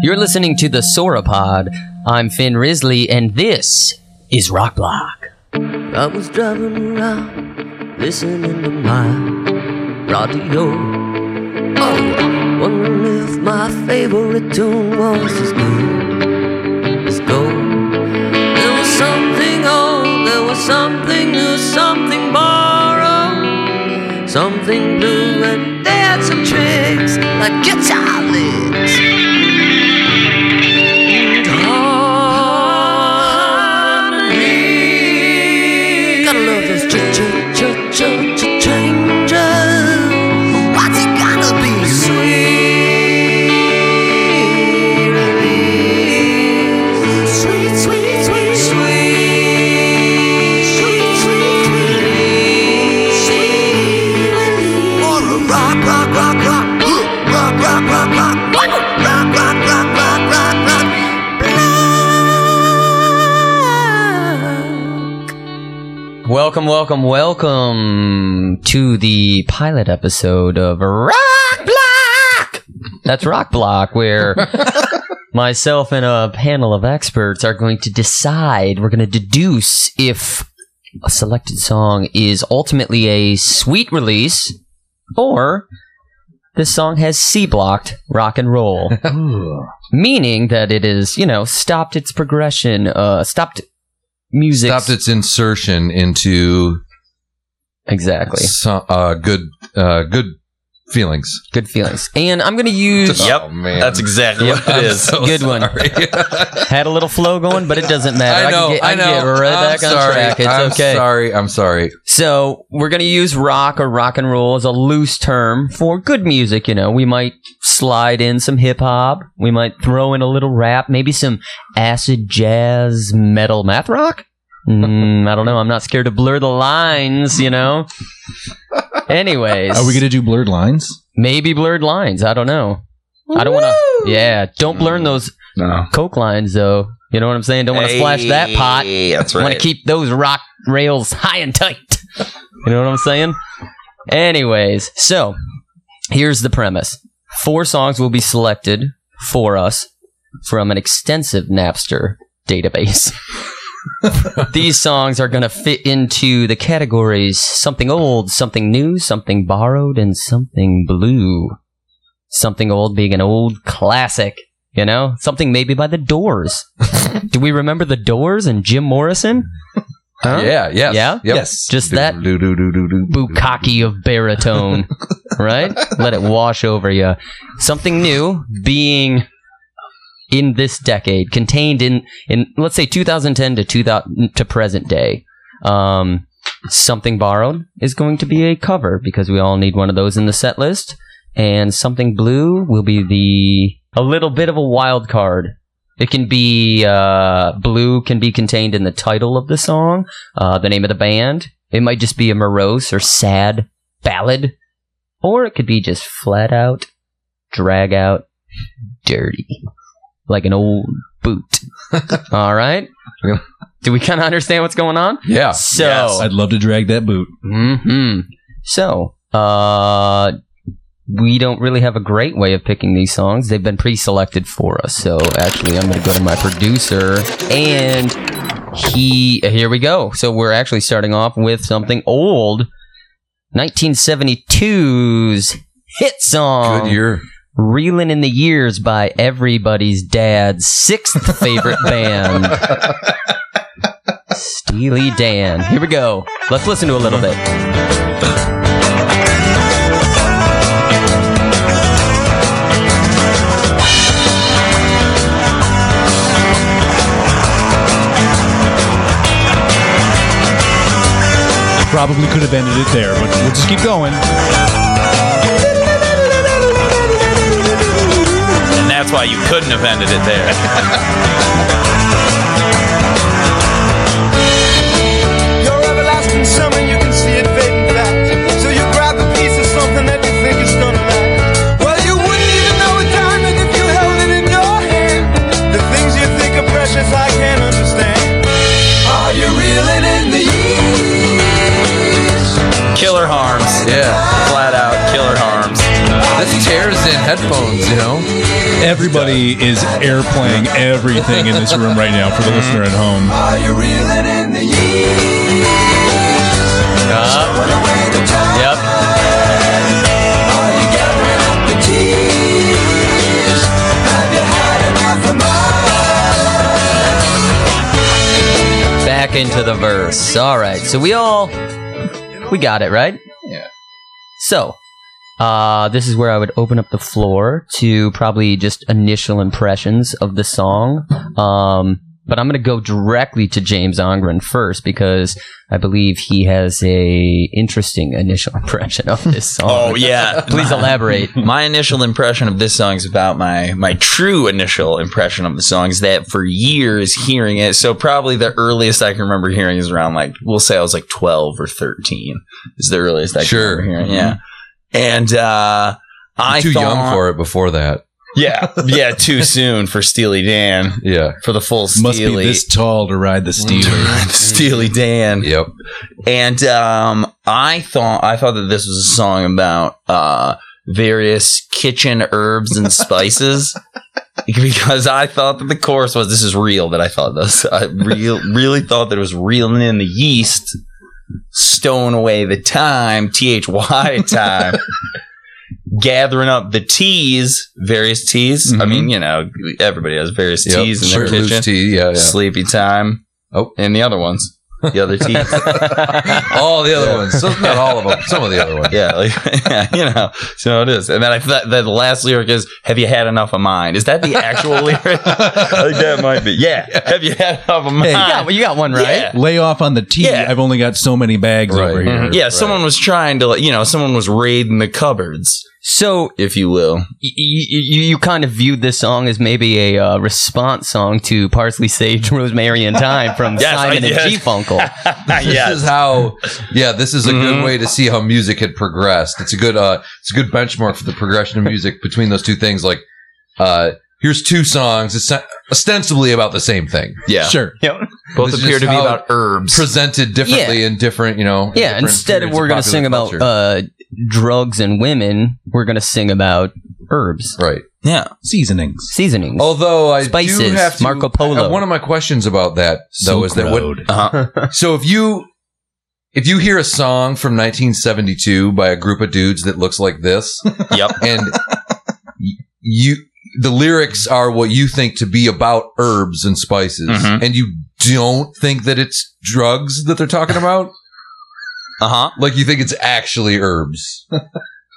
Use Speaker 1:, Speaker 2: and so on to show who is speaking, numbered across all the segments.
Speaker 1: You're listening to the Sauropod. I'm Finn Risley, and this is Rock Block.
Speaker 2: I was driving around, listening to my radio. Oh, wondering if my favorite tune was as good as gold. There was something old, there was something new, something borrowed, something blue, and they had some tricks like guitar licks. And harmony. Gotta love those ch- ch- ch- ch- ch- changes. What's it gotta be? Sweet release. Sweet, sweet, sweet, sweet. Sweet, sweet, sweet release. Sweet release. Or a rock, rock, rock, rock. Rock, rock, rock, rock. Rock, rock, rock, rock, rock, rock. Block.
Speaker 1: Welcome, welcome, welcome to the pilot episode of Rock Block. That's Rock Block, where myself and a panel of experts are going to decide, we're going to deduce if a selected song is ultimately a sweet release or this song has C blocked rock and roll. Meaning that it is, you know, stopped its progression, uh, stopped music.
Speaker 3: stopped its insertion into
Speaker 1: Exactly.
Speaker 3: so- uh, good uh, good feelings.
Speaker 1: Good feelings. And I'm going to use.
Speaker 4: Yep.
Speaker 3: Oh, man.
Speaker 4: That's exactly what it
Speaker 3: I'm
Speaker 4: is.
Speaker 3: so
Speaker 1: Good one.
Speaker 3: sorry.
Speaker 1: Had a little flow going, but it doesn't matter.
Speaker 3: I know.
Speaker 1: can
Speaker 3: I,
Speaker 1: get, can
Speaker 3: know.
Speaker 1: get right
Speaker 3: I'm
Speaker 1: back
Speaker 3: sorry.
Speaker 1: on track. It's
Speaker 3: I'm
Speaker 1: okay.
Speaker 3: sorry. I'm sorry.
Speaker 1: So we're going to use rock or rock and roll as a loose term for good music. You know, we might slide in some hip hop. We might throw in a little rap, maybe some acid jazz, metal, math rock. Mm, I don't know. I'm not scared to blur the lines. You know. Anyways,
Speaker 5: Are we going to do blurred lines?
Speaker 1: maybe blurred lines? I don't know. I don't want to. Yeah, don't blur those
Speaker 5: No.
Speaker 1: coke lines though. You know what I'm saying? Don't want to splash that pot.
Speaker 4: Hey, That's
Speaker 1: Want to
Speaker 4: right.
Speaker 1: keep those rock rails high and tight. You know what I'm saying? Anyways, so here's the premise. Four songs will be selected for us from an extensive Napster database. These songs are going to fit into the categories something old, something new, something borrowed, and something blue. Something old being an old classic, you know? Something maybe by the doors. Do we remember the doors and Jim Morrison? Huh?
Speaker 3: Yeah. Yes.
Speaker 1: Yeah?
Speaker 3: Yep.
Speaker 5: Yes.
Speaker 1: Just that
Speaker 3: Do, do, do, do, do.
Speaker 1: bukkake of baritone, right? Let it wash over you. Something new being in this decade, contained in in let's say 2010 to 2000 to present day. Um, something borrowed is going to be a cover because we all need one of those in the set list, and something blue will be the a little bit of a wild card. It can be uh, blue can be contained in the title of the song, uh, the name of the band. It might just be a morose or sad ballad, or it could be just flat out, drag out, dirty, like an old boot. All right.
Speaker 3: Yeah.
Speaker 1: Do we kind of understand what's going on?
Speaker 3: Yeah.
Speaker 1: So,
Speaker 4: yes.
Speaker 5: Oh, I'd love to drag that boot.
Speaker 1: hmm so uh, we don't really have a great way of picking these songs. They've been pre-selected for us. So actually, I'm going to go to my producer, and he here we go. So we're actually starting off with something old, 1972's hit song.
Speaker 3: Good year.
Speaker 1: Reeling in the Years by everybody's dad's sixth favorite band, Steely Dan. Here we go. Let's listen to a little bit.
Speaker 5: Probably could have ended it there, but we'll just keep going.
Speaker 4: and that's why you couldn't have ended it there.
Speaker 6: Your everlasting summer, you can see it fading fast. So you grab a piece of something that you think is gonna last. Well, you wouldn't even know a diamond if you held it in your hand. The things you think are precious, I can't understand. Are you reeling in the years?
Speaker 4: Killer harms.
Speaker 3: Yeah.
Speaker 4: Flat out killer harms.
Speaker 3: This tears in headphones. You know.
Speaker 5: Everybody is airplaying everything in this room right now for the listener at home.
Speaker 6: Are you reeling in the years? Showing away the time.
Speaker 1: Yep.
Speaker 6: Are you gathering up the tears? Have you had enough of mine?
Speaker 1: Back into the verse. All right. So we all we got it right.
Speaker 3: Yeah.
Speaker 1: So uh, this is where I would open up the floor to probably just initial impressions of the song. Um, but I'm going to go directly to James Ongren first because I believe he has a interesting initial impression of this song.
Speaker 4: Oh yeah.
Speaker 1: Please elaborate.
Speaker 7: my initial impression of this song is about my my true initial impression of the song is that for years hearing it so probably the earliest i can remember hearing is around like we'll say i was like 12 or 13 is the earliest i
Speaker 3: Sure.
Speaker 7: can remember hearing yeah and uh i
Speaker 3: too young
Speaker 7: thought-
Speaker 3: for it before that.
Speaker 7: yeah yeah too soon for steely dan
Speaker 3: Yeah.
Speaker 7: for the full steely
Speaker 5: Must be this tall to ride the Steelers.
Speaker 7: steely dan
Speaker 3: Yep.
Speaker 7: and um, I thought I thought that this was a song about uh, various kitchen herbs and spices because I thought that the chorus was this is real that I thought this I real really thought that it was reeling in the yeast, stowing away the time, T H Y time. Gathering up the teas, various teas. I
Speaker 5: Mhm.
Speaker 7: mean, you know, everybody has various
Speaker 3: Mm-hmm. Yep.
Speaker 7: teas in
Speaker 3: Sure,
Speaker 7: their
Speaker 3: loose
Speaker 7: kitchen.
Speaker 3: tea, Yeah. yeah.
Speaker 7: Sleepy time.
Speaker 3: Oh.
Speaker 7: and the other ones, the other teas.
Speaker 3: All the other ones. So, not all of them. Some of the other ones.
Speaker 7: yeah, like, yeah, you know. So it is. And then I thought that the last lyric is, "Have you had enough of mine?" Is that the actual lyric? like that might be. Yeah. Have you had enough of mine?
Speaker 1: You got, you got one right.
Speaker 7: Yeah.
Speaker 5: Lay off on the tea.
Speaker 7: Yeah. Mm-hmm.
Speaker 5: I've only got so many bags
Speaker 3: Right.
Speaker 5: over here.
Speaker 3: Mhm.
Speaker 7: Yeah, someone was trying to, like, you know, someone was raiding the cupboards,
Speaker 1: So
Speaker 7: if you will.
Speaker 1: you, you, you kind of viewed this song as maybe a uh, response song to Parsley, Sage, Rosemary, and Thyme from
Speaker 7: Yes, I
Speaker 1: Simon and
Speaker 7: did.
Speaker 1: G. Funkle.
Speaker 3: This
Speaker 7: yeah,
Speaker 3: is how. Mm-hmm. Yeah, this is a good way to see how music had progressed. It's a good. Uh, it's a good benchmark for the progression of music between those two things. Like, uh, here's two songs. It's ostensibly about the same thing,
Speaker 7: yeah.
Speaker 5: Sure.
Speaker 7: Both
Speaker 3: This is
Speaker 7: appear to
Speaker 3: just
Speaker 7: be
Speaker 3: how-
Speaker 7: about herbs.
Speaker 3: presented differently in different. You know. in
Speaker 1: Yeah,
Speaker 3: different
Speaker 1: instead of
Speaker 3: periods
Speaker 1: we're going to
Speaker 3: popular
Speaker 1: sing about
Speaker 3: culture.
Speaker 1: uh, drugs and women, we're going to sing about herbs,
Speaker 3: right.
Speaker 7: yeah.
Speaker 5: Seasonings.
Speaker 1: seasonings.
Speaker 3: Although I do
Speaker 1: Spices,
Speaker 3: have to,
Speaker 1: Marco Polo.
Speaker 3: uh, One of my questions about that though is
Speaker 5: Silk
Speaker 3: that what,
Speaker 5: Road.
Speaker 7: Uh-huh.
Speaker 3: so if you if you hear a song from 1972 by a group of dudes that looks like this,
Speaker 7: Yep.
Speaker 3: and y- you the lyrics are what you think to be about herbs and spices,
Speaker 7: Mhm.
Speaker 3: and you don't think that it's drugs that they're talking about,
Speaker 7: Uh huh.
Speaker 3: like you think it's actually herbs.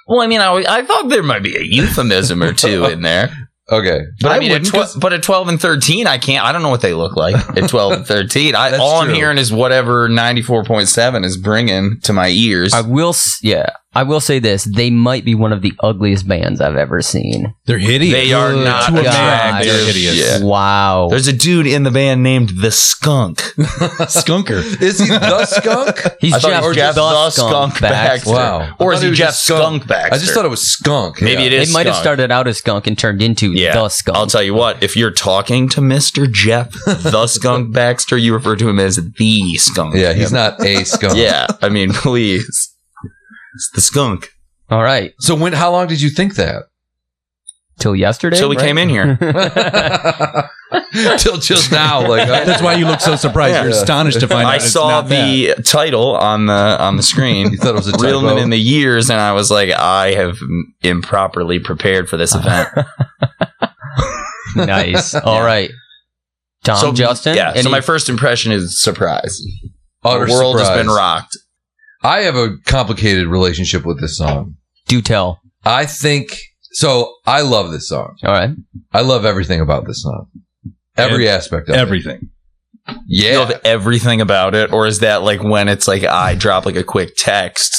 Speaker 7: Well, I mean, I, always- I thought there might be a euphemism or two in there.
Speaker 3: Okay,
Speaker 7: But I,
Speaker 5: I
Speaker 7: mean, at
Speaker 5: wouldn't,
Speaker 7: tw- but at twelve and thirteen, I can't. I don't know what they look like at twelve and thirteen. I,
Speaker 3: That's
Speaker 7: all I'm
Speaker 3: true.
Speaker 7: hearing is whatever ninety four point seven is bringing to my ears.
Speaker 1: I will, s- yeah, I will say this: they might be one of the ugliest bands I've ever seen.
Speaker 5: They're hideous.
Speaker 7: They are
Speaker 5: Ugh,
Speaker 7: not
Speaker 5: to a man,
Speaker 7: attractive.
Speaker 5: They're hideous.
Speaker 7: Yeah.
Speaker 1: Wow,
Speaker 7: There's a dude in the band named the Skunk.
Speaker 5: Skunker.
Speaker 3: is he the skunk?
Speaker 1: he's
Speaker 7: I thought
Speaker 1: Jeff,
Speaker 7: he was Jeff
Speaker 1: the,
Speaker 7: the
Speaker 1: Skunk,
Speaker 7: Skunk
Speaker 1: Baxter.
Speaker 7: Baxter.
Speaker 3: Wow,
Speaker 7: Or
Speaker 3: I
Speaker 7: is
Speaker 3: thought
Speaker 7: he Jeff
Speaker 3: skunk?
Speaker 7: Skunk Baxter?
Speaker 3: I just thought it was skunk.
Speaker 7: Maybe
Speaker 3: yeah.
Speaker 7: it
Speaker 1: They
Speaker 7: is.
Speaker 1: might have
Speaker 7: Skunk.
Speaker 1: started out as skunk and turned into
Speaker 7: Yeah.
Speaker 1: the skunk.
Speaker 7: I'll tell you what. If you're talking to Mister Jeff the Skunk Baxter, you refer to him as the Skunk.
Speaker 3: Yeah, he's not a skunk.
Speaker 7: Yeah, I mean, please. It's the Skunk.
Speaker 1: All right,
Speaker 3: So when? How long did you think that?
Speaker 1: till yesterday.
Speaker 7: Till we
Speaker 1: right?
Speaker 7: came in here.
Speaker 3: Till just now, like uh, I-
Speaker 5: That's why you look so surprised. You're
Speaker 3: Yeah.
Speaker 5: astonished to find out.
Speaker 7: I
Speaker 5: it's
Speaker 7: saw
Speaker 5: not that.
Speaker 7: the title on the on the screen.
Speaker 3: you thought it was a typo.
Speaker 7: Reelman in the years, and I was like, I have m- improperly prepared for this event.
Speaker 1: nice. All right, Tom Justin.
Speaker 7: yeah. So
Speaker 1: any-
Speaker 7: my first impression is surprise.
Speaker 3: Utter
Speaker 7: the world
Speaker 3: surprise.
Speaker 7: has been rocked.
Speaker 3: I have a complicated relationship with this song.
Speaker 1: do tell.
Speaker 3: I think so. I love this song.
Speaker 1: All right.
Speaker 3: I love everything about this song. Every aspect of
Speaker 5: Everything.
Speaker 3: it.
Speaker 7: You
Speaker 3: Yeah.
Speaker 7: love everything about it, or is that like when it's like I drop like a quick text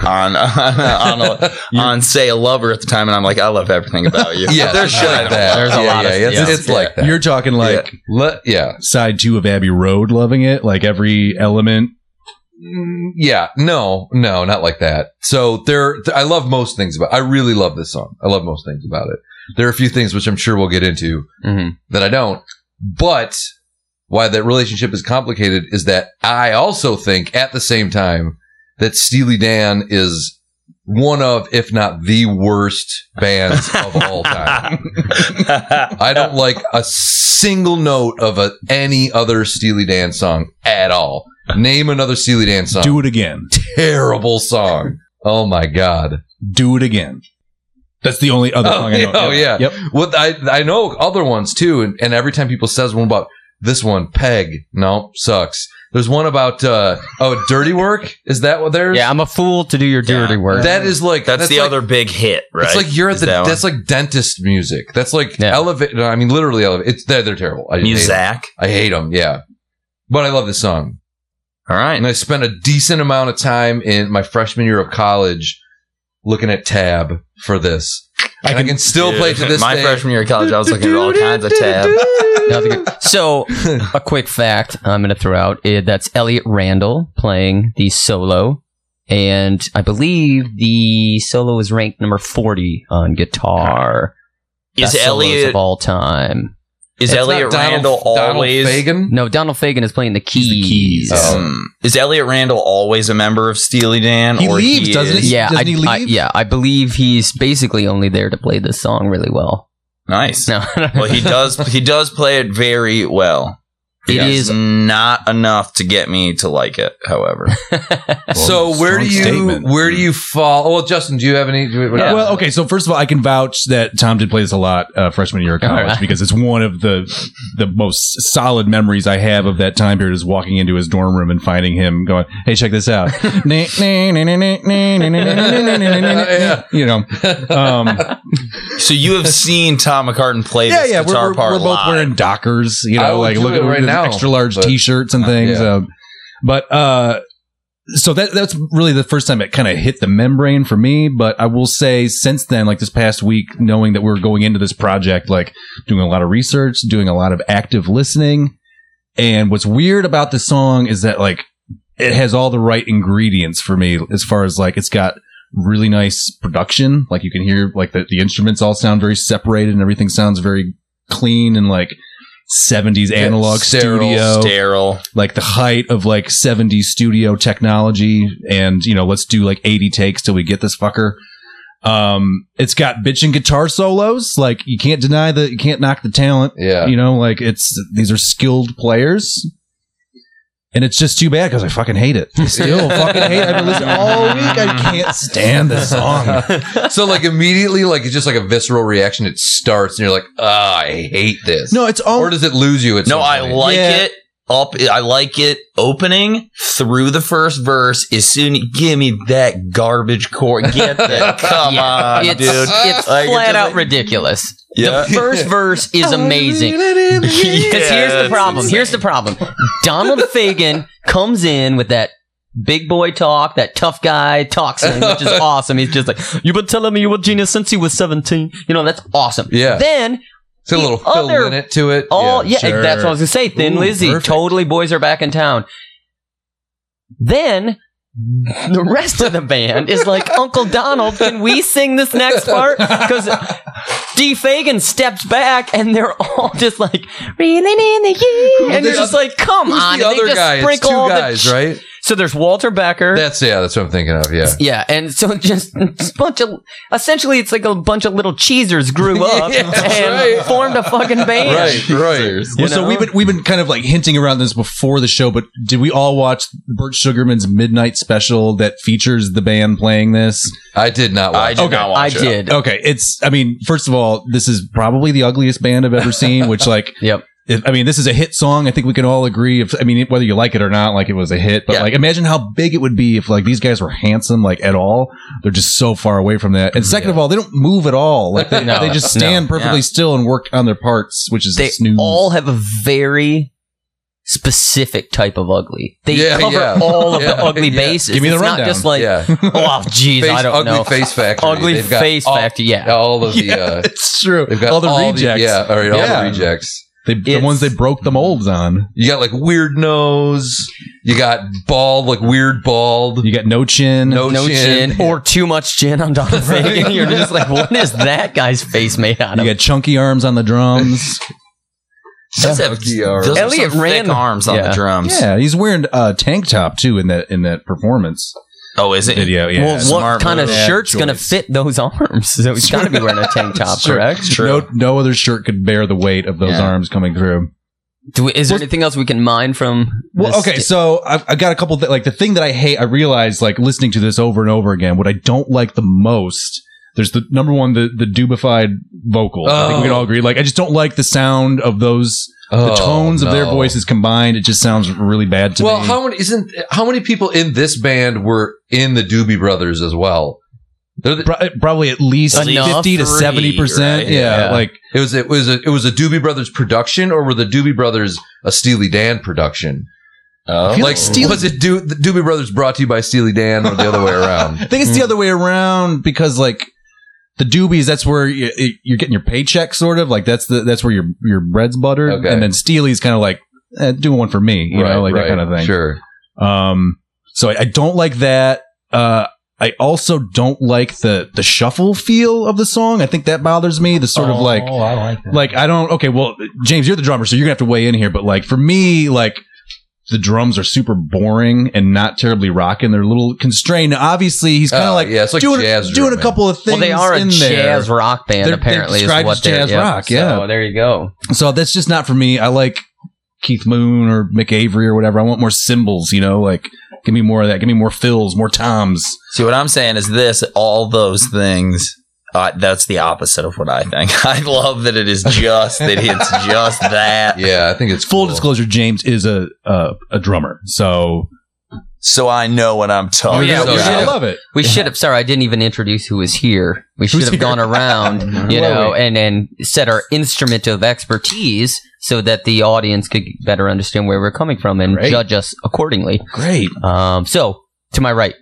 Speaker 7: on on on, a, on say a lover at the time, and I'm like, I love everything about you.
Speaker 3: Yeah.
Speaker 7: there's shit I
Speaker 3: like
Speaker 7: don't
Speaker 3: that.
Speaker 7: love.
Speaker 1: There's a
Speaker 3: yeah,
Speaker 1: lot
Speaker 3: yeah,
Speaker 1: of-
Speaker 3: it's,
Speaker 7: yeah.
Speaker 3: it's like that.
Speaker 5: You're talking like
Speaker 3: Le- yeah.
Speaker 5: side two of Abbey Road, loving it. Like every element.
Speaker 3: Mm, Yeah. No, no, not like that. So there, th- I love most things about, I really love this song. I love most things about it. There are a few things which I'm sure we'll get into
Speaker 1: Mhm.
Speaker 3: that I don't, but why that relationship is complicated is that I also think at the same time that Steely Dan is one of, if not the worst bands of all time. I don't like a single note of a, any other Steely Dan song at all. Name another Steely Dan
Speaker 7: Uh.
Speaker 3: song.
Speaker 5: Do it again.
Speaker 3: Terrible song. Oh my god.
Speaker 5: Do it again. That's the only other
Speaker 3: Oh
Speaker 5: song I
Speaker 3: yeah,
Speaker 5: know.
Speaker 3: oh yeah.
Speaker 5: Yep.
Speaker 3: What I I know other ones too, and, and every time people says one about this one, Peg, no, sucks. There's one about uh oh, Dirty Work. Is that what there's?
Speaker 1: Yeah, I'm a fool to do your dirty work.
Speaker 3: That is like
Speaker 7: That's, the
Speaker 3: like-
Speaker 7: other big hit, right?
Speaker 3: It's like you're at
Speaker 7: Is
Speaker 3: the.
Speaker 7: that one?
Speaker 3: That's like dentist music. That's like
Speaker 1: Yeah.
Speaker 3: elevate. no, I mean, literally elevate. It's they're, they're terrible. I
Speaker 7: you,
Speaker 3: hate them.
Speaker 7: Zach.
Speaker 3: I hate them. Yeah, but I love this song,
Speaker 7: All right.
Speaker 3: and I spent a decent amount of time in my freshman year of college looking at tab for this.
Speaker 5: I
Speaker 3: and I
Speaker 5: can-
Speaker 3: can still play to this
Speaker 7: My
Speaker 3: day.
Speaker 7: freshman year of college, I was looking at all kinds of tabs.
Speaker 1: Nothing- so, a quick fact I'm going to throw out eh, that's Elliot Randall playing the solo. And I believe the solo is ranked number 40 on guitar.
Speaker 7: Is
Speaker 1: Best solos
Speaker 7: Elliot
Speaker 1: of all time.
Speaker 7: is
Speaker 3: It's not
Speaker 7: Elliot
Speaker 3: Donald-
Speaker 7: Randall
Speaker 3: Donald
Speaker 7: always
Speaker 3: Fagan?
Speaker 1: No, Donald Fagan is playing the keys.
Speaker 5: keys.
Speaker 3: Oh.
Speaker 7: Hmm. is Elliot Randall always a member of Steely Dan?
Speaker 5: He
Speaker 7: or
Speaker 5: leaves, doesn't
Speaker 7: is-
Speaker 5: he?
Speaker 1: Yeah, I,
Speaker 5: Doesn't he leave?
Speaker 1: I- yeah, I believe he's basically only there to play this song really well.
Speaker 7: Nice.
Speaker 1: No, I don't know.
Speaker 7: well, he does. He does play it very well.
Speaker 1: It
Speaker 7: It is
Speaker 1: is-
Speaker 7: not enough to get me to like it. However,
Speaker 3: So
Speaker 5: Well,
Speaker 3: where do
Speaker 5: strong
Speaker 3: you
Speaker 5: statement. Hmm.
Speaker 3: where do you fall? Well, Justin, do you have any? do we- what-
Speaker 5: Well, okay. So first of all, I can vouch that Tom did play this a lot uh, freshman year of college
Speaker 1: Alright.
Speaker 5: because it's one of the the most solid memories I have of that time period is walking into his dorm room and finding him going, "Hey, check this out," you know. Um,
Speaker 7: so you have seen Tom McCartan play
Speaker 5: yeah,
Speaker 7: this
Speaker 5: yeah, we're,
Speaker 7: guitar
Speaker 5: we're,
Speaker 7: part
Speaker 5: we're both
Speaker 7: live.
Speaker 5: wearing Dockers, you
Speaker 3: I
Speaker 5: know,
Speaker 3: would
Speaker 5: like
Speaker 3: do
Speaker 5: look
Speaker 3: it
Speaker 5: at
Speaker 3: right
Speaker 5: right
Speaker 3: now,
Speaker 5: extra large
Speaker 3: but- uh,
Speaker 5: T-shirts and things.
Speaker 3: Yeah.
Speaker 5: Um, but uh, so that that's really the first time it kind of hit the membrane for me. But I will say, since then, like this past week, knowing that we're going into this project, like doing a lot of research, doing a lot of active listening, and what's weird about the song is that like it has all the right ingredients for me as far as like it's got really nice production. Like you can hear like the, the instruments all sound very separated and everything sounds very clean and like 70s analog
Speaker 3: sterile,
Speaker 5: studio
Speaker 7: sterile.
Speaker 5: like the height of like 70s studio technology and you know let's do like 80 takes till we get this fucker um it's got bitchin' guitar solos like you can't deny the you can't knock the talent
Speaker 3: Yeah.
Speaker 5: you know like it's these are skilled players and it's just too bad because i fucking hate it I still fucking hate it i've been listening all week i can't stand this song
Speaker 3: so like immediately, like it's just like a visceral reaction. It starts, and you're like, ah, I hate this.
Speaker 5: no it's all
Speaker 3: or does it lose you? At
Speaker 7: No,
Speaker 3: some
Speaker 7: I
Speaker 3: point?
Speaker 7: like
Speaker 5: Yeah.
Speaker 7: it. Up, I like it. Opening through the first verse is soon. Give me that garbage core. Get that. Come on,
Speaker 1: it's,
Speaker 7: dude.
Speaker 1: it's
Speaker 7: Like, it
Speaker 1: flat
Speaker 7: just
Speaker 1: out
Speaker 7: like- Uh,
Speaker 1: ridiculous.
Speaker 7: Yeah.
Speaker 1: The first verse is amazing. Because here's the
Speaker 7: it's
Speaker 1: problem.
Speaker 7: insane.
Speaker 1: Here's the problem. Donald Fagan comes in with that big boy talk, that tough guy talk thing, which is awesome. He's just like, You've been telling me you were genius since you was 17. You know, that's awesome.
Speaker 3: Yeah.
Speaker 1: Then,
Speaker 3: It's a
Speaker 1: The
Speaker 3: little fill
Speaker 1: other-
Speaker 3: in it to it.
Speaker 1: all, yeah,
Speaker 5: sure.
Speaker 1: that's what I was going to say. Thin
Speaker 5: Ooh,
Speaker 1: Lizzy,
Speaker 5: perfect.
Speaker 1: totally boys are back in town. Then, the rest of the band is like, Uncle Donald, can we sing this next part? Because D. Fagan steps back, and they're all just like reeling in the year, and
Speaker 3: the
Speaker 1: you're just
Speaker 3: oth-
Speaker 1: like, "Come
Speaker 3: Who's
Speaker 1: on!"
Speaker 3: the
Speaker 1: And they
Speaker 3: other
Speaker 1: just
Speaker 3: guy? It's
Speaker 1: sprinkle
Speaker 3: two
Speaker 1: all the
Speaker 3: guys,
Speaker 1: sh-
Speaker 3: right?
Speaker 1: So there's Walter Becker.
Speaker 3: That's yeah. That's what I'm thinking of. Yeah.
Speaker 1: yeah, and so just a bunch of essentially, it's like a bunch of little cheesers grew up
Speaker 3: Yeah, that's
Speaker 1: and
Speaker 3: right.
Speaker 1: formed a fucking band.
Speaker 3: Right. Right.
Speaker 5: Well, so
Speaker 1: know?
Speaker 5: we've been we've been kind of like hinting around this before the show, but did we all watch Bert Sugarman's midnight special that features the band playing this?
Speaker 3: I did not
Speaker 7: I
Speaker 3: watch.
Speaker 7: did not
Speaker 1: I
Speaker 7: watch it.
Speaker 1: did.
Speaker 5: Okay, it's I mean, first of all, this is probably the ugliest band I've ever seen. Which like,
Speaker 1: Yep.
Speaker 5: if, I mean, this is a hit song. I think we can all agree. If I mean, whether you like it or not, like it was a hit. But
Speaker 1: Yeah.
Speaker 5: like, imagine how big it would be if like these guys were handsome like at all. They're just so far away from that. And second of all, they don't move at all. Like they,
Speaker 1: No,
Speaker 5: they just
Speaker 1: no,
Speaker 5: stand perfectly still and work on their parts, which is
Speaker 1: They
Speaker 5: snooze.
Speaker 1: all have a very specific type of ugly. They
Speaker 3: Yeah,
Speaker 1: cover
Speaker 3: yeah.
Speaker 1: all of the
Speaker 3: Yeah,
Speaker 1: ugly
Speaker 3: yeah.
Speaker 1: bases.
Speaker 5: Give me the
Speaker 1: it's not
Speaker 5: rundown.
Speaker 1: just like,
Speaker 3: yeah.
Speaker 1: oh, geez,
Speaker 3: Face,
Speaker 1: I don't
Speaker 3: ugly
Speaker 1: know.
Speaker 3: face factory.
Speaker 1: Ugly
Speaker 3: They've got
Speaker 1: face
Speaker 3: all-
Speaker 1: factory, yeah.
Speaker 3: All of the. Uh,
Speaker 5: it's true.
Speaker 3: they've got
Speaker 5: all the rejects.
Speaker 3: yeah. All, right, all
Speaker 5: Yeah.
Speaker 3: the rejects.
Speaker 5: They, the
Speaker 1: It's-
Speaker 5: ones they broke the molds on.
Speaker 3: You got like weird nose. You got bald, like weird bald.
Speaker 5: You got no chin.
Speaker 3: No
Speaker 1: no
Speaker 3: chin.
Speaker 1: chin, or too much chin on Donald Fagan. You're just like, what is that guy's face made out
Speaker 5: You
Speaker 1: of?
Speaker 5: got chunky arms on the drums.
Speaker 7: Does have, those are
Speaker 1: Elliot
Speaker 7: some thick
Speaker 1: Randall-
Speaker 7: arms on
Speaker 1: Yeah.
Speaker 7: the drums.
Speaker 5: yeah, he's wearing a tank top too in that in that performance.
Speaker 7: Oh, is it?
Speaker 5: video. Yeah,
Speaker 1: well, what
Speaker 7: smart
Speaker 1: kind of
Speaker 7: move.
Speaker 1: shirt's going to
Speaker 5: Choice.
Speaker 1: fit those arms? So he's got to be wearing a tank top,
Speaker 5: Sure.
Speaker 1: correct?
Speaker 5: no, no other shirt could bear the weight of those
Speaker 7: Yeah.
Speaker 5: arms coming through.
Speaker 1: Do we, is there
Speaker 5: Well-
Speaker 1: anything else we can mine from?
Speaker 5: Well,
Speaker 1: this
Speaker 5: okay,
Speaker 1: sta-
Speaker 5: so I've, I've got a couple th- like the thing that I hate. I realized like listening to this over and over again. What I don't like the most. There's the number one, the the dubified vocal. I think we can all agree. Like, I just don't like the sound of those, the
Speaker 3: Oh,
Speaker 5: tones of their
Speaker 3: no.
Speaker 5: voices combined. It just sounds really bad to
Speaker 3: Well,
Speaker 5: me.
Speaker 3: how many isn't how many people in this band were in the Doobie Brothers as well? They're the-
Speaker 5: Pro- probably at least
Speaker 1: Enough.
Speaker 5: fifty to seventy percent.
Speaker 7: Right,
Speaker 5: Yeah,
Speaker 7: yeah.
Speaker 5: like
Speaker 3: It was it was a, it was a Doobie Brothers production, or were the Doobie Brothers a Steely Dan production? Uh,
Speaker 7: Oh.
Speaker 5: feel
Speaker 3: Like
Speaker 5: Steely-
Speaker 3: was it Do- the Doobie Brothers brought to you by Steely Dan, or the other way around?
Speaker 5: I think it's the other way around because like the doobies, that's where you, you're getting your paycheck, sort of like that's the that's where your your bread's buttered,
Speaker 3: Okay.
Speaker 5: and then Steely's kind of like eh, do one for me, you know, like that kind of thing.
Speaker 3: Sure.
Speaker 5: Um, so I, I don't like that. Uh, I also don't like the the shuffle feel of the song. I think that bothers me. The sort
Speaker 1: Oh.
Speaker 5: of like
Speaker 8: I like that.
Speaker 5: like Oh, I don't okay, well James, you're the drummer, so you're gonna have to weigh in here, but like for me, like the drums are super boring and not terribly rocking. They're a little constrained. Now, obviously he's kinda
Speaker 3: Oh,
Speaker 5: like,
Speaker 3: yeah, it's like
Speaker 5: doing,
Speaker 3: jazz
Speaker 5: doing a
Speaker 3: drumming.
Speaker 5: couple of things.
Speaker 1: well, they are a
Speaker 5: in
Speaker 1: jazz
Speaker 5: there.
Speaker 1: rock band,
Speaker 5: They're- they're
Speaker 1: apparently, is
Speaker 5: described
Speaker 1: what
Speaker 5: as
Speaker 1: they're.
Speaker 5: jazz rock, yeah.
Speaker 1: So there you go.
Speaker 5: So that's just not for me. I like Keith Moon or McAvery or whatever. I want more cymbals, you know, like give me more of that. Give me more fills, more toms.
Speaker 7: See, what I'm saying is this: all those things. Uh, that's the opposite of what I think. I love that it is just that it's just that.
Speaker 3: Yeah, I think it's
Speaker 5: Full
Speaker 3: cool.
Speaker 5: disclosure, James is a uh, a drummer. So
Speaker 7: So I know what I'm talking.
Speaker 5: I mean,
Speaker 1: yeah,
Speaker 5: that's-
Speaker 3: we
Speaker 5: I
Speaker 3: should-
Speaker 5: love it.
Speaker 1: We should have. Sorry, I didn't even introduce who was here. We should have gone around, you know, and and said our instrument of expertise so that the audience could better understand where we're coming from and
Speaker 5: Great.
Speaker 1: judge us accordingly.
Speaker 5: Great.
Speaker 1: Um, so to my right,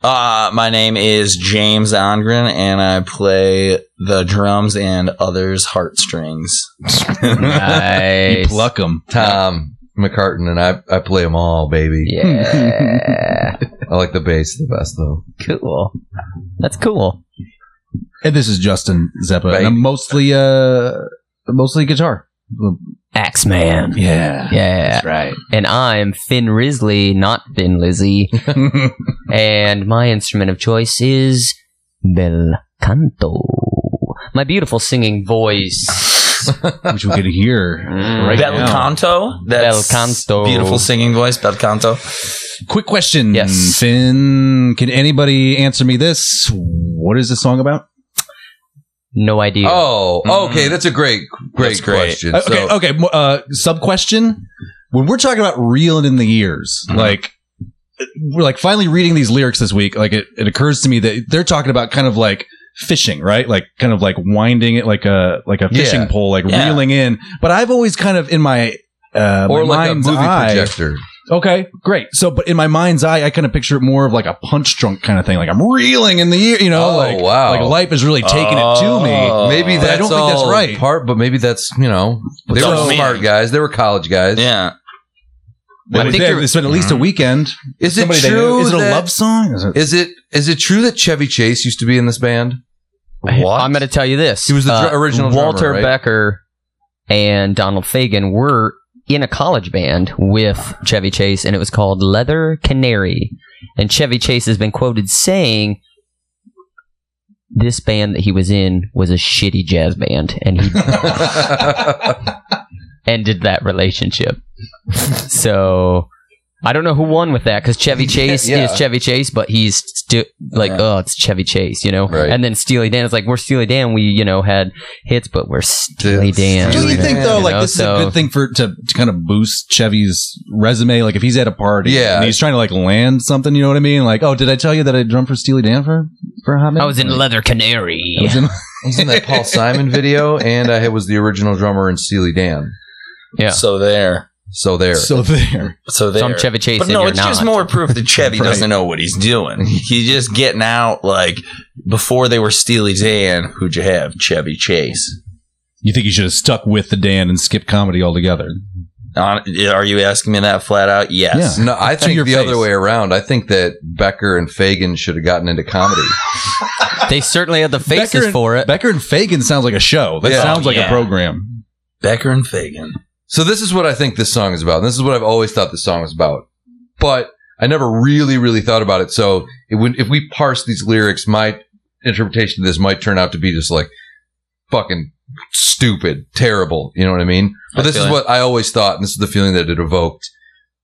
Speaker 7: Uh, my name is James Ongren, and I play the drums and others' heartstrings.
Speaker 5: You
Speaker 1: nice.
Speaker 5: pluck them.
Speaker 3: Tom McCartan and I I play them all, baby.
Speaker 1: Yeah,
Speaker 3: I like the bass the best though.
Speaker 1: cool. That's cool.
Speaker 5: And this is Justin Zeppa.
Speaker 3: Right.
Speaker 5: And I'm mostly uh mostly guitar.
Speaker 1: Axeman.
Speaker 5: Yeah.
Speaker 1: Yeah,
Speaker 5: right.
Speaker 1: and I'm Finn Risley, not Finn Lizzy, and my instrument of choice is bel canto. My beautiful singing voice.
Speaker 5: Which we could hear
Speaker 1: Mm.
Speaker 5: right
Speaker 7: Bel
Speaker 5: now.
Speaker 7: canto. That's
Speaker 1: Bel canto.
Speaker 7: Beautiful singing voice. Bel canto.
Speaker 5: Quick question.
Speaker 1: Yes.
Speaker 5: Finn, can anybody answer me this? What is this song about?
Speaker 1: No idea.
Speaker 3: Oh, okay, that's a great great,
Speaker 7: That's great.
Speaker 3: question.
Speaker 5: Uh, okay,
Speaker 3: so,
Speaker 5: okay. mo- Uh, sub question. When we're talking about reeling in the years,
Speaker 3: Mm-hmm.
Speaker 5: like we're like finally reading these lyrics this week, like it, it occurs to me that they're talking about kind of like fishing, right? Like kind of like winding it like a like a fishing
Speaker 3: Yeah.
Speaker 5: pole, like
Speaker 7: Yeah.
Speaker 5: reeling in. But I've always kind of in my uh,
Speaker 3: or
Speaker 5: my
Speaker 3: like a
Speaker 5: mind's
Speaker 3: movie
Speaker 5: eye-
Speaker 3: projector.
Speaker 5: Okay, great. So, but in my mind's eye, I kind of picture it more of like a punch drunk kind of thing. Like I'm reeling in the year, you know,
Speaker 3: Oh,
Speaker 5: like
Speaker 3: wow.
Speaker 5: like life is really taking it to me.
Speaker 7: Oh.
Speaker 3: Maybe
Speaker 5: But
Speaker 3: that's
Speaker 5: Uh, I don't think that's
Speaker 3: all
Speaker 5: right.
Speaker 3: part, but maybe that's you know they
Speaker 7: So-
Speaker 3: were smart guys. They were college guys.
Speaker 7: Yeah.
Speaker 1: I
Speaker 5: They-
Speaker 1: think
Speaker 5: they
Speaker 1: you're-
Speaker 5: they spent at least a weekend.
Speaker 3: Is it
Speaker 5: Somebody they knew-
Speaker 3: true?
Speaker 5: Mm-hmm. Is it a
Speaker 3: that-
Speaker 5: love song? Is it-
Speaker 3: Is it is it true that Chevy Chase used to be in this band?
Speaker 7: What?
Speaker 1: I'm going to tell you this. Uh,
Speaker 3: He was the dr- original drummer,
Speaker 1: Walter
Speaker 3: right?
Speaker 1: Becker and Donald Fagen were in a college band with Chevy Chase, and it was called Leather Canary. And Chevy Chase has been quoted saying, "This band that he was in was a shitty jazz band, and he ended that relationship." so. I don't know who won with that because Chevy Chase
Speaker 3: Yeah.
Speaker 1: is Chevy Chase, but he's sti- like,
Speaker 7: Yeah.
Speaker 1: oh, it's Chevy Chase, you know.
Speaker 3: Right.
Speaker 1: And then Steely Dan is like, we're Steely Dan. We, you know, had hits, but we're Steely Dan.
Speaker 5: Do you think though,
Speaker 1: You
Speaker 5: like
Speaker 1: know,
Speaker 5: this
Speaker 1: so-
Speaker 5: is a good thing for to, to kind of boost Chevy's resume? Like if he's at a party,
Speaker 3: Yeah.
Speaker 5: and he's trying to like land something, you know what I mean? Like, oh, did I tell you that I drummed for Steely Dan for for a hot minute?
Speaker 1: I was in Leather Canary.
Speaker 5: I was in-
Speaker 3: He's in that Paul Simon video, and I was the original drummer in Steely Dan.
Speaker 1: Yeah.
Speaker 7: So there.
Speaker 3: So there.
Speaker 5: so there.
Speaker 7: So there.
Speaker 1: so I'm Chevy Chase,
Speaker 7: But
Speaker 1: and
Speaker 7: no,
Speaker 1: you're
Speaker 7: it's
Speaker 1: not.
Speaker 7: just more proof that Chevy
Speaker 5: Right.
Speaker 7: doesn't know what he's doing. He's just getting out like before they were Steely Dan. Who'd you have? Chevy Chase.
Speaker 5: You think you should have stuck with the Dan and skipped comedy altogether?
Speaker 7: On, are you asking me that flat out? Yes.
Speaker 3: no, I think
Speaker 5: your
Speaker 3: the
Speaker 5: face.
Speaker 3: other way around. I think that Becker and Fagan should have gotten into comedy.
Speaker 1: They certainly had the faces
Speaker 5: Becker and,
Speaker 1: for it.
Speaker 5: Becker and Fagan sounds like a show. That
Speaker 3: Yeah.
Speaker 5: sounds like
Speaker 7: Yeah.
Speaker 5: a program.
Speaker 7: Becker and Fagan.
Speaker 3: So this is what I think this song is about. and This is what I've always thought this song was about. But I never really, really thought about it. So it would, if we parse these lyrics, my interpretation of this might turn out to be just like fucking stupid, terrible. You know what I mean? But
Speaker 7: I
Speaker 3: this
Speaker 7: feel
Speaker 3: is
Speaker 7: it.
Speaker 3: what I always thought, and this is the feeling that it evoked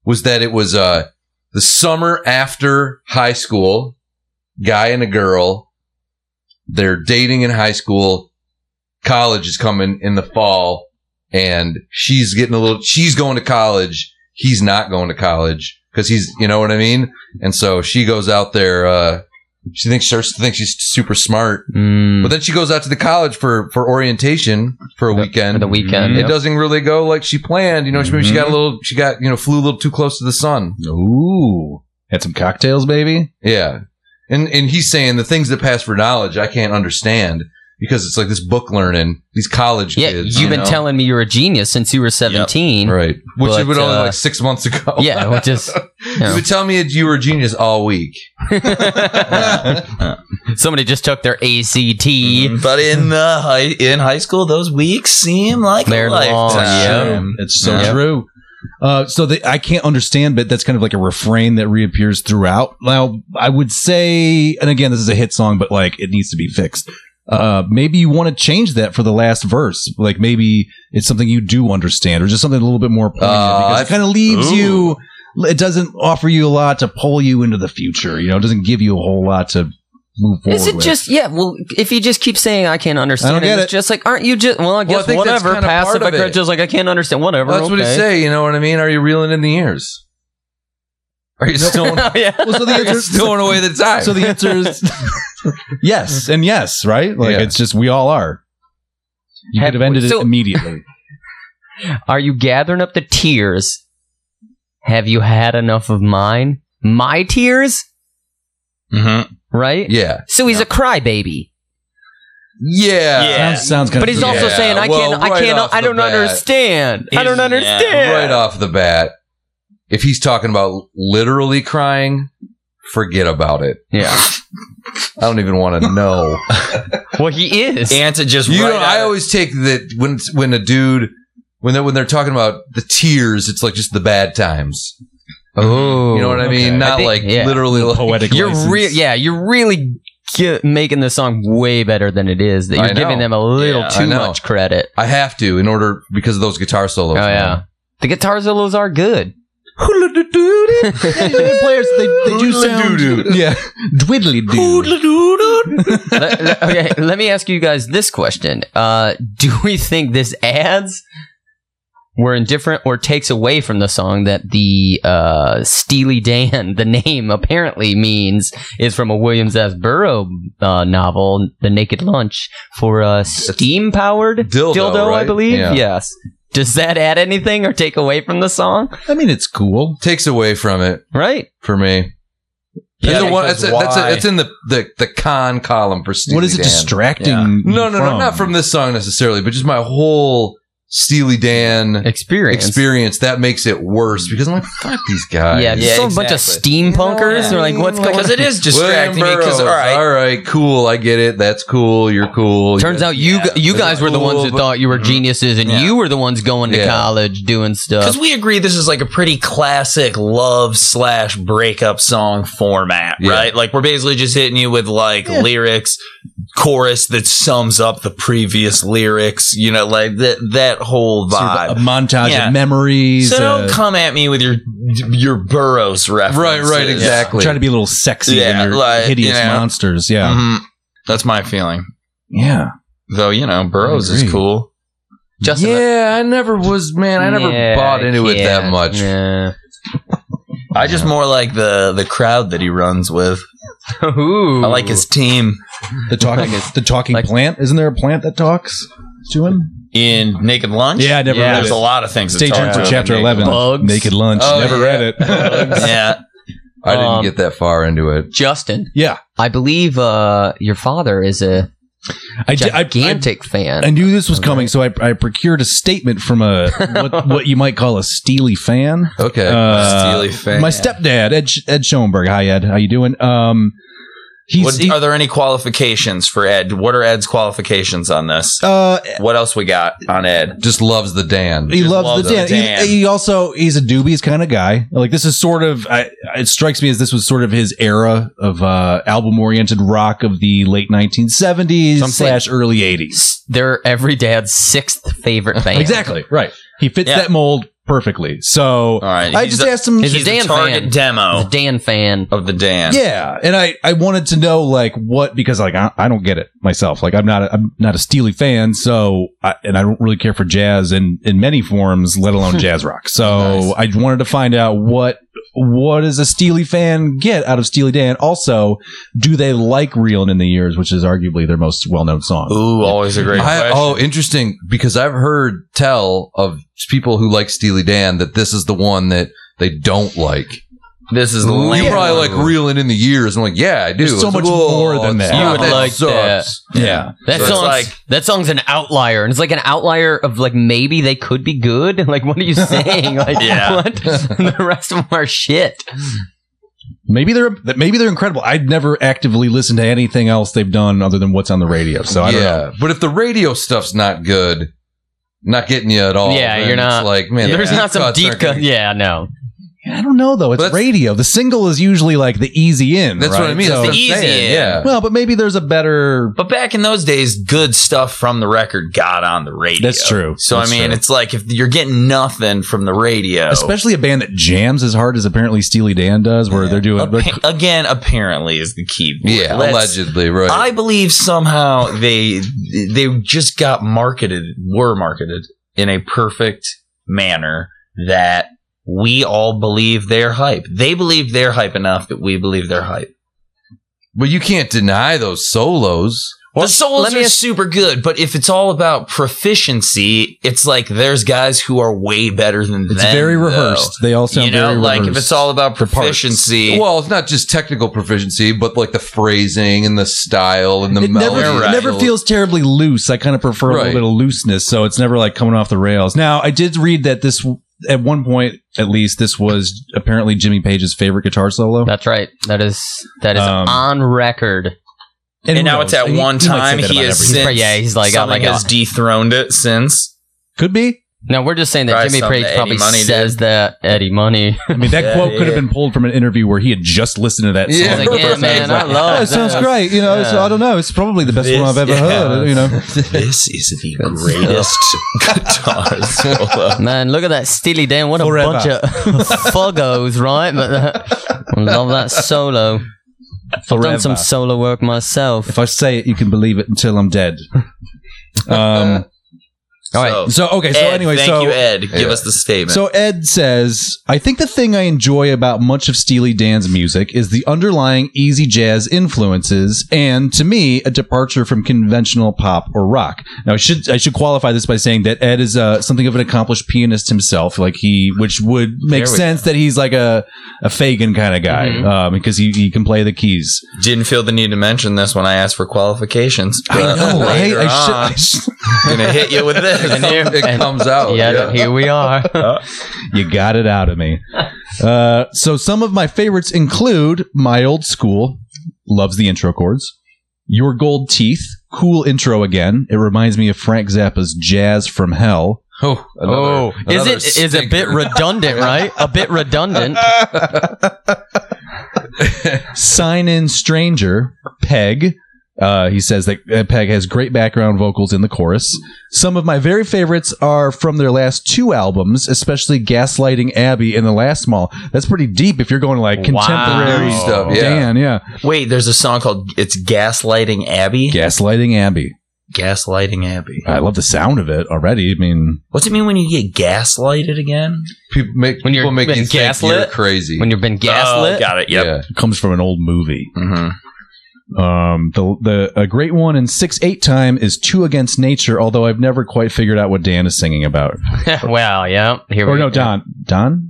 Speaker 3: was that it was uh, the summer after high school, guy and a girl, they're dating in high school. College is coming in the fall, and she's getting a little. She's going to college. He's not going to college because he's, you know what I mean. And so she goes out there. Uh, she thinks she thinks she's super smart, but
Speaker 1: Mm,
Speaker 3: then she goes out to the college for for orientation for a
Speaker 1: for
Speaker 3: weekend.
Speaker 1: the Mm-hmm. weekend.
Speaker 3: It doesn't really go like she planned. You know, she, maybe she got a little, she got, you know, flew a little too close to the sun.
Speaker 5: Ooh. Had some cocktails, baby.
Speaker 3: Yeah. And, and he's saying the things that pass for knowledge, I can't understand because it's like this book learning, these college
Speaker 1: Yeah,
Speaker 3: kids.
Speaker 1: you've
Speaker 3: you
Speaker 1: been
Speaker 3: know?
Speaker 1: telling me you're a genius since you were 17.
Speaker 3: Right. Which
Speaker 1: But,
Speaker 3: it would only
Speaker 1: uh,
Speaker 3: like six months ago.
Speaker 1: Yeah, well, just
Speaker 3: you
Speaker 1: know.
Speaker 3: would tell me that you were a genius all week.
Speaker 1: somebody just took their
Speaker 3: Mm-hmm.
Speaker 1: ACT.
Speaker 7: But in the high, in high school, those weeks seem like
Speaker 1: They're
Speaker 7: a
Speaker 1: long,
Speaker 7: lifetime.
Speaker 1: yeah.
Speaker 5: It's so
Speaker 7: Yeah.
Speaker 5: true. Uh, so the, I can't understand, but that's kind of like a refrain that reappears throughout. Now, I would say, and again, this is a hit song, but like it needs to be fixed. Uh, maybe you want to change that for the last verse. Like maybe it's something you do understand, or just something a little bit more poignant.
Speaker 3: Uh,
Speaker 5: because
Speaker 3: I've-
Speaker 5: it kind of leaves
Speaker 4: Ooh.
Speaker 5: you. It doesn't offer you a lot to pull you into the future. You know, it doesn't give you a whole lot to move forward.
Speaker 1: Is it
Speaker 5: with.
Speaker 1: just yeah? Well, if you just keep saying I can't understand,
Speaker 5: I don't get
Speaker 1: it's
Speaker 5: it.
Speaker 1: just like aren't you just well? I
Speaker 3: Well, I
Speaker 1: guess
Speaker 3: think that's
Speaker 1: whatever.
Speaker 3: kinda
Speaker 1: Passive
Speaker 3: part of
Speaker 1: aggressive,
Speaker 3: it.
Speaker 1: just like I can't understand. Whatever.
Speaker 3: That's what he
Speaker 1: okay.
Speaker 3: say. You know what I mean? Are you reeling in the ears? Are you stowing,
Speaker 1: Oh, yeah.
Speaker 5: Well, so the
Speaker 3: are you
Speaker 5: answer-
Speaker 3: stowing away the time?
Speaker 5: So the answer is yes and yes, right? Like
Speaker 3: Yeah.
Speaker 5: it's just we all are. You
Speaker 1: Have-
Speaker 5: could have ended
Speaker 1: so-
Speaker 5: it immediately.
Speaker 1: Are you gathering up the tears? Have you had enough of mine? My tears, Mm-hmm.
Speaker 7: Mhm.
Speaker 1: right?
Speaker 3: yeah.
Speaker 1: So he's a crybaby,
Speaker 3: Yeah.
Speaker 4: Yeah.
Speaker 5: Sounds, sounds kind
Speaker 1: but he's
Speaker 5: of
Speaker 1: also
Speaker 3: Yeah,
Speaker 1: saying I
Speaker 3: well,
Speaker 1: can't. I
Speaker 3: right
Speaker 1: can't.
Speaker 3: off
Speaker 1: I
Speaker 3: the
Speaker 1: don't
Speaker 3: bat.
Speaker 1: understand. I don't
Speaker 7: Yeah,
Speaker 1: understand.
Speaker 3: right off the bat, if he's talking about literally crying, forget about it.
Speaker 1: Yeah.
Speaker 3: I don't even want to know.
Speaker 1: Well, he is.
Speaker 7: And to just
Speaker 3: you
Speaker 7: right
Speaker 3: know, I
Speaker 7: out-
Speaker 3: always take that when when a dude when they when they're talking about the tears, it's like just the bad times.
Speaker 1: oh,
Speaker 3: You know what I mean?
Speaker 5: okay.
Speaker 3: Not
Speaker 1: I think-
Speaker 3: like
Speaker 1: yeah.
Speaker 3: literally like
Speaker 5: poetic.
Speaker 1: You're
Speaker 5: license.
Speaker 1: real. Yeah, you're really ge- making the song way better than it is. That
Speaker 3: I
Speaker 1: you're giving
Speaker 3: know.
Speaker 1: them a little
Speaker 7: Yeah, I
Speaker 1: too
Speaker 3: know.
Speaker 1: much credit.
Speaker 3: I have to in order because of those guitar solos.
Speaker 1: Oh yeah,
Speaker 3: man.
Speaker 1: the guitar solos are good.
Speaker 5: Yeah, the players they, they do sound yeah dwiddly doo.
Speaker 1: Let- let- okay, let me ask you guys this question: uh, Do we think this adds, were indifferent, or takes away from the song that the uh, Steely Dan, the name apparently means, is from a Williams S. Burroughs uh, novel, The Naked Lunch, for a steam-powered
Speaker 3: Dildo,
Speaker 1: I
Speaker 3: right?
Speaker 1: believe.
Speaker 3: Yeah.
Speaker 1: Yes. Does that add anything or take away from the song?
Speaker 5: I mean, it's cool.
Speaker 3: Takes away from it
Speaker 1: Right.
Speaker 3: for me.
Speaker 7: Yeah,
Speaker 3: That's the one-
Speaker 7: because
Speaker 3: that's, a, that's,
Speaker 7: why?
Speaker 3: a, that's in the, the, the con column for Steely
Speaker 5: what is it
Speaker 3: Dan.
Speaker 5: distracting?
Speaker 7: Yeah.
Speaker 5: you
Speaker 3: No, no, no, not from this song necessarily, but just my whole Steely Dan
Speaker 1: Experience.
Speaker 3: experience that makes it worse because I'm like, fuck these guys.
Speaker 1: Yeah, yeah
Speaker 7: Yeah,
Speaker 1: a bunch of
Speaker 7: exactly.
Speaker 1: steampunkers.
Speaker 7: Yeah.
Speaker 1: They're like, what's going
Speaker 7: because
Speaker 1: on?
Speaker 7: it is
Speaker 3: William
Speaker 7: distracting me. Because
Speaker 3: Burroughs,
Speaker 7: all right,
Speaker 3: all right, cool. I get it. That's cool. You're cool.
Speaker 1: Turns out you
Speaker 7: Yeah.
Speaker 1: you guys were the ones who
Speaker 3: Cool, but-
Speaker 1: thought you were
Speaker 5: mm-hmm.
Speaker 1: geniuses, and
Speaker 7: Yeah.
Speaker 1: you were the ones going to
Speaker 3: Yeah.
Speaker 1: college doing
Speaker 7: because
Speaker 1: stuff.
Speaker 7: we agree this is like a pretty classic love slash breakup song format,
Speaker 3: Yeah.
Speaker 7: right? Like we're basically just hitting you with like lyrics, chorus that sums up the previous lyrics. You know, like that that whole
Speaker 5: Sort
Speaker 7: vibe.
Speaker 5: of a montage
Speaker 7: Yeah.
Speaker 5: of memories.
Speaker 7: so don't
Speaker 5: uh,
Speaker 7: come at me with your your Burroughs reference.
Speaker 3: Right, right, exactly.
Speaker 5: Try to be a little sexy
Speaker 7: Yeah,
Speaker 5: when you're
Speaker 7: like,
Speaker 5: hideous
Speaker 7: you know. Mm-hmm.
Speaker 5: monsters. Yeah,
Speaker 7: That's my feeling.
Speaker 5: yeah.
Speaker 7: Though you know, Burroughs
Speaker 5: agree.
Speaker 7: is cool.
Speaker 1: Justin,
Speaker 3: yeah, I never was, man. I never
Speaker 1: Yeah,
Speaker 3: bought into it
Speaker 1: yeah,
Speaker 3: that much.
Speaker 1: yeah.
Speaker 7: I just more like the the crowd that he runs with.
Speaker 1: Ooh.
Speaker 7: I like his team
Speaker 5: The talking, the talking
Speaker 1: like-
Speaker 5: plant. Isn't there a plant that talks to him?
Speaker 7: in Naked Lunch.
Speaker 5: Yeah, I never read
Speaker 7: There's
Speaker 5: it.
Speaker 7: a lot of things. that
Speaker 5: Stay
Speaker 7: talk
Speaker 5: tuned for
Speaker 7: about
Speaker 5: chapter
Speaker 7: Naked
Speaker 5: eleven.
Speaker 7: Lunch.
Speaker 1: Bugs.
Speaker 5: Naked lunch.
Speaker 3: Oh,
Speaker 5: never
Speaker 3: yeah.
Speaker 5: read it.
Speaker 7: Yeah,
Speaker 3: I didn't
Speaker 1: Um,
Speaker 3: get that far into it.
Speaker 1: Justin.
Speaker 5: yeah,
Speaker 1: I believe uh, your father is a
Speaker 5: I, did, I, I,
Speaker 1: gigantic fan.
Speaker 5: I knew this was coming, so I, I procured a statement from a what, what you might call a steely fan.
Speaker 3: Okay.
Speaker 5: Uh,
Speaker 7: Steely fan.
Speaker 5: My stepdad, Ed, Ed Schoenberg. Hi, Ed. How you doing? Um, He's
Speaker 7: What,
Speaker 5: he-
Speaker 7: are there any qualifications for Ed? What are Ed's qualifications on this?
Speaker 5: uh,
Speaker 7: What else we got on Ed?
Speaker 3: Just loves the Dan.
Speaker 5: he
Speaker 7: just
Speaker 5: loves,
Speaker 7: loves
Speaker 5: the
Speaker 7: the
Speaker 5: Dan.
Speaker 7: Dan.
Speaker 5: He, he also he's a doobies kind of guy. Like this is sort of I, it strikes me as this was sort of his era of uh, album oriented rock of the late 1970s
Speaker 1: Some say-
Speaker 5: slash early 80s.
Speaker 1: S- They're every dad's sixth favorite band.
Speaker 5: Exactly right. He fits
Speaker 7: Yeah.
Speaker 5: that mold perfectly. So
Speaker 7: All right,
Speaker 5: I
Speaker 7: he's
Speaker 5: just
Speaker 7: a-
Speaker 5: asked him.
Speaker 1: He's a
Speaker 7: He's a
Speaker 1: Dan
Speaker 7: target
Speaker 1: fan.
Speaker 7: demo
Speaker 1: He's a Dan fan.
Speaker 7: of the Dan.
Speaker 5: Yeah, and I I wanted to know like what because like I, I don't get it myself. Like I'm not a, I'm not a Steely fan, so I, and I don't really care for jazz in in many forms, let alone jazz rock. So I wanted to find out what what does a Steely fan get out of Steely Dan? Also, do they like "Reeling in the Years," which is arguably their most well known song?
Speaker 7: Ooh, always a great
Speaker 3: I,
Speaker 7: question.
Speaker 3: oh, interesting. Because I've heard tell of people who like Steely Dan that this is the one that they don't like.
Speaker 7: this is
Speaker 3: You
Speaker 7: lame.
Speaker 3: probably like reeling in the years. I'm like, yeah, I do.
Speaker 5: There's so
Speaker 3: It's
Speaker 5: much
Speaker 3: like, "Whoa,
Speaker 5: more than
Speaker 3: it's
Speaker 5: that."
Speaker 1: You
Speaker 3: not-
Speaker 1: would like that.
Speaker 3: sucks.
Speaker 5: yeah,
Speaker 1: That
Speaker 7: So it's
Speaker 1: song's
Speaker 7: like-
Speaker 1: that song's an outlier, and it's like an outlier of like maybe they could be good. Like, what are you saying? Like,
Speaker 7: Yeah.
Speaker 1: what? the rest of them are shit.
Speaker 5: maybe they're maybe they're incredible. I'd never actively listened to anything else they've done other than what's on the radio. So I
Speaker 3: yeah,
Speaker 5: don't know.
Speaker 3: but if the radio stuff's not good, not getting you at all.
Speaker 1: Yeah,
Speaker 3: then
Speaker 1: you're
Speaker 3: it's
Speaker 1: not-
Speaker 3: like, man,
Speaker 1: There's
Speaker 3: the
Speaker 1: not some
Speaker 3: cuts
Speaker 1: deep
Speaker 3: aren't
Speaker 1: cut.
Speaker 3: gonna-
Speaker 1: Yeah, no.
Speaker 5: I don't know though. It's
Speaker 3: But that's-
Speaker 5: radio. The single is usually like the easy in.
Speaker 3: That's what I
Speaker 5: right?
Speaker 3: mean.
Speaker 5: So-
Speaker 3: That's what I'm
Speaker 7: easy
Speaker 3: saying,
Speaker 7: in.
Speaker 3: Yeah.
Speaker 5: well, but maybe there's a better.
Speaker 7: But back in those days, good stuff from the record got on the radio.
Speaker 5: That's true.
Speaker 7: So
Speaker 5: That's
Speaker 7: I mean,
Speaker 5: true.
Speaker 7: it's like if you're getting nothing from the radio,
Speaker 5: Especially a band that jams as hard as apparently Steely Dan does, where they're doing.
Speaker 7: appa- again, apparently is the key. word.
Speaker 3: yeah,
Speaker 7: Let's-
Speaker 3: allegedly, right?
Speaker 7: I believe somehow they they just got marketed, were marketed in a perfect manner that we all believe they're hype. They believe they're hype enough that we believe they're hype.
Speaker 3: but you can't deny those solos.
Speaker 7: the solos
Speaker 1: let me
Speaker 7: are
Speaker 1: ask-
Speaker 7: super good, but if it's all about proficiency, it's like there's guys who are way better than
Speaker 5: It's
Speaker 7: them,
Speaker 5: very
Speaker 7: though.
Speaker 5: rehearsed. They all sound
Speaker 7: you know,
Speaker 5: very
Speaker 7: like if
Speaker 5: rehearsed.
Speaker 7: it's all about
Speaker 5: parts.
Speaker 7: proficiency,
Speaker 3: Well, it's not just technical proficiency, but like the phrasing and the style and the
Speaker 5: It never,
Speaker 3: melody.
Speaker 5: it
Speaker 7: Right.
Speaker 5: never feels terribly loose. I kind of prefer a
Speaker 3: Right.
Speaker 5: little bit of looseness, so it's never like coming off the rails. Now, I did read that this, at one point at least, this was apparently Jimmy Page's favorite guitar solo.
Speaker 1: That's right. That is that is
Speaker 5: Um,
Speaker 1: on record.
Speaker 7: and
Speaker 5: who
Speaker 7: now
Speaker 5: knows?
Speaker 7: it's at
Speaker 5: He-
Speaker 7: one
Speaker 5: he might say
Speaker 7: time
Speaker 5: that
Speaker 7: he
Speaker 5: about
Speaker 7: has
Speaker 5: everything.
Speaker 7: since
Speaker 1: Yeah, he's like, I'm
Speaker 7: something
Speaker 1: like,
Speaker 7: has
Speaker 1: oh.
Speaker 7: dethroned it since.
Speaker 5: Could be.
Speaker 1: No, we're just saying that
Speaker 7: Probably
Speaker 1: Jimmy
Speaker 7: something
Speaker 1: Page
Speaker 7: Eddie
Speaker 1: probably
Speaker 7: Money did.
Speaker 1: says that Eddie Money.
Speaker 5: I mean, that
Speaker 7: Yeah,
Speaker 5: quote
Speaker 7: yeah,
Speaker 5: could have
Speaker 7: yeah.
Speaker 5: been pulled from an interview where he had just listened to that
Speaker 3: Yeah.
Speaker 5: song.
Speaker 1: He's like, yeah, man, I love.
Speaker 5: Yeah, it sounds
Speaker 1: this."
Speaker 5: great. You know, so
Speaker 1: Yeah.
Speaker 5: I don't know. It's probably the best
Speaker 7: oh, This-
Speaker 5: one I've ever
Speaker 7: yeah.
Speaker 5: heard. You know,
Speaker 7: this is the greatest guitar solo.
Speaker 1: Man, look at that Steely Dan. What
Speaker 5: Forever.
Speaker 1: a bunch of fuggos, right? But uh, I love that solo. I've done some solo work myself.
Speaker 5: if I say it, you can believe it until I'm dead. Um.
Speaker 1: All right.
Speaker 5: So okay. So
Speaker 7: Oh. Ed,
Speaker 5: anyway.
Speaker 7: thank
Speaker 5: So
Speaker 7: you, Ed. Give
Speaker 3: Yeah.
Speaker 7: us the statement.
Speaker 5: So Ed says, I think the thing I enjoy about much of Steely Dan's music is the underlying easy jazz influences, and to me, a departure from conventional pop or rock. Now, I should I should qualify this by saying that Ed is uh, something of an accomplished pianist himself, like he, which would make
Speaker 7: There we Mm-hmm.
Speaker 5: sense that he's like a a Fagin kind of guy
Speaker 1: Mhm.
Speaker 5: um, because he, he can play the keys.
Speaker 7: Didn't feel the need to mention this when I asked for qualifications. but
Speaker 5: right?
Speaker 7: later
Speaker 5: I should-
Speaker 7: on,
Speaker 5: I should-
Speaker 7: gonna hit you with
Speaker 1: And
Speaker 7: this.
Speaker 1: here,
Speaker 3: It
Speaker 1: and-
Speaker 3: comes out.
Speaker 1: yeah, here we are.
Speaker 5: You got it out of me. Uh, so some of my favorites include My Old School, loves the intro chords, Your Gold Teeth, cool intro again. It reminds me of Frank Zappa's Jazz from Hell.
Speaker 3: Oh, another-
Speaker 1: oh, is
Speaker 3: another
Speaker 1: it is a bit
Speaker 3: stinker.
Speaker 1: redundant, right? A bit redundant.
Speaker 5: Sign In Stranger, Peg. Uh, he says that uh, Peg has great background vocals in the chorus. Some of my very favorites are from their last two albums, especially Gaslighting Abby and The Last Small. That's pretty deep if you're going like contemporary
Speaker 3: New stuff, yeah.
Speaker 5: Dan, yeah.
Speaker 7: Wait, there's a song called "It's Gaslighting Abby."
Speaker 5: Gaslighting Abby.
Speaker 7: Gaslighting Abby.
Speaker 5: I love the sound of it already. I mean,
Speaker 7: What's it mean when you get gaslighted again?
Speaker 3: People make
Speaker 1: When you're
Speaker 3: people make
Speaker 1: been
Speaker 3: you think you're
Speaker 1: gaslit?
Speaker 3: crazy.
Speaker 1: When you've been gaslit.
Speaker 7: Oh, got it. Yep.
Speaker 3: Yeah.
Speaker 5: it comes from an old movie.
Speaker 7: hmm
Speaker 5: Um, the the a great one in six eight time is two against nature. Although I've never quite figured out what Dan is singing about.
Speaker 1: well, yeah. Here
Speaker 5: Or
Speaker 1: we
Speaker 5: no,
Speaker 1: go.
Speaker 5: Don, Don,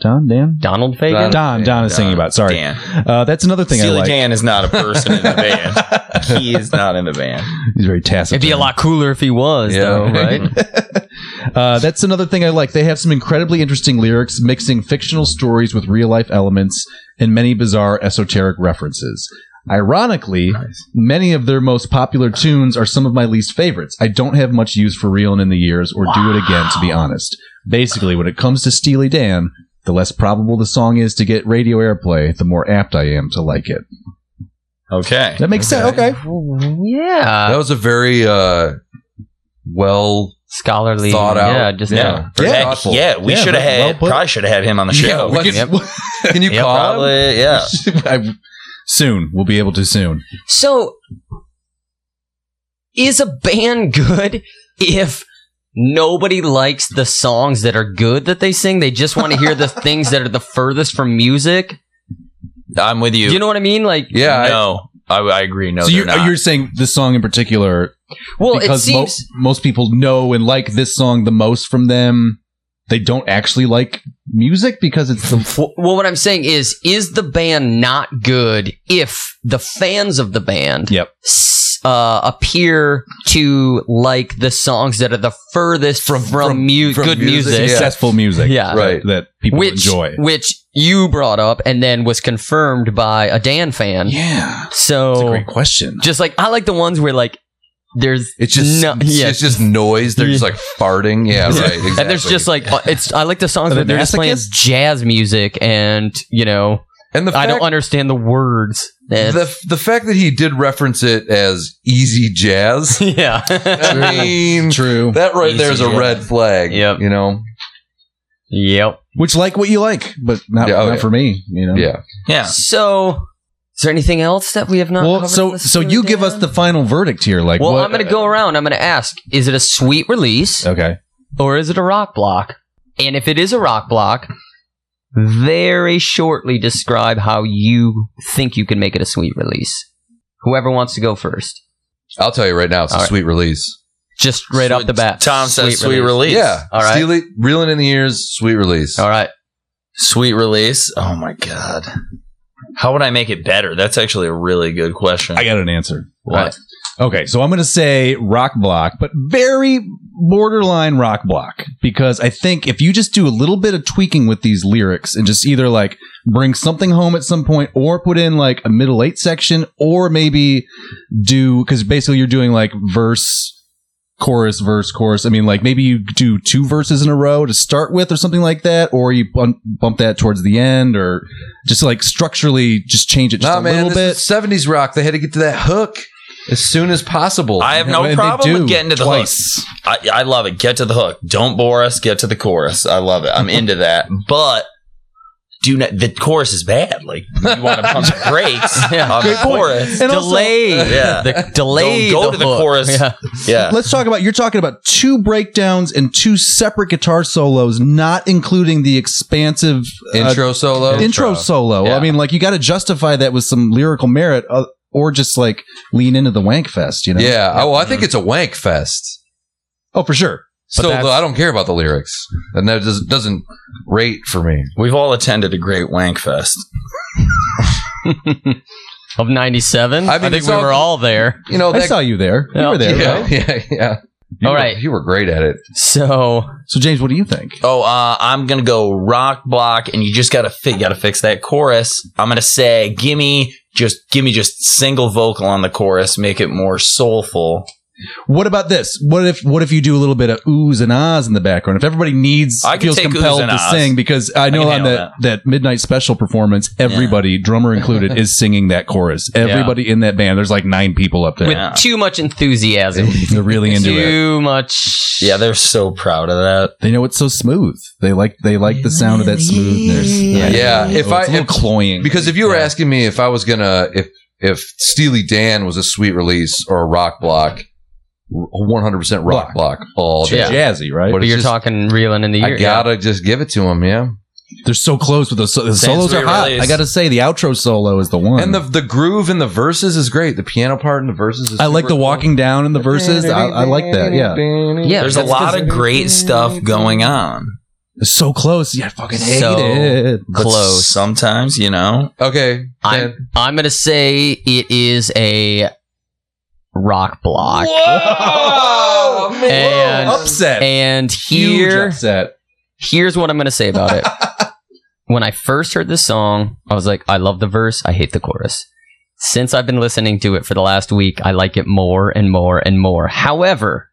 Speaker 5: Don, Dan,
Speaker 1: Donald Fagan.
Speaker 5: Don, Don, is singing about. Sorry,
Speaker 7: Dan.
Speaker 5: uh, that's another thing
Speaker 7: Steely
Speaker 5: I like.
Speaker 7: Dan is not a person in the band. he is not in the band.
Speaker 5: He's very tacit.
Speaker 1: It'd be a lot cooler if he was,
Speaker 3: Yeah,
Speaker 1: though,
Speaker 3: right.
Speaker 1: right?
Speaker 5: Uh, that's another thing I like. They have some incredibly interesting lyrics, mixing fictional stories with real life elements and many bizarre esoteric references. Ironically, many of their most popular tunes are some of my least favorites. I don't have much use for Reelin' in the Years or Do It Again, to be honest. Basically, when it comes to Steely Dan, the less probable the song is to get radio airplay, the more apt I am to like it.
Speaker 7: Okay.
Speaker 5: That makes sense. Okay.
Speaker 1: Yeah.
Speaker 3: that was a very uh, well
Speaker 1: Scholarly.
Speaker 3: thought out.
Speaker 1: Yeah, just
Speaker 3: yeah, very
Speaker 7: Heck,
Speaker 3: thoughtful.
Speaker 7: yeah, we
Speaker 5: Yeah,
Speaker 7: should have
Speaker 5: well- well
Speaker 7: had
Speaker 5: put.
Speaker 7: probably should have had him on the show.
Speaker 3: we can, can you
Speaker 1: Yeah,
Speaker 3: call? him?
Speaker 7: probably, yeah.
Speaker 5: I- soon. We'll be able to soon.
Speaker 1: So, is a band good if nobody likes the songs that are good that they sing? They just want to hear the things that are the furthest from music.
Speaker 7: I'm with you.
Speaker 1: Do you know what I mean? Like,
Speaker 3: Yeah, I-
Speaker 7: no, I, I agree. No,
Speaker 5: so
Speaker 7: they're
Speaker 5: you're, oh,
Speaker 7: not.
Speaker 5: you're saying this song in particular
Speaker 1: well, it
Speaker 5: because mo-
Speaker 1: seems.
Speaker 5: most people know and like this song the most from them. They don't actually like music because it's the
Speaker 1: Well, well, what I'm saying is, is the band not good if the fans of the band
Speaker 5: Yep.
Speaker 1: s- uh, appear to like the songs that are the furthest from,
Speaker 3: from-
Speaker 1: mu-
Speaker 3: from
Speaker 1: good
Speaker 3: music,
Speaker 1: music?
Speaker 5: successful music,
Speaker 1: Yeah.
Speaker 3: Right.
Speaker 5: That people
Speaker 1: Which
Speaker 5: enjoy.
Speaker 1: which you brought up and then was confirmed by a Dan fan.
Speaker 5: Yeah, that's a
Speaker 1: So
Speaker 5: great question.
Speaker 1: just like I like the ones where like there's
Speaker 3: It's just
Speaker 1: No,
Speaker 3: it's,
Speaker 1: yeah.
Speaker 3: it's just noise. They're just like farting. Yeah, right. Exactly.
Speaker 1: and there's just like uh, it's I like the songs
Speaker 5: Are
Speaker 1: where
Speaker 5: they
Speaker 1: they're just playing
Speaker 5: masochists?
Speaker 1: jazz music and you know
Speaker 3: and the
Speaker 1: I don't
Speaker 3: fact-
Speaker 1: understand the words. It's-
Speaker 3: the the fact that he did reference it as easy jazz. I
Speaker 1: yeah.
Speaker 3: mean,
Speaker 5: Oh. True.
Speaker 3: that right
Speaker 7: Easy
Speaker 3: there is a
Speaker 7: jazz.
Speaker 3: red flag.
Speaker 1: Yep.
Speaker 3: You know.
Speaker 1: yep.
Speaker 5: Which like what you like, but not,
Speaker 3: Yeah, oh,
Speaker 5: not
Speaker 3: yeah.
Speaker 5: for me. You know.
Speaker 3: Yeah.
Speaker 7: yeah.
Speaker 1: So is there anything else that we have not?
Speaker 5: Well,
Speaker 1: covered in
Speaker 5: so
Speaker 1: this
Speaker 5: so you
Speaker 1: Steely
Speaker 5: give us
Speaker 1: Dan?
Speaker 5: the final verdict here. Like,
Speaker 1: Well,
Speaker 5: what-
Speaker 1: I'm gonna go around. I'm gonna ask: Is it a sweet release?
Speaker 5: Okay.
Speaker 1: or is it a rock block? And if it is a rock block, very shortly describe how you think you can make it a sweet release. Whoever wants to go first,
Speaker 3: I'll tell you right now, it's
Speaker 1: All
Speaker 3: a
Speaker 1: right.
Speaker 3: sweet release.
Speaker 1: just right off the bat.
Speaker 7: Tom says sweet release.
Speaker 3: Yeah.
Speaker 1: All right.
Speaker 3: Steely, reeling in the ears, sweet release.
Speaker 1: All right,
Speaker 7: Sweet release. Oh my god. How would I make it better? That's actually a really good question.
Speaker 5: I got an answer.
Speaker 7: What?
Speaker 5: Okay, so I'm going to say rock block, but very borderline rock block because I think if you just do a little bit of tweaking with these lyrics and just either like bring something home at some point or put in like a middle eight section or maybe do because basically you're doing like verse chorus verse chorus i mean like maybe you do two verses in a row to start with or something like that or you bump, bump that towards the end or just like structurally just change it just
Speaker 3: Nah,
Speaker 5: a
Speaker 3: man,
Speaker 5: little
Speaker 3: this
Speaker 5: bit
Speaker 3: is 70s rock. They had to get to that hook as soon as possible.
Speaker 7: I have
Speaker 5: And
Speaker 7: no
Speaker 5: they
Speaker 7: problem
Speaker 5: do
Speaker 7: with getting to the
Speaker 5: twice.
Speaker 7: hook. I, I love it. Get to the hook. Don't bore us. Get to the chorus. I love it. I'm into that. But do not. The chorus is bad. Like you want to pump the brakes
Speaker 1: Yeah.
Speaker 7: on the chorus.
Speaker 5: And also-
Speaker 1: delay.
Speaker 7: Yeah.
Speaker 1: the delay.
Speaker 7: Don't go to the
Speaker 1: hook.
Speaker 7: chorus.
Speaker 1: Yeah.
Speaker 7: Yeah.
Speaker 5: Let's talk about you're talking about two breakdowns and two separate guitar solos, not including the expansive uh,
Speaker 3: Intro solo.
Speaker 5: intro solo.
Speaker 7: Yeah.
Speaker 5: I mean, like you got to justify that with some lyrical merit, uh, or just like lean into the wank fest, you know?
Speaker 3: Yeah. Oh, I think it's a wank fest.
Speaker 5: Oh, for sure.
Speaker 3: So
Speaker 5: that's-
Speaker 3: I don't care about the lyrics, and that just doesn't rate for me.
Speaker 7: We've all attended a great wank fest.
Speaker 1: of '97.
Speaker 3: I
Speaker 1: I,
Speaker 3: mean,
Speaker 1: think
Speaker 3: it's
Speaker 1: we
Speaker 3: all-
Speaker 1: were all there.
Speaker 3: You know,
Speaker 5: I
Speaker 3: that,
Speaker 5: saw you there. You
Speaker 1: Yeah.
Speaker 5: were there,
Speaker 3: yeah,
Speaker 5: right?
Speaker 3: yeah, yeah. You
Speaker 1: All
Speaker 3: were-
Speaker 1: right.
Speaker 3: you were great at it.
Speaker 1: So
Speaker 5: So, James, what do you think?
Speaker 7: Oh, uh, I'm gonna go rock block, and you just gotta fi- gotta fix that chorus. I'm gonna say, gimme just gimme just single vocal on the chorus, make it more soulful.
Speaker 5: What about this? What if what if you do a little bit of oohs and ahs in the background? If everybody needs
Speaker 7: I can
Speaker 5: feels
Speaker 7: take oohs
Speaker 5: compelled
Speaker 7: and
Speaker 5: to
Speaker 7: ahs.
Speaker 5: sing, because I know
Speaker 7: can
Speaker 5: on
Speaker 7: handle
Speaker 5: that, that midnight special performance, everybody, drummer included, is singing that chorus. Everybody in that band. There's like nine people up there.
Speaker 1: with
Speaker 7: Yeah.
Speaker 1: too much enthusiasm,
Speaker 5: They're really into it.
Speaker 1: too much.
Speaker 7: Yeah, they're so proud of that.
Speaker 5: They know it's so smooth. They like they like the sound of that smoothness.
Speaker 3: Yeah, if
Speaker 5: Oh,
Speaker 3: I-
Speaker 5: it's a little
Speaker 3: if-
Speaker 5: cloying
Speaker 3: Because if you were asking me if I was gonna if if Steely Dan was a sweet release or a rock block, one hundred percent rock block all day.
Speaker 1: Yeah.
Speaker 5: jazzy, right?
Speaker 1: But
Speaker 3: it's
Speaker 1: you're
Speaker 3: just-
Speaker 1: talking reeling in the ear.
Speaker 3: I gotta just give it to him, yeah.
Speaker 5: They're so close with those so- the
Speaker 7: Sans
Speaker 5: solos are hot.
Speaker 7: re-release.
Speaker 5: I gotta say the outro solo is the one.
Speaker 3: And the the groove in the verses is great. The piano part in the verses. is
Speaker 5: I like the
Speaker 3: super
Speaker 5: walking down in the verses. I, I like that. Yeah,
Speaker 1: yeah. yeah
Speaker 7: There's a
Speaker 1: that's
Speaker 7: lot
Speaker 1: 'cause-
Speaker 7: of great stuff going on.
Speaker 5: They're so close. Yeah, I fucking hate
Speaker 1: So
Speaker 5: it.
Speaker 7: But
Speaker 1: Close.
Speaker 7: Sometimes, you know.
Speaker 3: cool. Okay,
Speaker 1: I'm,
Speaker 3: then.
Speaker 1: I'm gonna say it is a rock block, Oh,
Speaker 5: Whoa,
Speaker 2: Oh,
Speaker 1: And-
Speaker 5: upset.
Speaker 1: and
Speaker 5: Huge
Speaker 1: here
Speaker 5: upset.
Speaker 1: here's what I'm gonna say about it. when I first heard this song, I was like, I love the verse, I hate the chorus. Since I've been listening to it for the last week, I like it more and more and more. However,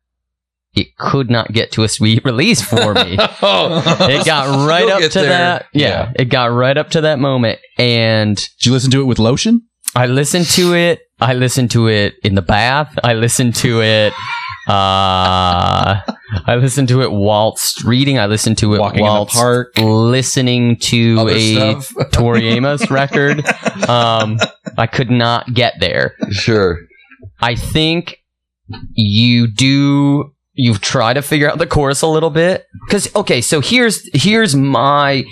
Speaker 1: it could not get to a sweet release for me.
Speaker 5: Oh.
Speaker 1: It got right
Speaker 3: You'll
Speaker 1: up to
Speaker 3: get there.
Speaker 1: that. yeah, it got right up to that moment and
Speaker 5: Did you listen to it with lotion?
Speaker 1: I listened to it. I listened to it in the bath. I listened to it. Uh, I listened to it whilst reading. I listened to it
Speaker 5: Walking in the
Speaker 1: whilst
Speaker 5: park.
Speaker 1: listening to
Speaker 3: Other
Speaker 1: a
Speaker 3: stuff.
Speaker 1: Tori Amos record. Um, I could not get there.
Speaker 3: Sure.
Speaker 1: I think you do you've tried to figure out the chorus a little bit cuz okay so here's here's my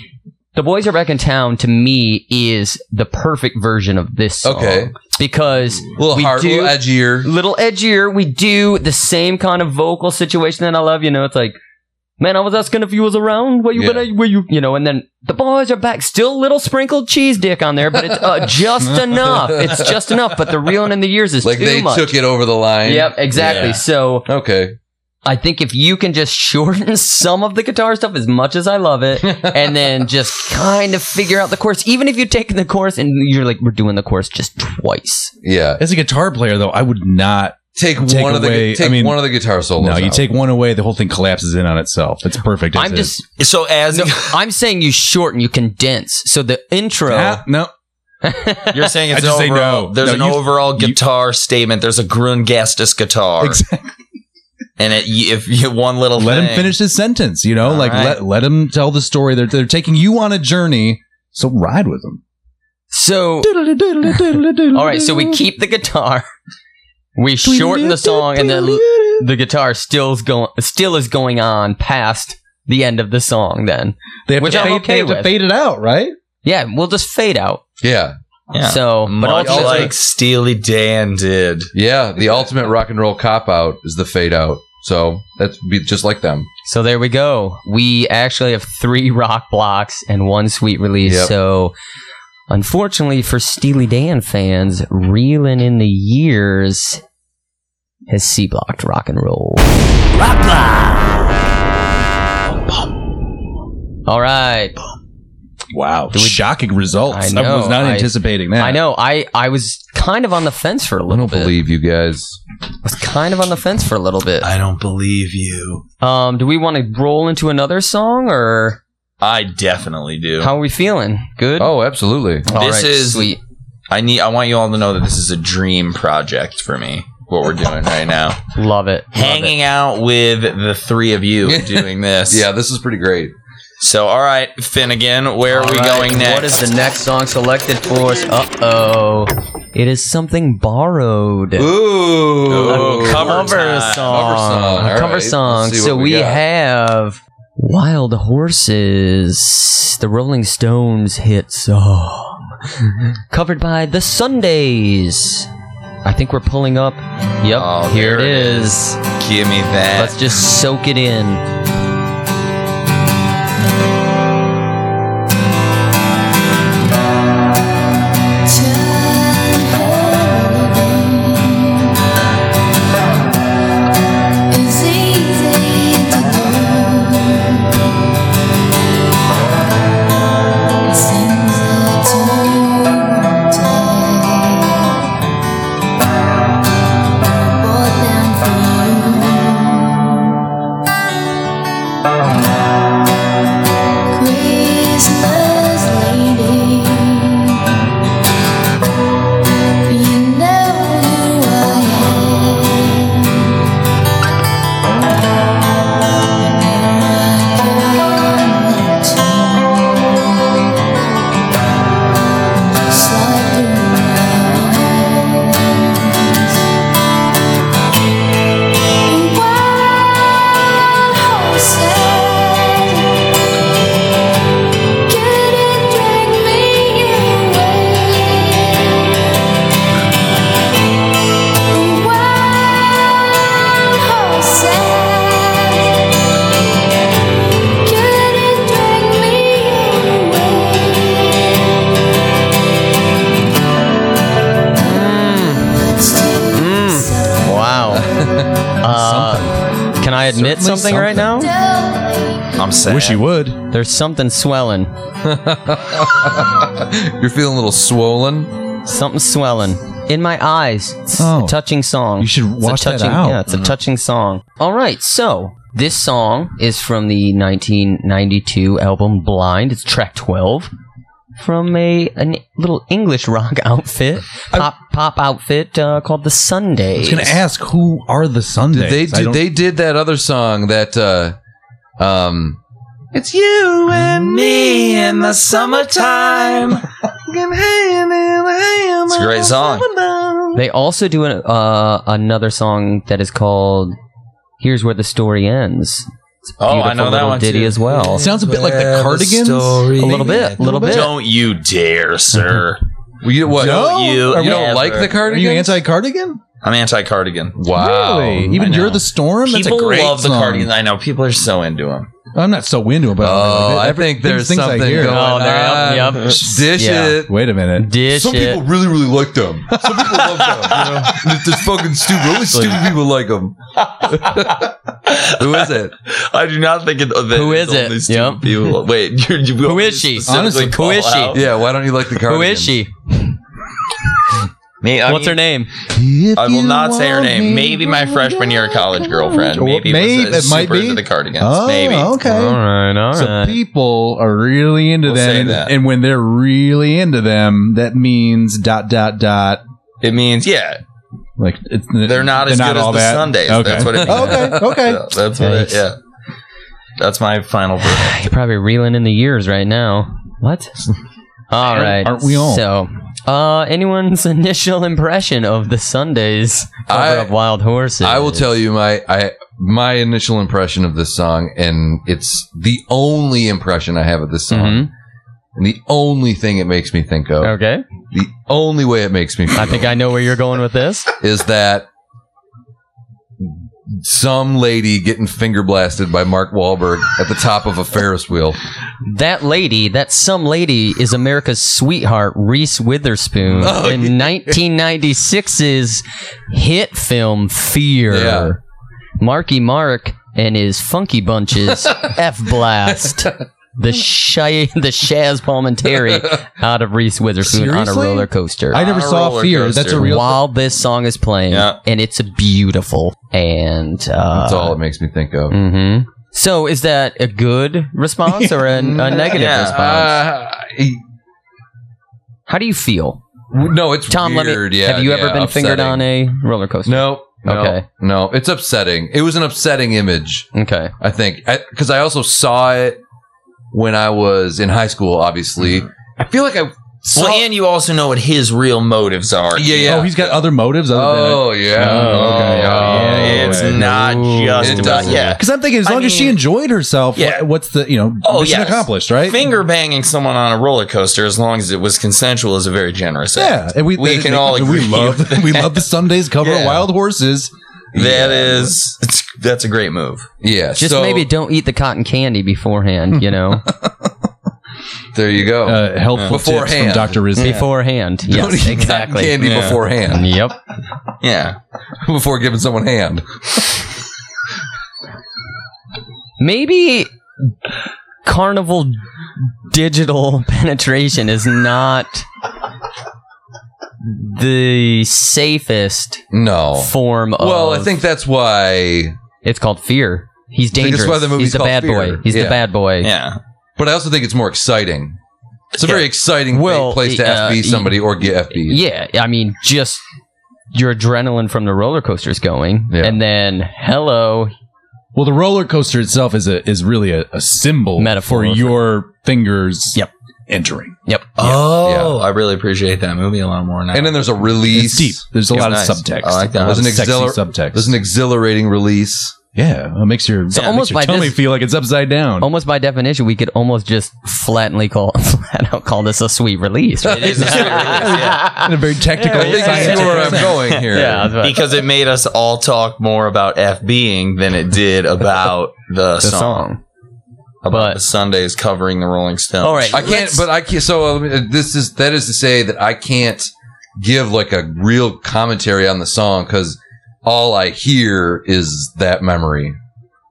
Speaker 1: the boys are back in town to me is the perfect version of this song
Speaker 3: Okay.
Speaker 1: because
Speaker 3: A little
Speaker 1: we
Speaker 3: hard,
Speaker 1: do
Speaker 3: a little edgier.
Speaker 1: little edgier we do the same kind of vocal situation that I love you know it's like man I was asking if you was around where you
Speaker 3: Yeah.
Speaker 1: been at? where you you know and then the boys are back still a little sprinkled cheese dick on there but it's uh, just enough it's just enough but the reeling in the years is
Speaker 3: Like
Speaker 1: too
Speaker 3: they
Speaker 1: much
Speaker 3: took it over the line.
Speaker 1: Yep, exactly.
Speaker 7: Yeah.
Speaker 1: So
Speaker 3: Okay.
Speaker 1: I think if you can just shorten some of the guitar stuff as much as I love it, and then just kind of figure out the course, even if you take the course and you're like, we're doing the course just twice.
Speaker 3: Yeah.
Speaker 5: As a guitar player, though, I would not.
Speaker 3: Take,
Speaker 5: Take
Speaker 3: one of the
Speaker 5: away-
Speaker 3: take
Speaker 5: I mean-
Speaker 3: one of the guitar solos.
Speaker 5: No, you
Speaker 3: out.
Speaker 5: take one away, the whole thing collapses in on itself. It's perfect. as
Speaker 1: I'm
Speaker 5: is.
Speaker 1: just,
Speaker 7: So as
Speaker 1: I'm saying you shorten, you condense. So the intro,
Speaker 5: Ah, no.
Speaker 7: you're saying, it's
Speaker 5: I just
Speaker 7: an
Speaker 5: say
Speaker 7: overall,
Speaker 5: no.
Speaker 7: there's
Speaker 5: No,
Speaker 7: an
Speaker 5: you-
Speaker 7: overall
Speaker 5: you-
Speaker 7: guitar statement. There's a Grundgastus guitar,
Speaker 5: Exactly.
Speaker 7: and it, you- if you one little
Speaker 5: Let
Speaker 7: thing,
Speaker 5: him finish his sentence. You know,
Speaker 7: All
Speaker 5: like
Speaker 7: right.
Speaker 5: let let him tell the story. They're they're taking you on a journey, so ride with them.
Speaker 1: so all right, so we keep the guitar, we shorten the song, and then the guitar still's going, still is going on past the end of the song. Then
Speaker 5: they have
Speaker 1: which
Speaker 5: to
Speaker 1: I'm
Speaker 5: fade,
Speaker 1: okay
Speaker 5: they have to
Speaker 1: with.
Speaker 5: fade it out, right?
Speaker 1: yeah, we'll just fade out.
Speaker 3: Yeah.
Speaker 7: Yeah.
Speaker 1: So, but
Speaker 7: much
Speaker 1: also-
Speaker 7: like Steely Dan did.
Speaker 3: Yeah. The ultimate rock and roll cop out is the fade out. So that's be just like them.
Speaker 1: So there we go. We actually have three rock blocks and one sweet release.
Speaker 3: Yep.
Speaker 1: So unfortunately for Steely Dan fans, reeling in the years has C blocked rock and roll.
Speaker 2: Rock block.
Speaker 1: All right.
Speaker 5: Wow,
Speaker 1: we-
Speaker 5: Oh, shocking results!
Speaker 1: I
Speaker 5: I, was
Speaker 1: know,
Speaker 5: not
Speaker 1: I-
Speaker 5: anticipating that.
Speaker 1: I know. I, I was kind of on the fence for a
Speaker 3: I
Speaker 1: little
Speaker 3: don't
Speaker 1: bit.
Speaker 3: believe you guys.
Speaker 1: I was kind of on the fence for a little bit.
Speaker 7: I don't believe you.
Speaker 1: Um, do we want to roll into another song or
Speaker 7: I definitely do.
Speaker 1: how are we feeling? Good?
Speaker 3: Oh, absolutely.
Speaker 1: All
Speaker 7: this
Speaker 1: right,
Speaker 7: is-
Speaker 1: sweet.
Speaker 7: I need. I want you all to know that this is a dream project for me. What we're doing right now,
Speaker 1: Love it. Love it.
Speaker 7: hanging out with the three of you doing this.
Speaker 3: Yeah, this is pretty great.
Speaker 7: So, all right, Finnegan, where are
Speaker 1: All
Speaker 7: we
Speaker 1: right,
Speaker 7: going next?
Speaker 1: What is the next song selected for us? Uh oh. It is something borrowed.
Speaker 3: Ooh.
Speaker 1: Oh.
Speaker 7: Ooh, cover
Speaker 1: song.
Speaker 7: time.
Speaker 3: Cover song,
Speaker 1: A
Speaker 3: all
Speaker 1: cover
Speaker 3: right.
Speaker 1: song.
Speaker 3: Let's see
Speaker 1: So
Speaker 3: what
Speaker 1: we,
Speaker 3: we got.
Speaker 1: have Wild Horses, the Rolling Stones hit song, covered by the Sundays. I think we're pulling up. Yep,
Speaker 7: Oh,
Speaker 1: here it
Speaker 7: there it
Speaker 1: is.
Speaker 7: Give me that.
Speaker 1: Let's just soak it in.
Speaker 8: It's easy to do. It's things that you won't take. Bought them for you. Christmas lady, you know who I am. Sad. Could it drag me away? It's too
Speaker 1: Mm.
Speaker 8: sudden.
Speaker 1: Wow. Uh, can I admit
Speaker 5: Certainly
Speaker 1: something right now?
Speaker 7: I'm sad.
Speaker 5: Wish you would.
Speaker 1: There's something swelling.
Speaker 3: You're feeling a little swollen.
Speaker 1: Something swelling in my eyes. It's
Speaker 5: Oh.
Speaker 1: a touching song.
Speaker 5: You should
Speaker 1: It's a
Speaker 5: watch that
Speaker 1: touching,
Speaker 5: out. Uh-huh.
Speaker 1: Yeah, it's a touching song. All right, so this song is from the 1992 album Blind. It's track 12 from a, an little English rock outfit, pop pop outfit uh, called the Sundays.
Speaker 5: I was gonna ask who are the Sundays?
Speaker 3: They
Speaker 5: I
Speaker 3: did,
Speaker 5: don't-
Speaker 3: they did that other song that uh um It's you and
Speaker 7: Me in the summertime. It's a great song.
Speaker 1: They also do an, uh, another song that is called "Here's Where the Story Ends." It's a
Speaker 7: Oh, I
Speaker 1: beautiful
Speaker 7: know that
Speaker 1: little
Speaker 7: one,
Speaker 1: Ditty
Speaker 7: too.
Speaker 1: as well.
Speaker 5: Sounds a bit like the Cardigans.
Speaker 1: A little bit, a little bit.
Speaker 7: Don't you dare, sir.
Speaker 3: Well, you what?
Speaker 5: Don't
Speaker 7: you
Speaker 3: you don't
Speaker 7: ever.
Speaker 3: like the
Speaker 5: Oh, Are
Speaker 3: cardigan?
Speaker 5: you anti-Cardigan?
Speaker 7: I'm anti cardigan.
Speaker 3: Wow.
Speaker 7: I
Speaker 5: Really? Even
Speaker 7: know.
Speaker 5: you're the storm. That's a
Speaker 7: People
Speaker 5: great
Speaker 7: love the
Speaker 5: song.
Speaker 7: cardigans. I know people are so into them.
Speaker 5: I'm not so into it, but
Speaker 3: Oh, I
Speaker 5: every-
Speaker 3: think there's
Speaker 5: things I
Speaker 3: something
Speaker 5: hear.
Speaker 3: going
Speaker 1: Oh, there-
Speaker 3: on.
Speaker 1: yup, yup.
Speaker 3: Dish
Speaker 1: Yeah.
Speaker 3: it.
Speaker 5: Wait a minute.
Speaker 1: Dish
Speaker 3: Some
Speaker 1: it.
Speaker 3: people really, really like them. Some people love them. You know? And It's just fucking stupid. Only stupid people like them. Who is it?
Speaker 7: I do not think it. That
Speaker 1: Who
Speaker 7: it's
Speaker 1: is it?
Speaker 7: only stupid
Speaker 1: Yep.
Speaker 7: People. Wait, you're, you
Speaker 1: Who is she?
Speaker 7: specifically
Speaker 1: Honestly,
Speaker 7: call
Speaker 1: who is she?
Speaker 7: out?
Speaker 3: Yeah, why don't you like the cardigan?
Speaker 1: Who is she?
Speaker 7: Me, I
Speaker 1: What's her
Speaker 7: mean,
Speaker 1: name?
Speaker 7: I will not say her name. Maybe my freshman year college girlfriend.
Speaker 5: Or
Speaker 7: Maybe,
Speaker 5: maybe-
Speaker 7: was, uh,
Speaker 5: it might
Speaker 7: super
Speaker 5: be.
Speaker 7: into the cardigans.
Speaker 5: Oh,
Speaker 7: maybe.
Speaker 5: okay.
Speaker 1: right, all
Speaker 5: So people are really into
Speaker 7: We'll
Speaker 5: them,
Speaker 7: say
Speaker 5: and,
Speaker 7: that.
Speaker 5: and when they're really into them, that means dot dot dot.
Speaker 7: It means yeah,
Speaker 5: Like it's,
Speaker 7: they're not as good as
Speaker 5: all
Speaker 7: the
Speaker 5: that.
Speaker 7: Sundays.
Speaker 5: Okay.
Speaker 7: That's what it means.
Speaker 5: okay, okay.
Speaker 7: So that's what. It,
Speaker 1: Yikes.
Speaker 7: yeah. That's my final verdict.
Speaker 1: Uh, You're probably reeling in the years right now. What? All right.
Speaker 5: aren't we all?
Speaker 1: So, uh, anyone's initial impression of the Sundays cover
Speaker 3: I-
Speaker 1: of Wild Horses?
Speaker 3: I will tell you my I my initial impression of this song, and it's the only impression I have of this song,
Speaker 1: Mhm.
Speaker 3: and the only thing it makes me think of,
Speaker 1: Okay.
Speaker 3: the only way it makes me feel
Speaker 1: I think I know where you're going with this.
Speaker 3: is that some lady getting finger blasted by Mark Wahlberg at the top of a Ferris wheel.
Speaker 1: That lady, that some lady, is America's sweetheart, Reese Witherspoon,
Speaker 3: Oh,
Speaker 1: in 1996's hit film Fear.
Speaker 3: Yeah.
Speaker 1: Marky Mark and his Funky Bunches F Blast. The shy, the Shaz Palminteri out of Reese Witherspoon on a
Speaker 5: Seriously?
Speaker 1: roller coaster.
Speaker 5: I never
Speaker 7: On a
Speaker 5: saw
Speaker 7: roller
Speaker 5: Fear.
Speaker 7: coaster.
Speaker 5: That's a real.
Speaker 1: while this song is playing,
Speaker 7: Yeah.
Speaker 1: and it's beautiful. And uh,
Speaker 3: That's all it makes me think of.
Speaker 1: mhm. So, is that a good response or a, a negative
Speaker 7: Yeah.
Speaker 1: response?
Speaker 3: Uh, e-
Speaker 1: How do you feel?
Speaker 3: no, it's
Speaker 1: Tom,
Speaker 3: Weird.
Speaker 1: let me.
Speaker 3: yeah,
Speaker 1: have you ever
Speaker 3: yeah,
Speaker 1: been fingered
Speaker 3: upsetting.
Speaker 1: on a roller coaster?
Speaker 3: No. No,
Speaker 1: Okay.
Speaker 3: no, it's upsetting. It was an upsetting image.
Speaker 1: Okay.
Speaker 3: I think because I, also saw it when I was in high school. Obviously, I feel like I saw.
Speaker 7: Well, and you also know what his real motives are.
Speaker 3: yeah, yeah.
Speaker 5: Oh, he's got other motives other than.
Speaker 3: Oh, yeah.
Speaker 5: Oh, okay.
Speaker 3: yeah.
Speaker 5: Oh,
Speaker 7: it's
Speaker 5: yeah.
Speaker 7: not
Speaker 1: Ooh.
Speaker 7: just
Speaker 3: It
Speaker 7: about
Speaker 3: doesn't.
Speaker 7: yeah.
Speaker 5: Because I'm thinking, as
Speaker 7: I
Speaker 5: long as she
Speaker 7: mean-
Speaker 5: enjoyed herself,
Speaker 7: Yeah.
Speaker 5: yeah. what's the you know
Speaker 7: Oh,
Speaker 5: mission
Speaker 7: yes.
Speaker 5: accomplished, right?
Speaker 7: Finger banging someone on a roller coaster, as long as it was consensual, is a very generous
Speaker 5: yeah,
Speaker 7: act.
Speaker 5: and we,
Speaker 7: We
Speaker 5: that-
Speaker 7: can all
Speaker 5: we
Speaker 7: agree
Speaker 5: love
Speaker 7: with
Speaker 5: we love the Sundays cover
Speaker 7: Yeah.
Speaker 5: of Wild Horses.
Speaker 7: That is, it's, that's a great move.
Speaker 3: Yeah,
Speaker 1: Just
Speaker 3: so
Speaker 1: maybe don't eat the cotton candy beforand. You know,
Speaker 3: there you go.
Speaker 5: Uh, helpful tips from
Speaker 3: Beforehand.
Speaker 5: Doctor Rizzi.
Speaker 1: beforehand.
Speaker 3: Don't
Speaker 1: Yes,
Speaker 3: eat cotton
Speaker 1: exactly.
Speaker 3: Candy
Speaker 7: Yeah.
Speaker 3: beforehand,
Speaker 1: Yep.
Speaker 7: Yeah,
Speaker 3: before giving someone hand.
Speaker 1: Maybe carnival digital penetration is not the safest
Speaker 3: No.
Speaker 1: form of.
Speaker 3: Well, I think that's why.
Speaker 1: it's called fear. He's
Speaker 3: think
Speaker 1: dangerous.
Speaker 3: that's why the movie's
Speaker 1: He's the
Speaker 3: called
Speaker 1: bad boy.
Speaker 3: Fear.
Speaker 1: He's
Speaker 3: Yeah.
Speaker 1: the bad boy.
Speaker 7: yeah.
Speaker 3: But I also think it's more exciting. It's a very
Speaker 7: Yeah.
Speaker 3: exciting
Speaker 1: Well,
Speaker 3: place to
Speaker 1: uh,
Speaker 3: FB somebody or get FB.
Speaker 1: Yeah, I mean, just your adrenaline from the roller coaster is going,
Speaker 3: Yeah.
Speaker 1: and then hello,
Speaker 5: Well, the roller coaster itself is a is really a, a symbol
Speaker 1: Metaphor.
Speaker 5: for your fingers.
Speaker 1: Yep.
Speaker 5: entering.
Speaker 7: Oh, I really appreciate that movie a lot more now.
Speaker 3: And then there's a release.
Speaker 5: It's deep. There's a
Speaker 7: It's
Speaker 5: lot
Speaker 7: nice.
Speaker 5: of subtext.
Speaker 7: I like that.
Speaker 5: A lot of
Speaker 3: There's an
Speaker 5: sexy
Speaker 3: exhilar-
Speaker 5: subtext.
Speaker 3: There's an exhilarating release.
Speaker 5: yeah, it makes your,
Speaker 1: So
Speaker 5: yeah, it
Speaker 1: almost
Speaker 5: makes
Speaker 1: by
Speaker 5: your tummy
Speaker 1: this- Oh
Speaker 5: feel like it's upside down.
Speaker 1: almost by definition, we could almost just flatly call flat out call this a sweet release. right?
Speaker 7: it is a sweet release, yeah.
Speaker 5: in a very technical.
Speaker 3: I think
Speaker 7: yeah,
Speaker 3: you
Speaker 5: scientific
Speaker 3: see where I'm
Speaker 5: sense.
Speaker 3: going here.
Speaker 1: yeah, that's right.
Speaker 7: because it made us all talk more about F being than it did about the,
Speaker 1: the
Speaker 7: song,
Speaker 1: song.
Speaker 7: about
Speaker 1: but-
Speaker 7: the Sundays covering the Rolling Stones.
Speaker 1: All right,
Speaker 3: I can't, but I can't. So uh, this is that is to say that I can't give like a real commentary on the song because all I hear is that memory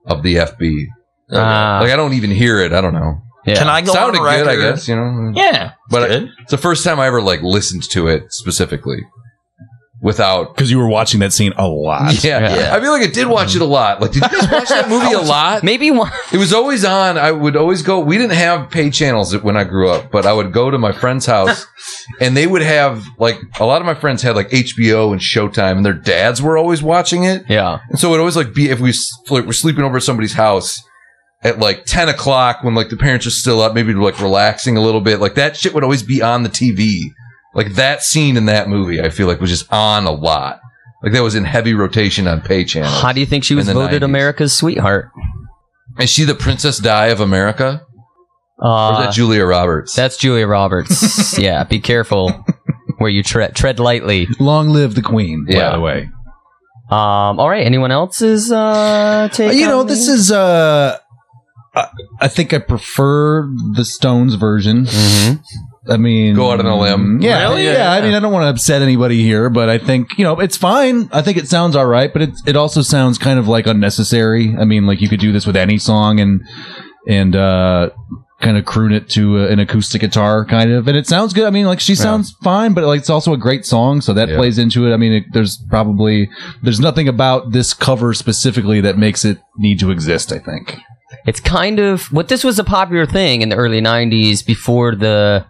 Speaker 3: of the FB.
Speaker 7: Okay.
Speaker 1: Ah.
Speaker 3: like I don't even hear it. I don't know.
Speaker 1: Yeah.
Speaker 7: Can I Ah. go
Speaker 3: Sounded
Speaker 7: on
Speaker 3: good,
Speaker 7: record?
Speaker 3: I guess. You know,
Speaker 7: Yeah,
Speaker 3: But-
Speaker 7: but good.
Speaker 3: it's the first time I ever like listened to it specifically without.
Speaker 5: because you were watching that scene a lot.
Speaker 3: Yeah.
Speaker 7: Yeah.
Speaker 3: I feel like I did watch it a lot. Like, did you guys watch that movie a lot?
Speaker 1: Maybe one.
Speaker 3: It was always on. I would always go. We didn't have pay channels when I grew up, but I would go to my friend's house, and they would have like a lot of my friends had like HBO and Showtime, and their dads were always watching it.
Speaker 1: Yeah.
Speaker 3: And so it would always like be if we s- like, were sleeping over at somebody's house at like ten o'clock when like the parents are still up, maybe like relaxing a little bit. Like that shit would always be on the TV. Like that scene in that movie, I feel like was just on a lot. Like that was in heavy rotation on pay channels.
Speaker 1: How do you think she was
Speaker 3: In the
Speaker 1: voted
Speaker 3: 90s.
Speaker 1: America's sweetheart?
Speaker 3: Is she the Princess Di of America? Or is
Speaker 1: Uh,
Speaker 3: that Julia Roberts?
Speaker 1: that's Julia Roberts. yeah. Be careful where you tread. Tread lightly.
Speaker 5: Long live the queen,
Speaker 3: Yeah.
Speaker 5: by the way.
Speaker 1: Um, all right. Anyone else's uh, take?
Speaker 5: you know
Speaker 1: on
Speaker 5: this
Speaker 1: the-
Speaker 5: is uh I, I think i prefer the stones version
Speaker 1: Mm-hmm.
Speaker 5: i mean Mm,
Speaker 3: Go out on a limb.
Speaker 5: yeah yeah, i mean i don't want to upset anybody here but i think you know it's fine i think it sounds all right but it, it also sounds kind of like unnecessary i mean like you could do this with any song and and uh kind of croon it to uh an acoustic guitar kind of and it sounds good i mean like she sounds fine but like it's also a great song so that
Speaker 3: Yeah.
Speaker 5: plays into it i mean it, there's probably there's nothing about this cover specifically that makes it need to exist i think
Speaker 1: It's kind of what this was a popular thing in the early '90s before the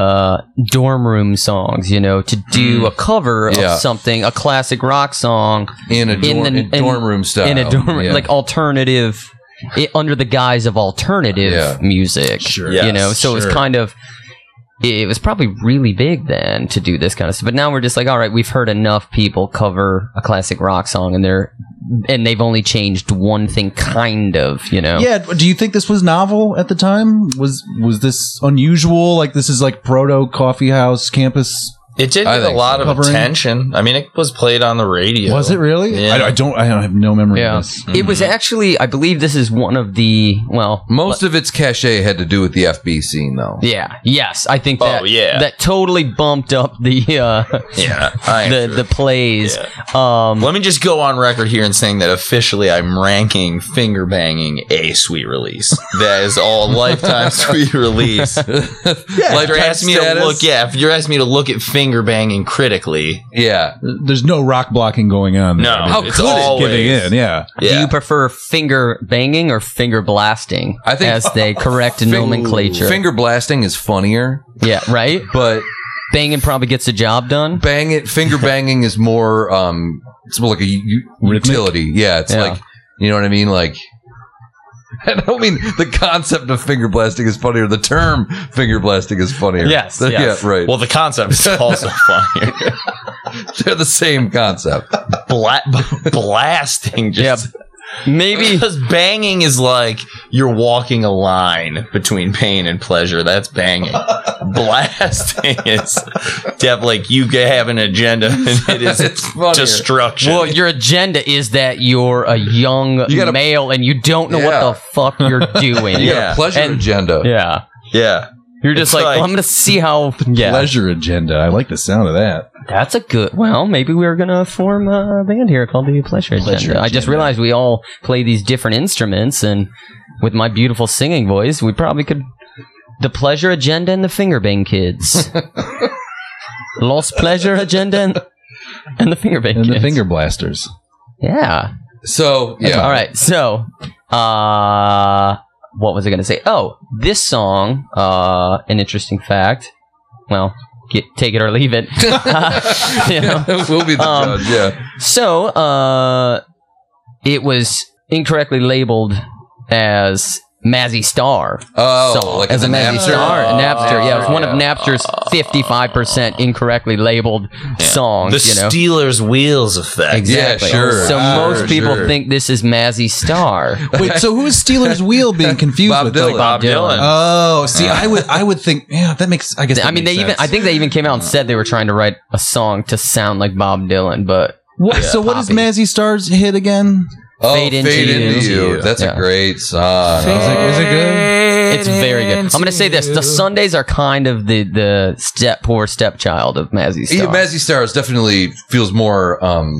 Speaker 1: uh, dorm room songs. You know, to do a cover
Speaker 3: Mm. Yeah.
Speaker 1: of something, a classic rock song
Speaker 3: in a dorm,
Speaker 1: in
Speaker 3: in
Speaker 1: the- in-
Speaker 3: dorm room style.
Speaker 1: in a dorm,
Speaker 3: Oh, Yeah.
Speaker 1: like alternative, i under the guise of alternative
Speaker 3: Yeah.
Speaker 1: music.
Speaker 5: Sure.
Speaker 1: you
Speaker 7: Yes,
Speaker 1: know, so it was
Speaker 5: sure.
Speaker 1: kind of. It was probably really big then to do this kind of stuff, but now we're just like, all right, we've heard enough people cover a classic rock song, and they're and they've only changed one thing, kind of, you know.
Speaker 5: Yeah, do you think this was novel at the time? Was was this unusual? Like this is like proto coffee house campus?
Speaker 7: it did
Speaker 3: I
Speaker 7: get a
Speaker 3: think
Speaker 7: lot
Speaker 5: so.
Speaker 7: of
Speaker 5: Covering-
Speaker 7: attention. I mean, it was played on the radio.
Speaker 5: Was it really?
Speaker 7: Yeah.
Speaker 5: I, I don't. I don't have no memory
Speaker 1: Yeah.
Speaker 5: of this.
Speaker 1: It was actually, I believe this is one of the, well,
Speaker 3: Most of its cachet had to do with the FB scene, though.
Speaker 1: yeah, yes, I think that,
Speaker 7: Oh, yeah.
Speaker 1: that totally bumped up the, uh,
Speaker 7: Yeah. I
Speaker 1: the, the plays. Um,
Speaker 7: Let me just go on record here and saying that officially I'm ranking finger banging a sweet release. That is all lifetime sweet release. If you're
Speaker 3: Lifetime
Speaker 7: asking me to
Speaker 3: status?
Speaker 7: look, yeah, if you're asking me to look at finger banging critically,
Speaker 3: Yeah.
Speaker 5: There's no rock blocking going on. there.
Speaker 7: no,
Speaker 3: How
Speaker 7: it's
Speaker 3: could it
Speaker 5: It's
Speaker 7: always,
Speaker 5: giving in. Yeah,
Speaker 1: Do
Speaker 7: Yeah.
Speaker 1: you prefer finger banging or finger blasting?
Speaker 3: I think-
Speaker 1: as they correct nomenclature.
Speaker 3: Finger blasting is funnier,
Speaker 1: yeah, right.
Speaker 3: but
Speaker 1: Banging probably gets the job done.
Speaker 3: bang it. Finger banging is more. Um, it's more like a u-
Speaker 5: Rhythmic?
Speaker 3: utility. Yeah, it's
Speaker 1: Yeah.
Speaker 3: like you know what I mean. Like, I don't mean the concept of finger blasting is funnier. The term finger blasting is funnier.
Speaker 1: Yes,
Speaker 3: yeah,
Speaker 1: yes.
Speaker 3: right.
Speaker 7: Well, the concept is also funny.
Speaker 3: They're the same concept.
Speaker 7: Bla- blasting, just
Speaker 1: Maybe
Speaker 7: because banging is like you're walking a line between pain and pleasure. That's banging. Blasting is def- like you have an agenda and it is
Speaker 3: It's funnier.
Speaker 7: destruction.
Speaker 1: Well, your agenda is that you're a young
Speaker 3: You got a-
Speaker 1: male and you don't know
Speaker 3: Yeah.
Speaker 1: what the fuck you're doing.
Speaker 3: You got
Speaker 7: Yeah.
Speaker 3: a pleasure
Speaker 1: And-
Speaker 3: agenda.
Speaker 1: Yeah.
Speaker 7: yeah,
Speaker 1: You're just
Speaker 7: It's
Speaker 1: like,
Speaker 7: like-
Speaker 1: well, I'm gonna see how yeah.
Speaker 5: pleasure agenda. I like the sound of that.
Speaker 1: That's a good. Well, maybe we're gonna form a band here called the Pleasure Agenda.
Speaker 5: Pleasure
Speaker 1: I just
Speaker 5: Agenda.
Speaker 1: realized we all play these different instruments, and with my beautiful singing voice, we probably could. The Pleasure Agenda and the Fingerbang Kids. Lost Pleasure Agenda and, and the Fingerbang
Speaker 5: And
Speaker 1: Kids.
Speaker 5: the finger blasters.
Speaker 1: Yeah.
Speaker 3: So yeah,
Speaker 1: All right. So, uh, what was I gonna say? Oh, this song. Uh, an interesting fact. Well, get, take it or leave it. you know.
Speaker 3: we'll be the
Speaker 1: Um,
Speaker 3: judge. Yeah,
Speaker 1: So, uh, it was incorrectly labeled as Mazzy Star.
Speaker 3: oh,
Speaker 1: song,
Speaker 3: like
Speaker 1: as a
Speaker 3: in the
Speaker 1: Mazzy
Speaker 3: Napster? Oh.
Speaker 1: Star, Napster. Yeah, it was one
Speaker 3: yeah.
Speaker 1: of Napster's fifty-five percent incorrectly labeled
Speaker 7: the
Speaker 1: songs. you know,
Speaker 7: Steelers wheels effect.
Speaker 1: exactly.
Speaker 3: Yeah, sure.
Speaker 1: So
Speaker 3: Sure,
Speaker 1: most people
Speaker 3: sure.
Speaker 1: think this is Mazzy Star.
Speaker 5: Wait, so who is Steelers Wheel being confused
Speaker 3: Bob
Speaker 5: with?
Speaker 3: Dylan.
Speaker 5: Like,
Speaker 7: Bob Dylan.
Speaker 5: oh, see, I would, I would think, yeah, that makes. I guess. that
Speaker 1: I mean, they
Speaker 5: makes
Speaker 1: even.
Speaker 5: sense.
Speaker 1: I think they even came out and said they were trying to write a song to sound like Bob Dylan, but
Speaker 5: What, so what is
Speaker 1: Poppy.
Speaker 5: Mazzy Stars hit again?
Speaker 3: Oh,
Speaker 1: Fade
Speaker 3: fade,
Speaker 1: Into
Speaker 3: into,
Speaker 1: You.
Speaker 3: you. That's
Speaker 1: Yeah.
Speaker 3: a great song.
Speaker 5: Is it, is it good?
Speaker 1: It's very good. I'm going to say this: the Sundays are kind of the the step poor stepchild of Mazzy
Speaker 3: Yeah,
Speaker 1: Star.
Speaker 3: Mazzy Stars definitely feels more um,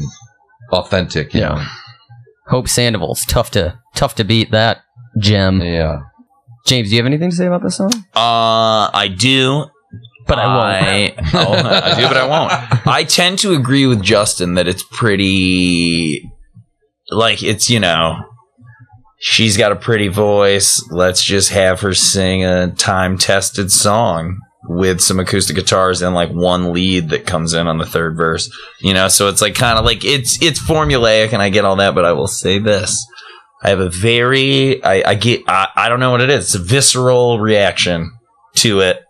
Speaker 3: authentic. you
Speaker 1: Yeah. Hope Sandoval's tough to tough to beat that
Speaker 3: know?
Speaker 1: gem.
Speaker 3: Yeah.
Speaker 1: James, do you have anything to say about this song?
Speaker 7: Uh, I do,
Speaker 1: But I won't.
Speaker 7: I, oh, I do, but I won't. I tend to agree with Justin that it's pretty, like it's you know, she's got a pretty voice. Let's just have her sing a time-tested song with some acoustic guitars and like one lead that comes in on the third verse. You know, so it's like kind of like it's it's formulaic, and I get all that, but I will say this. I have a very I, I get I, I don't know what it is. It's a visceral reaction to it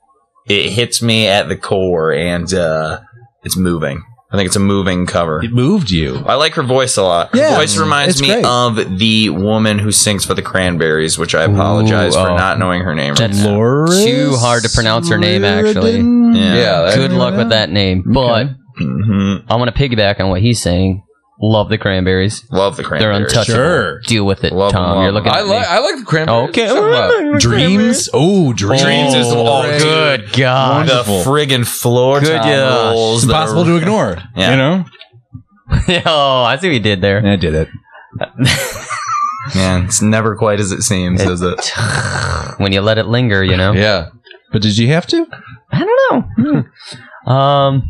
Speaker 7: it hits me at the core and uh, it's moving. I think it's a moving cover.
Speaker 5: It moved you.
Speaker 7: I like her voice a lot. Her
Speaker 5: Yeah,
Speaker 7: voice reminds
Speaker 5: it's
Speaker 7: me
Speaker 5: great.
Speaker 7: of the woman who sings for the Cranberries, which I apologize
Speaker 5: Ooh,
Speaker 7: for
Speaker 5: oh.
Speaker 7: not knowing her name.
Speaker 1: That's
Speaker 5: Loris
Speaker 1: too hard to pronounce her name, actually.
Speaker 5: Riordan?
Speaker 7: Yeah.
Speaker 3: Yeah, that-
Speaker 1: Good luck with that name. But
Speaker 7: hmm
Speaker 1: I want to piggyback on what he's saying. Love the cranberries.
Speaker 7: Love the
Speaker 1: They're
Speaker 7: Cranberries.
Speaker 1: untouchable.
Speaker 5: Sure.
Speaker 1: Deal with it,
Speaker 7: Love 'em,
Speaker 1: Tom.
Speaker 7: love
Speaker 1: You're
Speaker 7: 'em.
Speaker 1: looking
Speaker 3: I
Speaker 1: at me.
Speaker 3: like I like the cranberries.
Speaker 1: Okay.
Speaker 3: What are you talking about?
Speaker 5: Dreams. Oh, dreams.
Speaker 7: Dreams is all
Speaker 3: Great.
Speaker 7: good.
Speaker 1: God.
Speaker 7: The
Speaker 5: Wonderful.
Speaker 7: friggin' floor
Speaker 1: Good
Speaker 7: tile
Speaker 1: gosh.
Speaker 7: rolls
Speaker 5: It's
Speaker 7: that
Speaker 5: impossible
Speaker 7: are-
Speaker 5: to ignore.
Speaker 7: Yeah.
Speaker 5: You know?
Speaker 1: oh, I see what you did there.
Speaker 5: I did it.
Speaker 7: Yeah, it's never quite as it seems,
Speaker 1: It-
Speaker 7: is it?
Speaker 1: When you let it linger, you know?
Speaker 3: Yeah.
Speaker 5: But did you have to?
Speaker 1: I don't know. Hmm. um.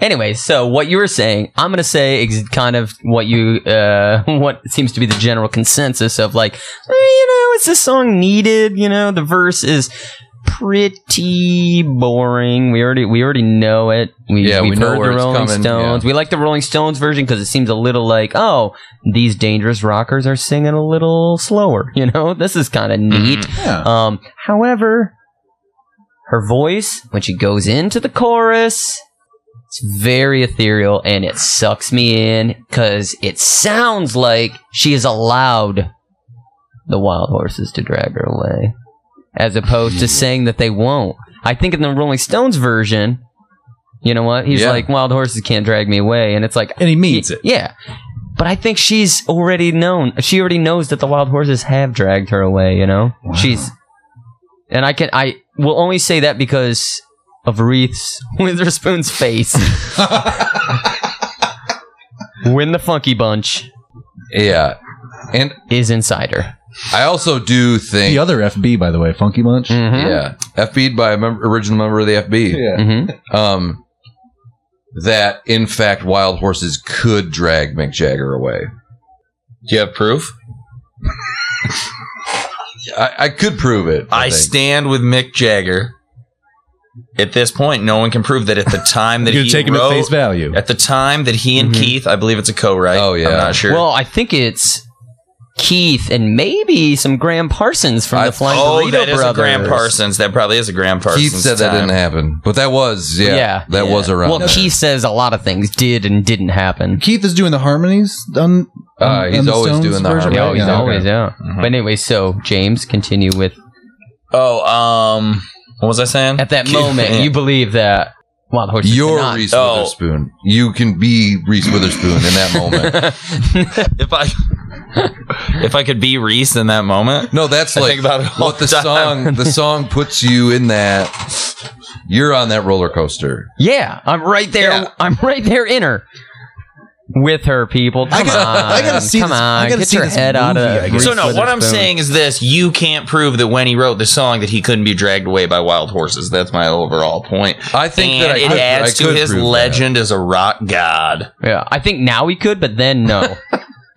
Speaker 1: Anyway, so what you were saying, I'm gonna say ex- kind of what you, uh, what seems to be the general consensus of like, eh, you know, is this song needed? You know, the verse is pretty boring. We already we already know it. We,
Speaker 3: Yeah, we
Speaker 1: we've
Speaker 3: know
Speaker 1: heard
Speaker 3: where
Speaker 1: the
Speaker 3: it's
Speaker 1: Rolling
Speaker 3: coming,
Speaker 1: Stones. We like the Rolling Stones version because it seems a little like, oh, these dangerous rockers are singing a little slower. You know, this is kind of neat.
Speaker 3: Mm-hmm.
Speaker 5: Yeah.
Speaker 1: Um, however, her voice when she goes into the chorus, it's very ethereal and it sucks me in because it sounds like she has allowed the wild horses to drag her away, as opposed to saying that they won't. I think in the Rolling Stones version, you know what? He's
Speaker 3: Yeah.
Speaker 1: like, wild horses can't drag me away, and it's like,
Speaker 5: and he means it.
Speaker 1: yeah. But I think she's already known. She already knows that the wild horses have dragged her away, you know? She's and I can I will only say that because of Reith's Witherspoon's face. when the funky bunch
Speaker 3: Yeah. And
Speaker 1: is insider.
Speaker 3: I also do think
Speaker 5: The other FB, by the way, Funky Bunch.
Speaker 1: Mm. Mm-hmm.
Speaker 3: Yeah. FB'd by a member, original member of the FB.
Speaker 1: hmm
Speaker 3: Um, that in fact, wild horses could drag Mick Jagger away.
Speaker 7: Do you have proof?
Speaker 3: I, I could prove it.
Speaker 7: I
Speaker 3: think.
Speaker 7: stand with Mick Jagger. At this point, no one can prove that at the time that
Speaker 5: You're
Speaker 7: he
Speaker 5: gonna take him
Speaker 7: wrote,
Speaker 5: at face value.
Speaker 7: at the time that he and Keith, I believe it's a co-write.
Speaker 3: Oh, yeah.
Speaker 7: I'm not sure.
Speaker 1: Well, I think it's Keith and maybe some Graham Parsons from
Speaker 3: I-
Speaker 1: the Flying
Speaker 7: oh,
Speaker 1: Burrito
Speaker 7: that is a
Speaker 1: Brothers.
Speaker 7: Graham Parsons. That probably is a Graham Parsons.
Speaker 3: Keith said that
Speaker 7: time.
Speaker 3: didn't happen, but that was yeah,
Speaker 1: Yeah.
Speaker 3: that was around.
Speaker 1: Well,
Speaker 3: there.
Speaker 1: Keith says a lot of things did and didn't happen.
Speaker 5: Keith is doing the harmonies on.
Speaker 3: Uh,
Speaker 5: on-
Speaker 3: he's
Speaker 5: on the
Speaker 3: always
Speaker 5: Stones
Speaker 3: doing the
Speaker 5: version?
Speaker 3: harmonies.
Speaker 1: Yeah,
Speaker 3: Yeah,
Speaker 1: always,
Speaker 3: okay.
Speaker 1: always, yeah. But anyway, so James, continue with
Speaker 7: Oh, um, what was I saying?
Speaker 1: at that
Speaker 7: Keith-
Speaker 1: moment you believe that wild horses.
Speaker 3: You're
Speaker 1: cannot-
Speaker 3: Reese
Speaker 7: Oh.
Speaker 3: Witherspoon. You can be Reese Witherspoon in that moment.
Speaker 7: if I if I could be Reese in that moment,
Speaker 3: No, that's
Speaker 7: I
Speaker 3: like
Speaker 7: think about it all
Speaker 3: what the
Speaker 7: the time.
Speaker 3: song the song puts you in that. You're on that roller coaster.
Speaker 1: yeah, I'm right there.
Speaker 3: Yeah.
Speaker 1: I'm right there in her with her people. Come
Speaker 5: gotta-
Speaker 1: on,
Speaker 5: I gotta see
Speaker 1: come
Speaker 5: this-
Speaker 1: on,
Speaker 5: I gotta
Speaker 1: get
Speaker 5: see
Speaker 1: your
Speaker 5: this
Speaker 1: head out
Speaker 5: movie, I
Speaker 1: of.
Speaker 5: guess.
Speaker 7: so no. What I'm
Speaker 1: Witherspoon.
Speaker 7: saying is this: you can't prove that when he wrote the song that he couldn't be dragged away by wild horses. That's my overall point.
Speaker 3: I think
Speaker 7: and
Speaker 3: that I
Speaker 7: it
Speaker 3: could-
Speaker 7: adds
Speaker 3: I
Speaker 7: to
Speaker 3: could
Speaker 7: his
Speaker 3: prove that.
Speaker 7: legend as a rock god.
Speaker 1: Yeah, I think now we could, but then no.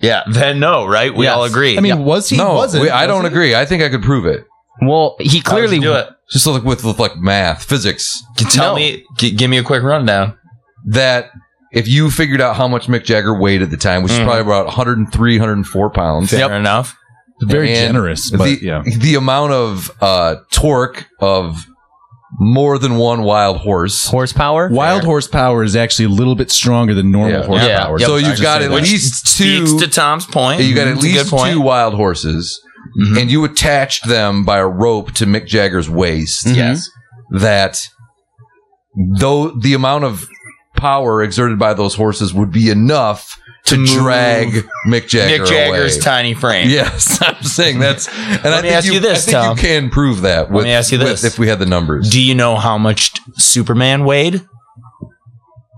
Speaker 7: Yeah, then no, right? We
Speaker 1: Yes.
Speaker 7: all agree.
Speaker 5: I mean, was he?
Speaker 3: no,
Speaker 5: wasn't,
Speaker 3: we- I
Speaker 5: was
Speaker 3: don't
Speaker 5: he?
Speaker 3: agree. I think I could prove it.
Speaker 1: well, he
Speaker 7: How did
Speaker 1: clearly
Speaker 7: you do it.
Speaker 3: Just like with, with like math, physics.
Speaker 7: Tell
Speaker 1: No.
Speaker 7: me, g- give me a quick rundown.
Speaker 3: That if you figured out how much Mick Jagger weighed at the time, which
Speaker 7: Mm-hmm.
Speaker 3: is probably about 103, 104 pounds.
Speaker 7: Fair enough.
Speaker 5: Very
Speaker 3: And
Speaker 5: generous, but
Speaker 3: the,
Speaker 5: yeah.
Speaker 3: the amount of uh, torque of more than one wild horse.
Speaker 1: horsepower.
Speaker 5: Wild horsepower is actually a little bit stronger than normal
Speaker 3: Yeah.
Speaker 5: horsepower.
Speaker 7: Yeah.
Speaker 3: so
Speaker 7: Yep, I
Speaker 3: you've got
Speaker 5: say
Speaker 3: at
Speaker 5: that.
Speaker 3: least
Speaker 7: Speaks
Speaker 3: two.
Speaker 7: to Tom's point.
Speaker 3: you got at
Speaker 7: It's a Mm-hmm. good
Speaker 3: least
Speaker 7: point.
Speaker 3: two wild horses,
Speaker 7: Mhm.
Speaker 3: and you attached them by a rope to Mick Jagger's waist.
Speaker 7: Yes.
Speaker 3: That though the amount of power exerted by those horses would be enough to,
Speaker 7: move
Speaker 3: drag Mick Jagger
Speaker 7: Mick Jagger's
Speaker 3: away.
Speaker 7: tiny frame.
Speaker 3: Yes, I'm saying that's. And I
Speaker 7: Let me
Speaker 3: think
Speaker 7: ask you this,
Speaker 3: I think
Speaker 7: Tom.
Speaker 3: you can prove that. With,
Speaker 7: me ask you this.
Speaker 3: with- if we had the numbers,
Speaker 7: Do you know how much t- Superman weighed?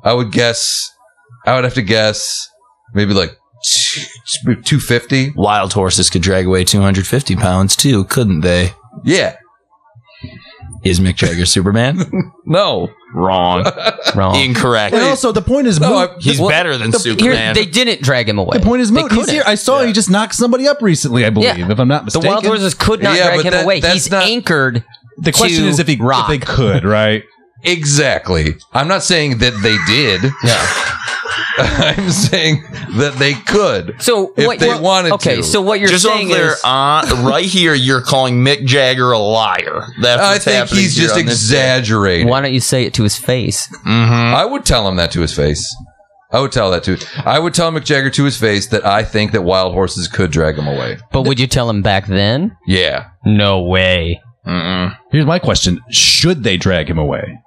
Speaker 3: I would guess. I would have to guess maybe like two fifty.
Speaker 7: Wild horses could drag away 250 pounds too, couldn't they?
Speaker 3: Yeah.
Speaker 7: Is Mick Jagger Superman?
Speaker 3: No.
Speaker 7: Wrong.
Speaker 1: Wrong.
Speaker 7: Incorrect.
Speaker 5: And also, the point is,
Speaker 3: No,
Speaker 5: moot.
Speaker 3: I-
Speaker 7: He's
Speaker 3: well,
Speaker 7: better than
Speaker 1: The- here-
Speaker 7: Superman.
Speaker 1: they didn't drag him away.
Speaker 5: the point is,
Speaker 1: They
Speaker 5: moot. He's
Speaker 1: couldn't.
Speaker 5: here. I saw he just knocked somebody up recently, I believe, if I'm not
Speaker 1: The
Speaker 5: mistaken.
Speaker 1: Wild Roses could not
Speaker 3: Yeah,
Speaker 1: drag
Speaker 3: but
Speaker 1: him
Speaker 3: that-
Speaker 1: away.
Speaker 3: that's
Speaker 1: He's
Speaker 3: not-
Speaker 1: anchored.
Speaker 5: The question
Speaker 1: to
Speaker 5: is if he
Speaker 1: rock.
Speaker 5: if they could, right?
Speaker 3: Exactly. I'm not saying that they did. I'm saying that they could.
Speaker 1: So
Speaker 3: If
Speaker 1: what
Speaker 3: they
Speaker 1: well,
Speaker 3: wanted
Speaker 1: okay,
Speaker 3: to.
Speaker 1: so what you're
Speaker 7: just so I'm
Speaker 1: saying
Speaker 7: clear,
Speaker 1: is
Speaker 7: uh, right here, you're calling Mick Jagger a liar. That's
Speaker 3: I
Speaker 7: what's
Speaker 3: think
Speaker 7: happening
Speaker 3: he's
Speaker 7: here
Speaker 3: just
Speaker 7: on this day.
Speaker 3: exaggerating.
Speaker 1: why don't you say it to his face?
Speaker 7: Mhm.
Speaker 3: I would tell him that to his face. I would tell that to. I would tell Mick Jagger to his face that I think that wild horses could drag him away.
Speaker 1: But would you tell him back then?
Speaker 3: Yeah.
Speaker 1: No way.
Speaker 7: Mm-mm.
Speaker 5: Here's my question: Should they drag him away?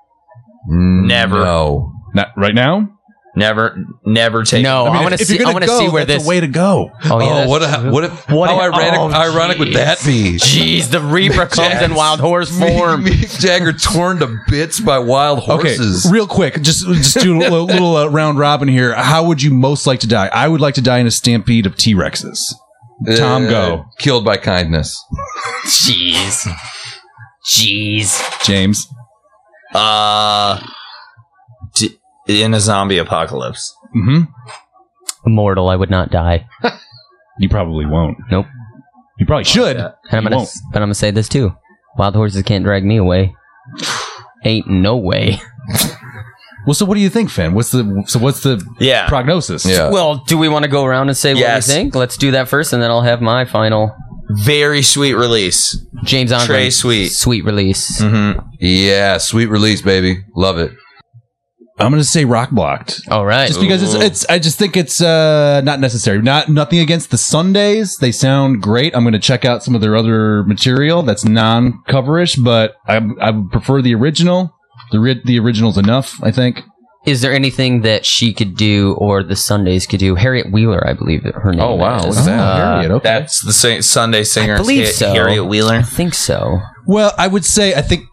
Speaker 7: Never.
Speaker 3: No.
Speaker 5: Not right now.
Speaker 7: Never, never take.
Speaker 1: No, Oh, I,
Speaker 5: mean,
Speaker 1: want to
Speaker 5: if you're
Speaker 1: see. I
Speaker 5: gonna
Speaker 1: want to
Speaker 5: go,
Speaker 1: see where
Speaker 5: that's
Speaker 1: this.
Speaker 5: the way to go.
Speaker 1: oh yeah.
Speaker 3: oh,
Speaker 1: that's-
Speaker 3: what? A, what? If,
Speaker 1: What
Speaker 3: how
Speaker 1: if-
Speaker 3: ironic,
Speaker 1: oh,
Speaker 3: ironic would that be?
Speaker 1: Jeez, the Reaper comes in wild horse form.
Speaker 3: Mick Jagger torn to bits by wild
Speaker 5: Okay,
Speaker 3: horses.
Speaker 5: real quick, just just do a little, little, uh, round robin here. How would you most like to die? I would like to die in a stampede of T Rexes. Tom, go.
Speaker 3: Uh, Killed by kindness.
Speaker 1: Jeez. Jeez.
Speaker 5: James,
Speaker 7: Uh, d- in a zombie apocalypse.
Speaker 5: mm-hmm.
Speaker 1: Immortal, I would not die.
Speaker 5: you probably won't.
Speaker 1: Nope.
Speaker 5: You probably should.
Speaker 1: And I'm
Speaker 5: You
Speaker 1: gonna,
Speaker 5: won't.
Speaker 1: but I'm gonna say this too. Wild horses can't drag me away. Ain't no way.
Speaker 5: Well, so what do you think, Finn? What's the so what's the
Speaker 7: Yeah.
Speaker 5: prognosis?
Speaker 3: Yeah.
Speaker 1: Well, do we want to go around and say
Speaker 7: Yes.
Speaker 1: what we think? Let's do that first, and then I'll have my final
Speaker 7: Very sweet release.
Speaker 1: James Andre
Speaker 7: Trey Sweet.
Speaker 1: sweet
Speaker 3: Mm.
Speaker 1: release.
Speaker 7: Mm-hmm.
Speaker 3: Yeah. Sweet release, baby. Love it.
Speaker 5: I'm gonna say rock blocked.
Speaker 1: All right.
Speaker 5: Just because it's, it's, I just think it's uh, not necessary. Not nothing against the Sundays; they sound great. I'm going to check out some of their other material that's non-coverish, but I, I prefer the original. The ri- the original's enough, I think.
Speaker 1: Is there anything that she could do or the Sundays could do? Harriet Wheeler, I believe her name.
Speaker 3: Oh, wow.
Speaker 1: is.
Speaker 3: Look at that.
Speaker 1: Uh,
Speaker 5: Harriet, okay.
Speaker 7: That's the sing- Sunday singer.
Speaker 1: I believe so.
Speaker 7: Harriet Wheeler.
Speaker 1: I think so.
Speaker 5: Well, I would say I think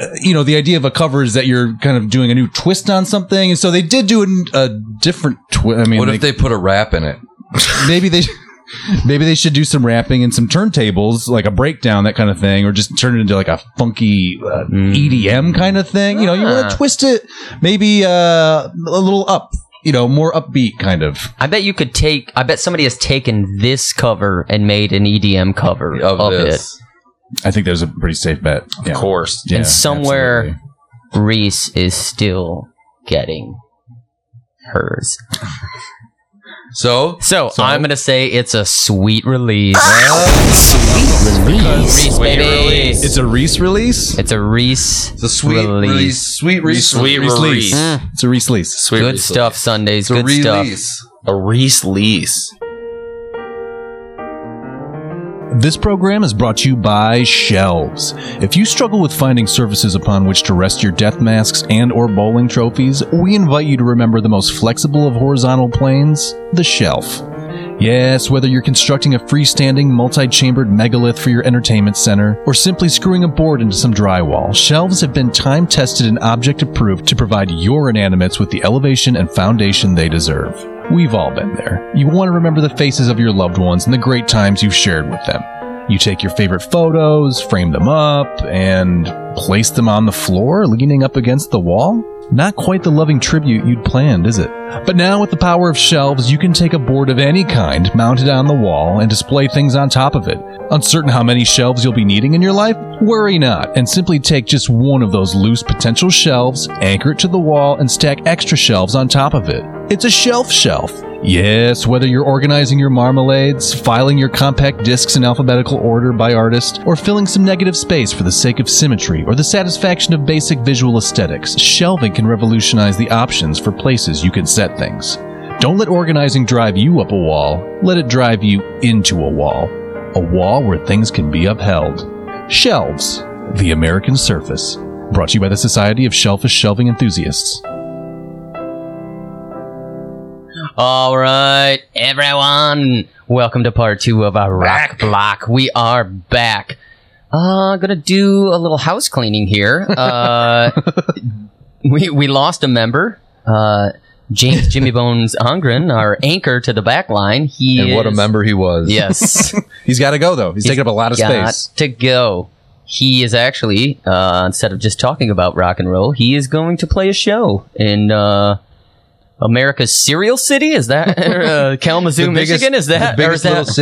Speaker 5: uh, you know the idea of a cover is that you're kind of doing a new twist on something, and so they did do an, a different twist. I mean,
Speaker 3: what
Speaker 5: they-
Speaker 3: if they put a rap in it?
Speaker 5: maybe they maybe they should do some rapping and some turntables like a breakdown that kind of thing or just turn it into like a funky uh, edm kind of thing you know you want
Speaker 1: Ah.
Speaker 5: to twist it maybe uh, a little up you know more upbeat kind of
Speaker 1: I bet you could take. I bet somebody has taken this cover and made an EDM cover
Speaker 3: Of,
Speaker 1: of, it.
Speaker 3: this.
Speaker 5: i think there's a pretty safe bet yeah.
Speaker 7: Of course.
Speaker 5: Yeah,
Speaker 1: And somewhere-
Speaker 5: absolutely.
Speaker 1: Reese is still getting hers.
Speaker 3: So
Speaker 1: So,
Speaker 5: So?
Speaker 1: I'm gonna say it's a sweet release. Reese, baby.
Speaker 5: it's a reese release
Speaker 1: It's a Reese.
Speaker 3: it's a sweet
Speaker 1: Release.
Speaker 3: release. Sweet release.
Speaker 7: Sweet release.
Speaker 1: Mm.
Speaker 5: it's a reese release
Speaker 7: Sweet
Speaker 1: Good
Speaker 7: release.
Speaker 1: stuff, Sundays.
Speaker 3: It's a
Speaker 1: Good stuff.
Speaker 3: release.
Speaker 7: A Reese lease.
Speaker 5: This program is brought to you by Shelves. If you struggle with finding surfaces upon which to rest your death masks and or bowling trophies, we invite you to remember the most flexible of horizontal planes, the shelf. Yes, whether you're constructing a freestanding, multi chambered megalith for your entertainment center, or simply screwing a board into some drywall, shelves have been time tested and object approved to provide your inanimates with the elevation and foundation they deserve. We've all been there. You want to remember the faces of your loved ones and the great times you've shared with them. You take your favorite photos, frame them up, and place them on the floor, leaning up against the wall? Not quite the loving tribute you'd planned, is it? But now, with the power of shelves, you can take a board of any kind, mount it on the wall, and display things on top of it. Uncertain how many shelves you'll be needing in your life? Worry not, and simply take just one of those loose potential shelves, anchor it to the wall, and stack extra shelves on top of it. It's a shelf shelf. Yes, whether you're organizing your marmalades, filing your compact discs in alphabetical order by artist, or filling some negative space for the sake of symmetry or the satisfaction of basic visual aesthetics, shelving can revolutionize the options for places you can set things. Don't let organizing drive you up a wall, let it drive you into a wall. A wall where things can be upheld. Shelves, the American surface. Brought to you by the Society of Shellfish Shelving Enthusiasts.
Speaker 1: All right, everyone, welcome to part two of our rock block. We are back. Uh, gonna do a little house cleaning here. Uh, we we lost a member. Uh, James Jimmy Bones Hungren, our anchor to the back line. He
Speaker 3: and what a
Speaker 1: is-
Speaker 3: member he was.
Speaker 1: Yes,
Speaker 5: He's got to go though. He's,
Speaker 1: He's
Speaker 5: taking up a lot of
Speaker 1: got
Speaker 5: space.
Speaker 1: to go. He is actually uh, instead of just talking about rock and roll, he is going to play a show in uh, America's Serial City. Is that uh, Kalamazoo, Michigan? Is that
Speaker 3: the
Speaker 1: or is
Speaker 3: biggest little
Speaker 1: that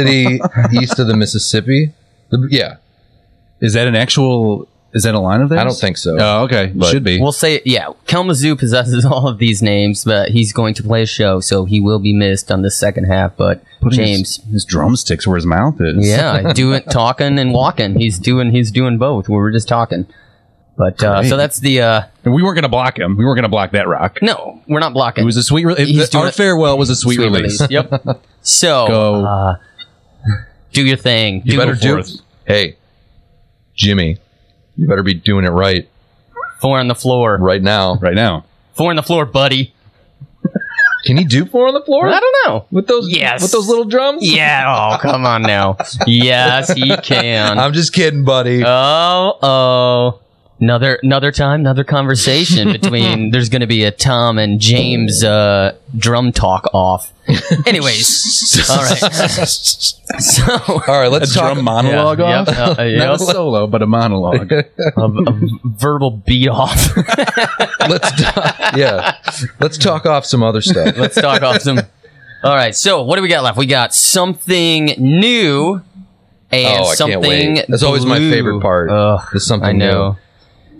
Speaker 3: city east of the Mississippi? The- yeah,
Speaker 5: Is that an actual? Is that a line of theirs?
Speaker 3: I don't think so.
Speaker 5: Oh, okay.
Speaker 3: But-
Speaker 5: Should be.
Speaker 1: We'll say, yeah, Kalamazoo possesses all of these names, but he's going to play a show, so he will be missed on the second half. But
Speaker 5: Putting his-
Speaker 1: James,
Speaker 5: his, drumsticks where his mouth is.
Speaker 1: yeah, doing talking and walking. He's doing he's doing both. We were just talking, but uh, so
Speaker 5: Great.
Speaker 1: that's the uh,
Speaker 5: And we weren't going to block him. We weren't going to block that rock.
Speaker 1: no, we're not blocking.
Speaker 5: It was a sweet. Re-
Speaker 1: He's
Speaker 5: it,
Speaker 1: doing
Speaker 5: our
Speaker 1: it-
Speaker 5: farewell was a sweet, release.
Speaker 1: Yep. So
Speaker 5: Go.
Speaker 1: Uh, do your thing.
Speaker 3: you
Speaker 1: do
Speaker 3: better
Speaker 1: it
Speaker 3: do.
Speaker 1: for-
Speaker 3: Hey, Jimmy, you better be doing it right
Speaker 1: four on the floor.
Speaker 3: right now.
Speaker 5: Right now,
Speaker 1: Four on the floor, buddy.
Speaker 3: Can he do four on the floor
Speaker 1: I don't know.
Speaker 3: with those?
Speaker 1: Yes.
Speaker 3: with those little drums.
Speaker 1: Yeah. Oh, come on now. Yes, he can.
Speaker 3: I'm just kidding, buddy.
Speaker 1: Oh, oh. Another another time, another conversation between there's going to be a Tom and James uh, drum talk off. Anyways, all right. So
Speaker 3: All right, let's
Speaker 5: a
Speaker 3: talk.
Speaker 5: drum monologue
Speaker 1: yeah,
Speaker 5: off.
Speaker 1: yep, uh,
Speaker 5: Not a
Speaker 1: yep,
Speaker 5: solo, but a monologue.
Speaker 1: a, a verbal beat off.
Speaker 3: Let's talk, yeah, let's talk off some other stuff.
Speaker 1: Let's talk off some. All right. So what do we got left? We got something new and
Speaker 3: Oh, I can't
Speaker 1: something.
Speaker 3: wait. That's always my
Speaker 1: blue.
Speaker 3: favorite part.
Speaker 1: Ugh.
Speaker 3: There's something
Speaker 1: I know.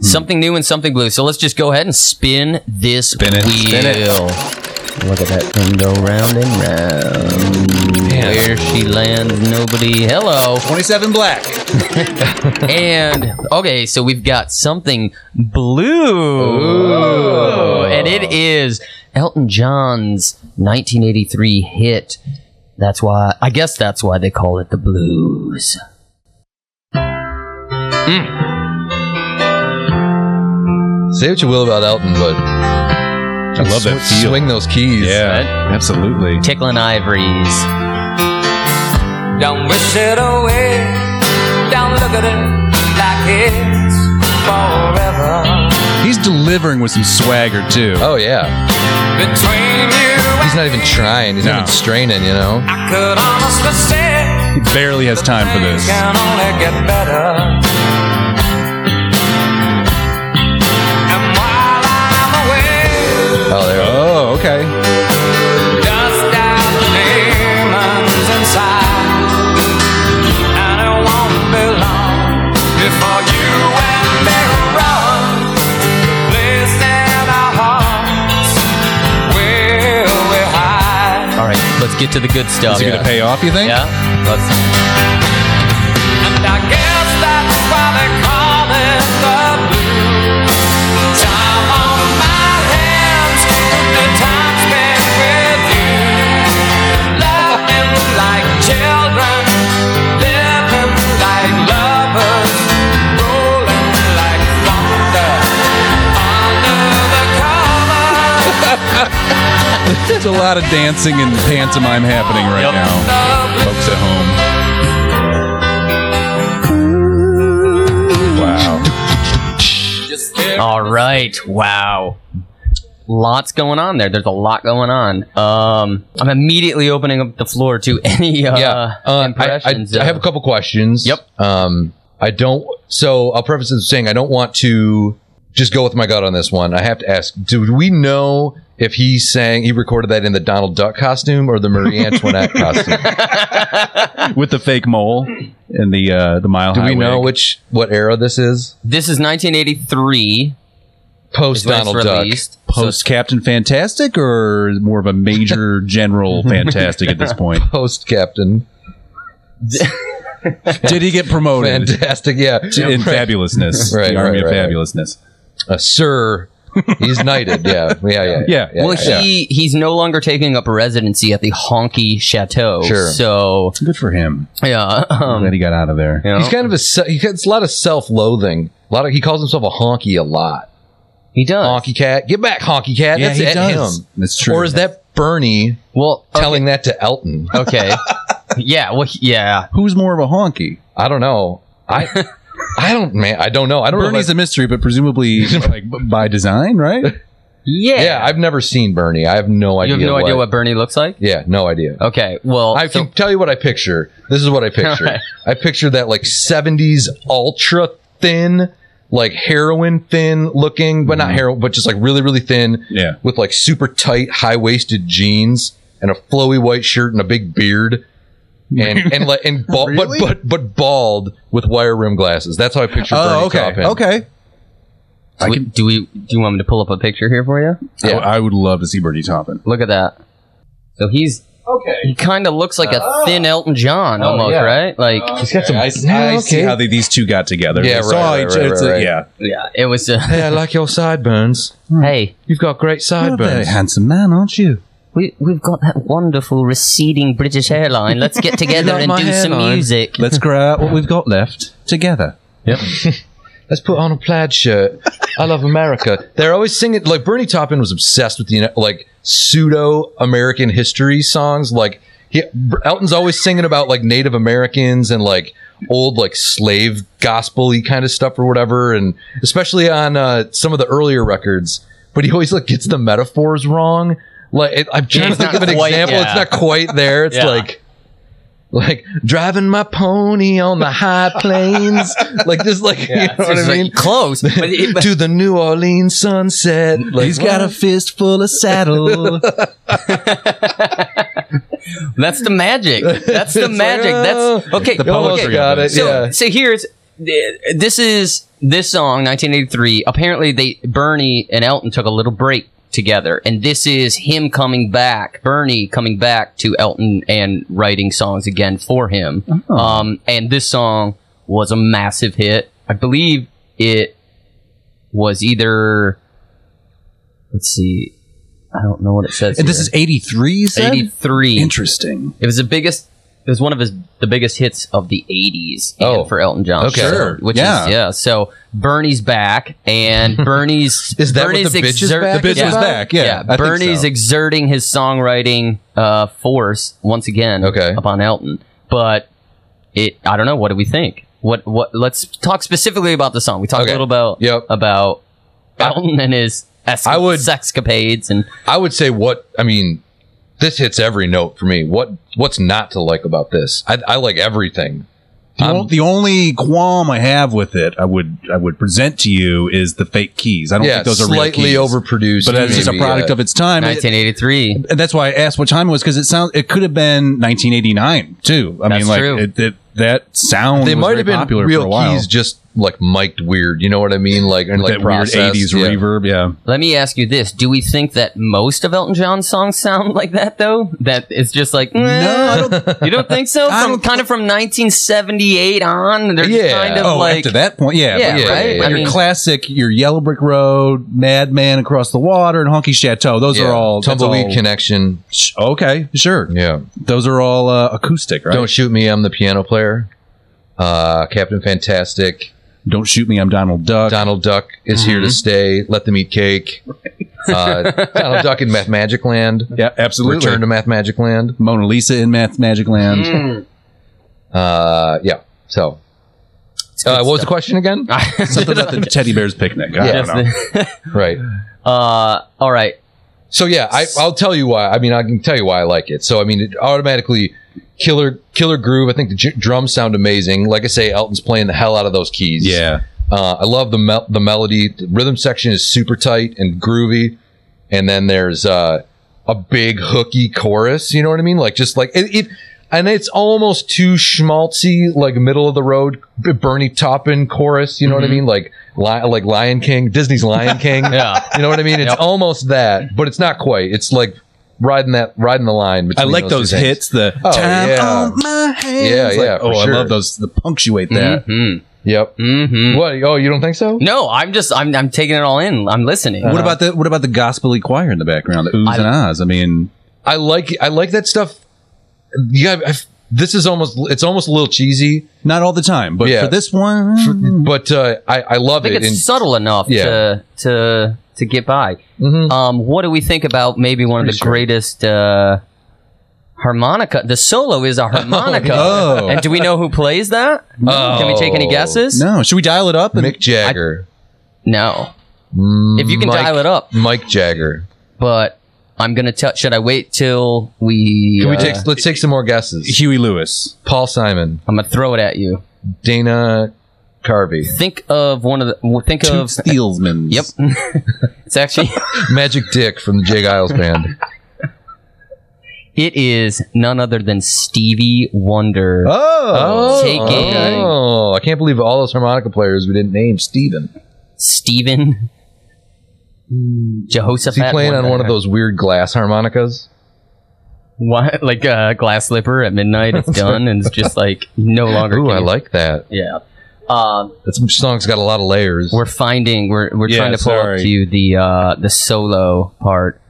Speaker 1: Something new and something blue. So let's just go ahead and spin this wheel. Look at that thing go round and round. Where she lands, nobody. Hello.
Speaker 5: Twenty-seven black.
Speaker 1: and okay, so we've got something blue, and it is Elton John's 1983 hit. That's why I guess that's why they call it the blues.
Speaker 3: new. Say what you will about Elton, but
Speaker 5: I love that
Speaker 3: Sw-
Speaker 5: feel.
Speaker 3: Swing those keys.
Speaker 5: Yeah, absolutely.
Speaker 1: Tickling ivories.
Speaker 2: Don't wish it away. Don't look at it like it's forever.
Speaker 5: He's delivering with some swagger too.
Speaker 3: Oh yeah.
Speaker 2: Between you
Speaker 3: He's not even trying. He's
Speaker 5: No.
Speaker 3: not even straining. You know.
Speaker 2: I could honestly say
Speaker 5: He barely has time for
Speaker 2: things
Speaker 5: this.
Speaker 2: can only get better. And while I'm away,
Speaker 3: Oh, there.
Speaker 5: Oh, okay.
Speaker 2: dust out the demons inside. And it won't be long before you and me run. Listen, our hearts will we hide.
Speaker 1: All right, let's get to the good stuff.
Speaker 5: Is it
Speaker 1: yeah.
Speaker 5: going to pay off? You think?
Speaker 1: Yeah? Let's-
Speaker 2: And I guess that's why they call it the blues. Time on my hands, the time spent with you. Loving like children, living like lovers, rolling like thunder under the cover.
Speaker 5: There's a lot of dancing and pantomime happening right now. Folks at home. Wow.
Speaker 1: All right. Wow. Lots going on there. There's a lot going on. Um, I'm immediately opening up the floor to any uh,
Speaker 3: yeah. Uh,
Speaker 1: impressions.
Speaker 3: I, I, I
Speaker 1: of-
Speaker 3: have a couple questions.
Speaker 1: Yep.
Speaker 3: Um, I don't. So I'll preface this with saying I don't want to just go with my gut on this one. I have to ask: Do we know if he sang? He recorded that in the Donald Duck costume or the Marie Antoinette costume?
Speaker 5: With the fake mole and the uh, the mile
Speaker 3: Do
Speaker 5: high
Speaker 3: we know
Speaker 5: wig.
Speaker 3: which what era this is?
Speaker 1: This is 1983.
Speaker 3: Post
Speaker 1: when it's
Speaker 3: Donald Duck.
Speaker 1: released.
Speaker 5: post Captain Fantastic or more of a major General Fantastic at this point?
Speaker 3: Post Captain.
Speaker 5: Did he get promoted
Speaker 3: Fantastic. Yeah.
Speaker 5: to- in fabulousness?
Speaker 3: Right,
Speaker 5: the army
Speaker 3: right, right, right.
Speaker 5: of fabulousness.
Speaker 3: Uh, sir. He's knighted. Yeah. Yeah. Yeah.
Speaker 5: Yeah.
Speaker 1: well,
Speaker 3: yeah.
Speaker 1: he he's no longer taking up a residency at the Honky Chateau.
Speaker 3: Sure.
Speaker 1: So
Speaker 5: Good for him.
Speaker 1: yeah,
Speaker 5: I'm
Speaker 1: um,
Speaker 5: glad he got out of there.
Speaker 1: you know,
Speaker 3: He's kind of a se- he gets a lot of self-loathing. A lot of he calls himself a honky a lot.
Speaker 1: he does.
Speaker 3: Honky cat, get back, honky cat. That's
Speaker 5: he
Speaker 3: at
Speaker 5: does.
Speaker 3: him.
Speaker 5: That's true.
Speaker 3: Or is that Bernie
Speaker 1: Well, okay.
Speaker 3: telling that to Elton?
Speaker 1: okay. yeah. Well, yeah.
Speaker 5: who's more of a honky?
Speaker 3: I don't know. I I don't man. I don't know. I don't
Speaker 5: Bernie's
Speaker 3: know.
Speaker 5: a mystery, but presumably like b- by design, right?
Speaker 1: Yeah.
Speaker 3: Yeah, I've never seen Bernie. I have no
Speaker 1: you
Speaker 3: idea.
Speaker 1: have no idea what Bernie looks like?
Speaker 3: Yeah, no idea.
Speaker 1: Okay. Well,
Speaker 3: I
Speaker 1: so-
Speaker 3: can tell you what I picture. This is what I picture.
Speaker 1: Alright.
Speaker 3: I picture that like 70s ultra thin, like heroin thin looking, but
Speaker 1: Mm-hmm.
Speaker 3: not heroin, but just like really, really thin
Speaker 5: Yeah.
Speaker 3: with like super tight, high waisted jeans and a flowy white shirt and a big beard. And and like and bald,
Speaker 9: Really?
Speaker 3: but but but bald with wire rim glasses. That's how I picture. Bernie
Speaker 9: Oh, okay.
Speaker 3: Taupin.
Speaker 9: Okay.
Speaker 1: do we- do we do you want me to pull up a picture here for you?
Speaker 5: I-
Speaker 3: Yeah.
Speaker 5: I, would love to see Bernie Taupin.
Speaker 1: Look at that. So he's okay. He kind of looks like a thin Elton John almost,
Speaker 3: yeah.
Speaker 1: right? Like
Speaker 5: He's got some. I,
Speaker 3: Yeah,
Speaker 5: I see
Speaker 3: okay.
Speaker 5: how they, these two got together.
Speaker 3: Yeah,
Speaker 5: They
Speaker 3: right,
Speaker 5: saw
Speaker 3: right,
Speaker 5: each-
Speaker 3: right,
Speaker 5: it's
Speaker 3: right,
Speaker 5: a-
Speaker 3: right.
Speaker 5: Yeah,
Speaker 1: yeah, it was just
Speaker 3: Hey, I like your sideburns.
Speaker 1: hey,
Speaker 3: You've got great sideburns.
Speaker 5: handsome man, aren't you?
Speaker 1: we we've got that wonderful receding British hairline. Let's get together
Speaker 3: like
Speaker 1: and
Speaker 3: my
Speaker 1: do some
Speaker 3: hairline?
Speaker 1: music.
Speaker 5: Let's grow out what we've got left together.
Speaker 3: Let's put on a plaid shirt. I love America. They're always singing like Bernie Taupin was obsessed with the like pseudo American history songs. Like he, Elton's always singing about like Native Americans and like old like slave gospel y kind of stuff or whatever, and especially on uh, some of the earlier records. But he always like gets the metaphors wrong. Like it, I'm trying
Speaker 1: It's
Speaker 3: to think
Speaker 1: not
Speaker 3: of an
Speaker 1: quite-
Speaker 3: example.
Speaker 1: yeah.
Speaker 3: It's not quite there. It's
Speaker 4: Yeah.
Speaker 3: like like driving my pony on the high plains. like just like you know what I mean
Speaker 1: Close. But it, but
Speaker 3: to the New Orleans sunset. Like,
Speaker 5: He's got a fist full of saddle.
Speaker 1: that's the magic. That's the
Speaker 3: It's like,
Speaker 1: magic. That's
Speaker 3: oh,
Speaker 1: okay.
Speaker 3: the poetry
Speaker 1: okay.
Speaker 3: got it.
Speaker 1: So,
Speaker 3: yeah.
Speaker 1: so here's uh, this is this song 1983 apparently they bernie and elton took a little break together and this is him coming back bernie coming back to elton and writing songs again for him um, and this song was a massive hit i believe it was either let's see i don't know what it says
Speaker 5: and this
Speaker 1: here.
Speaker 5: is 83, you said?
Speaker 1: 83
Speaker 5: Interesting.
Speaker 1: it was the biggest. It was one of his the biggest hits of the '80s. and
Speaker 3: Oh.
Speaker 1: for Elton John,
Speaker 3: Okay.
Speaker 1: so-
Speaker 5: Sure.
Speaker 1: which
Speaker 5: Yeah.
Speaker 1: is yeah. So Bernie's back, and Bernie's
Speaker 3: Is that what
Speaker 1: Bernie's
Speaker 3: the bitch is back
Speaker 5: The bitch
Speaker 3: Yeah.
Speaker 5: was back.
Speaker 1: Yeah,
Speaker 5: Yeah. I think
Speaker 1: Bernie's
Speaker 5: so.
Speaker 1: exerting his songwriting uh, force once again.
Speaker 3: Okay.
Speaker 1: upon Elton, but it. I don't know. What do we think? What what? Let's talk specifically about the song. We talked
Speaker 3: Okay.
Speaker 1: a little about
Speaker 3: Yep.
Speaker 1: about Elton and his. Esca-
Speaker 3: I would-
Speaker 1: sexcapades and
Speaker 3: I would say what I mean. This hits every note for me. What What's not to like about this? I, I like everything.
Speaker 5: The,
Speaker 3: Um,
Speaker 5: on- the only qualm I have with it, I would I would present to you, is the fake keys. I don't
Speaker 3: Yeah,
Speaker 5: think those are
Speaker 3: slightly
Speaker 5: real keys,
Speaker 3: overproduced,
Speaker 5: but that's just a
Speaker 3: maybe,
Speaker 5: product
Speaker 3: uh,
Speaker 5: of its time. It-
Speaker 1: 1983.
Speaker 5: and that's why I asked what time it was because it sounds it could have been 1989 too. I
Speaker 1: That's
Speaker 5: mean, like
Speaker 1: true.
Speaker 5: It, it, that sound
Speaker 3: They
Speaker 5: was
Speaker 3: might
Speaker 5: very
Speaker 3: have been
Speaker 5: popular for a
Speaker 3: real
Speaker 5: while.
Speaker 3: keys, just like mic'd weird. You know what I mean? Like and like
Speaker 5: that weird
Speaker 3: processed,
Speaker 5: 80s
Speaker 3: yeah.
Speaker 5: reverb, yeah.
Speaker 1: Let me ask you this: Do we think that most of Elton John's songs sound like that, though? That it's just like
Speaker 5: No, Eh, I
Speaker 1: no, you don't think so?
Speaker 5: I
Speaker 1: From
Speaker 5: don't-
Speaker 1: kind of from 1978 on, they're just
Speaker 3: Yeah.
Speaker 1: kind of
Speaker 5: Oh,
Speaker 1: like
Speaker 5: after that point, yeah,
Speaker 1: yeah,
Speaker 5: but-
Speaker 3: yeah,
Speaker 1: right.
Speaker 3: yeah,
Speaker 5: but
Speaker 1: I
Speaker 5: your
Speaker 1: mean,
Speaker 5: classic, your Yellow Brick Road, Madman Across the Water, and Honky Chateau. Those
Speaker 3: Yeah.
Speaker 5: are all that's
Speaker 3: tumbleweed
Speaker 5: all-
Speaker 3: connection.
Speaker 5: sh- Okay, sure.
Speaker 3: Yeah.
Speaker 5: Those are all uh, acoustic, right?
Speaker 3: Don't shoot me. I'm the piano player. Uh, Captain Fantastic.
Speaker 5: Don't shoot me, I'm Donald Duck.
Speaker 3: Donald Duck is here
Speaker 5: Mm-hmm.
Speaker 3: to stay. Let them eat cake. Uh, Donald Duck in Math Magic Land.
Speaker 5: yeah, absolutely.
Speaker 3: Return to Mm. Math Magic Land.
Speaker 5: Mona Lisa in Math Magic Land.
Speaker 1: mm,
Speaker 3: Uh, yeah. So, uh, what was the question again?
Speaker 5: Something about the teddy bear's picnic. I
Speaker 1: Yes,
Speaker 5: don't know. Uh-huh.
Speaker 3: right.
Speaker 1: uh, all right.
Speaker 3: So yeah, I, I'll tell you why. I mean, I can tell you why I like it. So I mean, it automatically killer killer groove. I think the j- drums sound amazing. Like I say, Elton's playing the hell out of those keys.
Speaker 5: Yeah,
Speaker 3: Uh, I love the mel- the melody. The rhythm section is super tight and groovy, and then there's uh, a big hooky chorus. You know what I mean? Like just like it, it and it's almost too schmaltzy, like middle of the road B- Bernie Taupin chorus. You know
Speaker 5: Mm-hmm.
Speaker 3: what I mean? Like li- like Lion King, Disney's Lion King.
Speaker 1: Yeah.
Speaker 3: You know what I mean? It's almost that, but it's not quite. It's like riding that riding the line.
Speaker 5: I
Speaker 3: between
Speaker 5: like
Speaker 3: two
Speaker 5: those
Speaker 3: things.
Speaker 5: hits. The
Speaker 3: Oh,
Speaker 5: time
Speaker 3: yeah.
Speaker 5: on my hands.
Speaker 3: Yeah,
Speaker 5: Like,
Speaker 3: yeah, for
Speaker 5: Oh, I
Speaker 3: sure.
Speaker 5: love those. The punctuate that.
Speaker 1: Mm-hmm.
Speaker 3: Yep.
Speaker 5: Mm.
Speaker 1: Mm-hmm.
Speaker 3: What? Oh, you don't think so?
Speaker 1: No, I'm just I'm I'm taking it all in. I'm listening.
Speaker 3: Uh-huh.
Speaker 5: What about the what about the gospely choir in the background? The oohs
Speaker 1: I-
Speaker 5: and ahs. I mean,
Speaker 3: I like I like that stuff. Yeah, I, this is almost it's almost a little cheesy,
Speaker 5: not all the time, but
Speaker 3: Yeah.
Speaker 5: for this one,
Speaker 3: but uh, I I love
Speaker 1: I think
Speaker 3: it.
Speaker 1: it's
Speaker 3: And-
Speaker 1: subtle enough
Speaker 3: Yeah.
Speaker 1: to to to get by.
Speaker 3: Mhm.
Speaker 1: Um, what do we think about maybe one of the greatest uh, harmonica? The solo is a harmonica,
Speaker 5: no.
Speaker 1: and do we know who plays that? Can we take any guesses?
Speaker 5: no. Should we dial it up? and-
Speaker 3: Mick Jagger.
Speaker 1: No. if you can
Speaker 3: Mike,
Speaker 1: dial it up.
Speaker 3: Mike Jagger.
Speaker 1: But I'm gonna tell. Should I wait till we?
Speaker 3: Can we
Speaker 1: uh,
Speaker 3: take? Let's take some more guesses.
Speaker 5: Huey Lewis.
Speaker 3: Paul Simon,
Speaker 1: I'm gonna throw it at you.
Speaker 3: Dana Carvey,
Speaker 1: Think of one of the. well, Think
Speaker 5: Two
Speaker 1: of.
Speaker 5: Steelsman.
Speaker 1: Yep. it's actually.
Speaker 3: Magic Dick from the Jay Giles Band.
Speaker 1: It is none other than Stevie Wonder.
Speaker 3: Oh,
Speaker 1: Taking-
Speaker 3: Oh, I can't believe all those harmonica players we didn't name. Steven.
Speaker 1: Stephen Jehoshaphat.
Speaker 3: Hmm. Is he playing on
Speaker 1: Wonder.
Speaker 3: one of those weird glass harmonicas?
Speaker 1: Why- like uh, glass slipper at midnight. It's done and it's just like no longer.
Speaker 3: Ooh,
Speaker 1: can
Speaker 3: I
Speaker 1: you-
Speaker 3: like that.
Speaker 1: Yeah. Um,
Speaker 3: That song's got a lot of layers.
Speaker 1: we're finding we're we're
Speaker 5: Yeah,
Speaker 1: trying to pull
Speaker 5: sorry.
Speaker 1: up to you the uh, the solo part.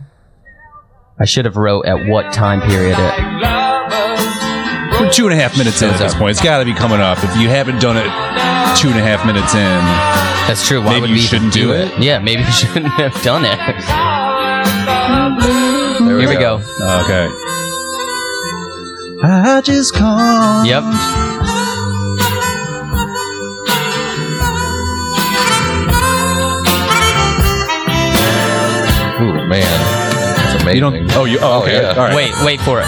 Speaker 1: I should have wrote at what time period it.
Speaker 5: We're two and a half minutes in at this point. It's got to be coming up. If you haven't done it two and a half minutes in,
Speaker 1: That's true. Why
Speaker 5: Maybe
Speaker 1: would
Speaker 5: you
Speaker 1: we even
Speaker 5: shouldn't do it.
Speaker 1: Yeah, maybe you shouldn't have done it.
Speaker 3: There
Speaker 1: Here we go.
Speaker 5: okay.
Speaker 1: Yep.
Speaker 3: Ooh, man, that's amazing.
Speaker 5: You don't. Oh, you. Oh,
Speaker 3: Oh,
Speaker 5: okay.
Speaker 3: yeah.
Speaker 5: All right.
Speaker 1: Wait, wait for it.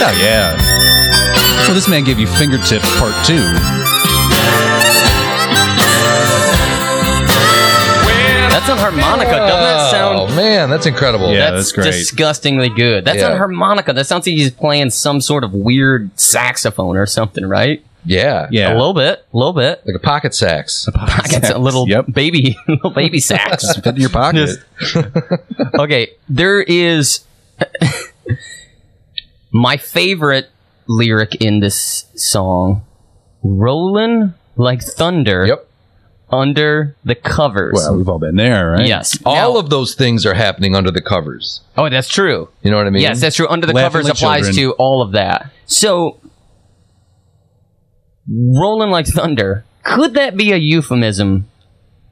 Speaker 5: Oh, yeah. Well, this man gave you fingertip part two.
Speaker 1: That's on harmonica. Doesn't that sound?
Speaker 3: Oh man, that's incredible.
Speaker 5: Yeah. that's great.
Speaker 1: disgustingly good. That's
Speaker 3: Yeah.
Speaker 1: on harmonica. That sounds like he's playing some sort of weird saxophone or something, right?
Speaker 3: yeah,
Speaker 5: Yeah.
Speaker 1: A little bit, a little bit.
Speaker 3: like a pocket sax.
Speaker 1: I got a little
Speaker 5: Yep.
Speaker 1: baby, little baby sax.
Speaker 5: Put in your pocket.
Speaker 1: Just- okay, there is my favorite lyric in this song: "Rolling like thunder
Speaker 3: Yep.
Speaker 1: under the covers."
Speaker 5: well, we've all been there, right?
Speaker 1: yes,
Speaker 3: All
Speaker 1: Now-
Speaker 3: of those things are happening under the covers.
Speaker 1: oh, that's true.
Speaker 3: You know what I mean?
Speaker 1: Yes, that's true. Under the
Speaker 5: Laughing
Speaker 1: covers
Speaker 5: like
Speaker 1: applies
Speaker 5: children.
Speaker 1: to all of that. So, rolling like thunder. Could that be a euphemism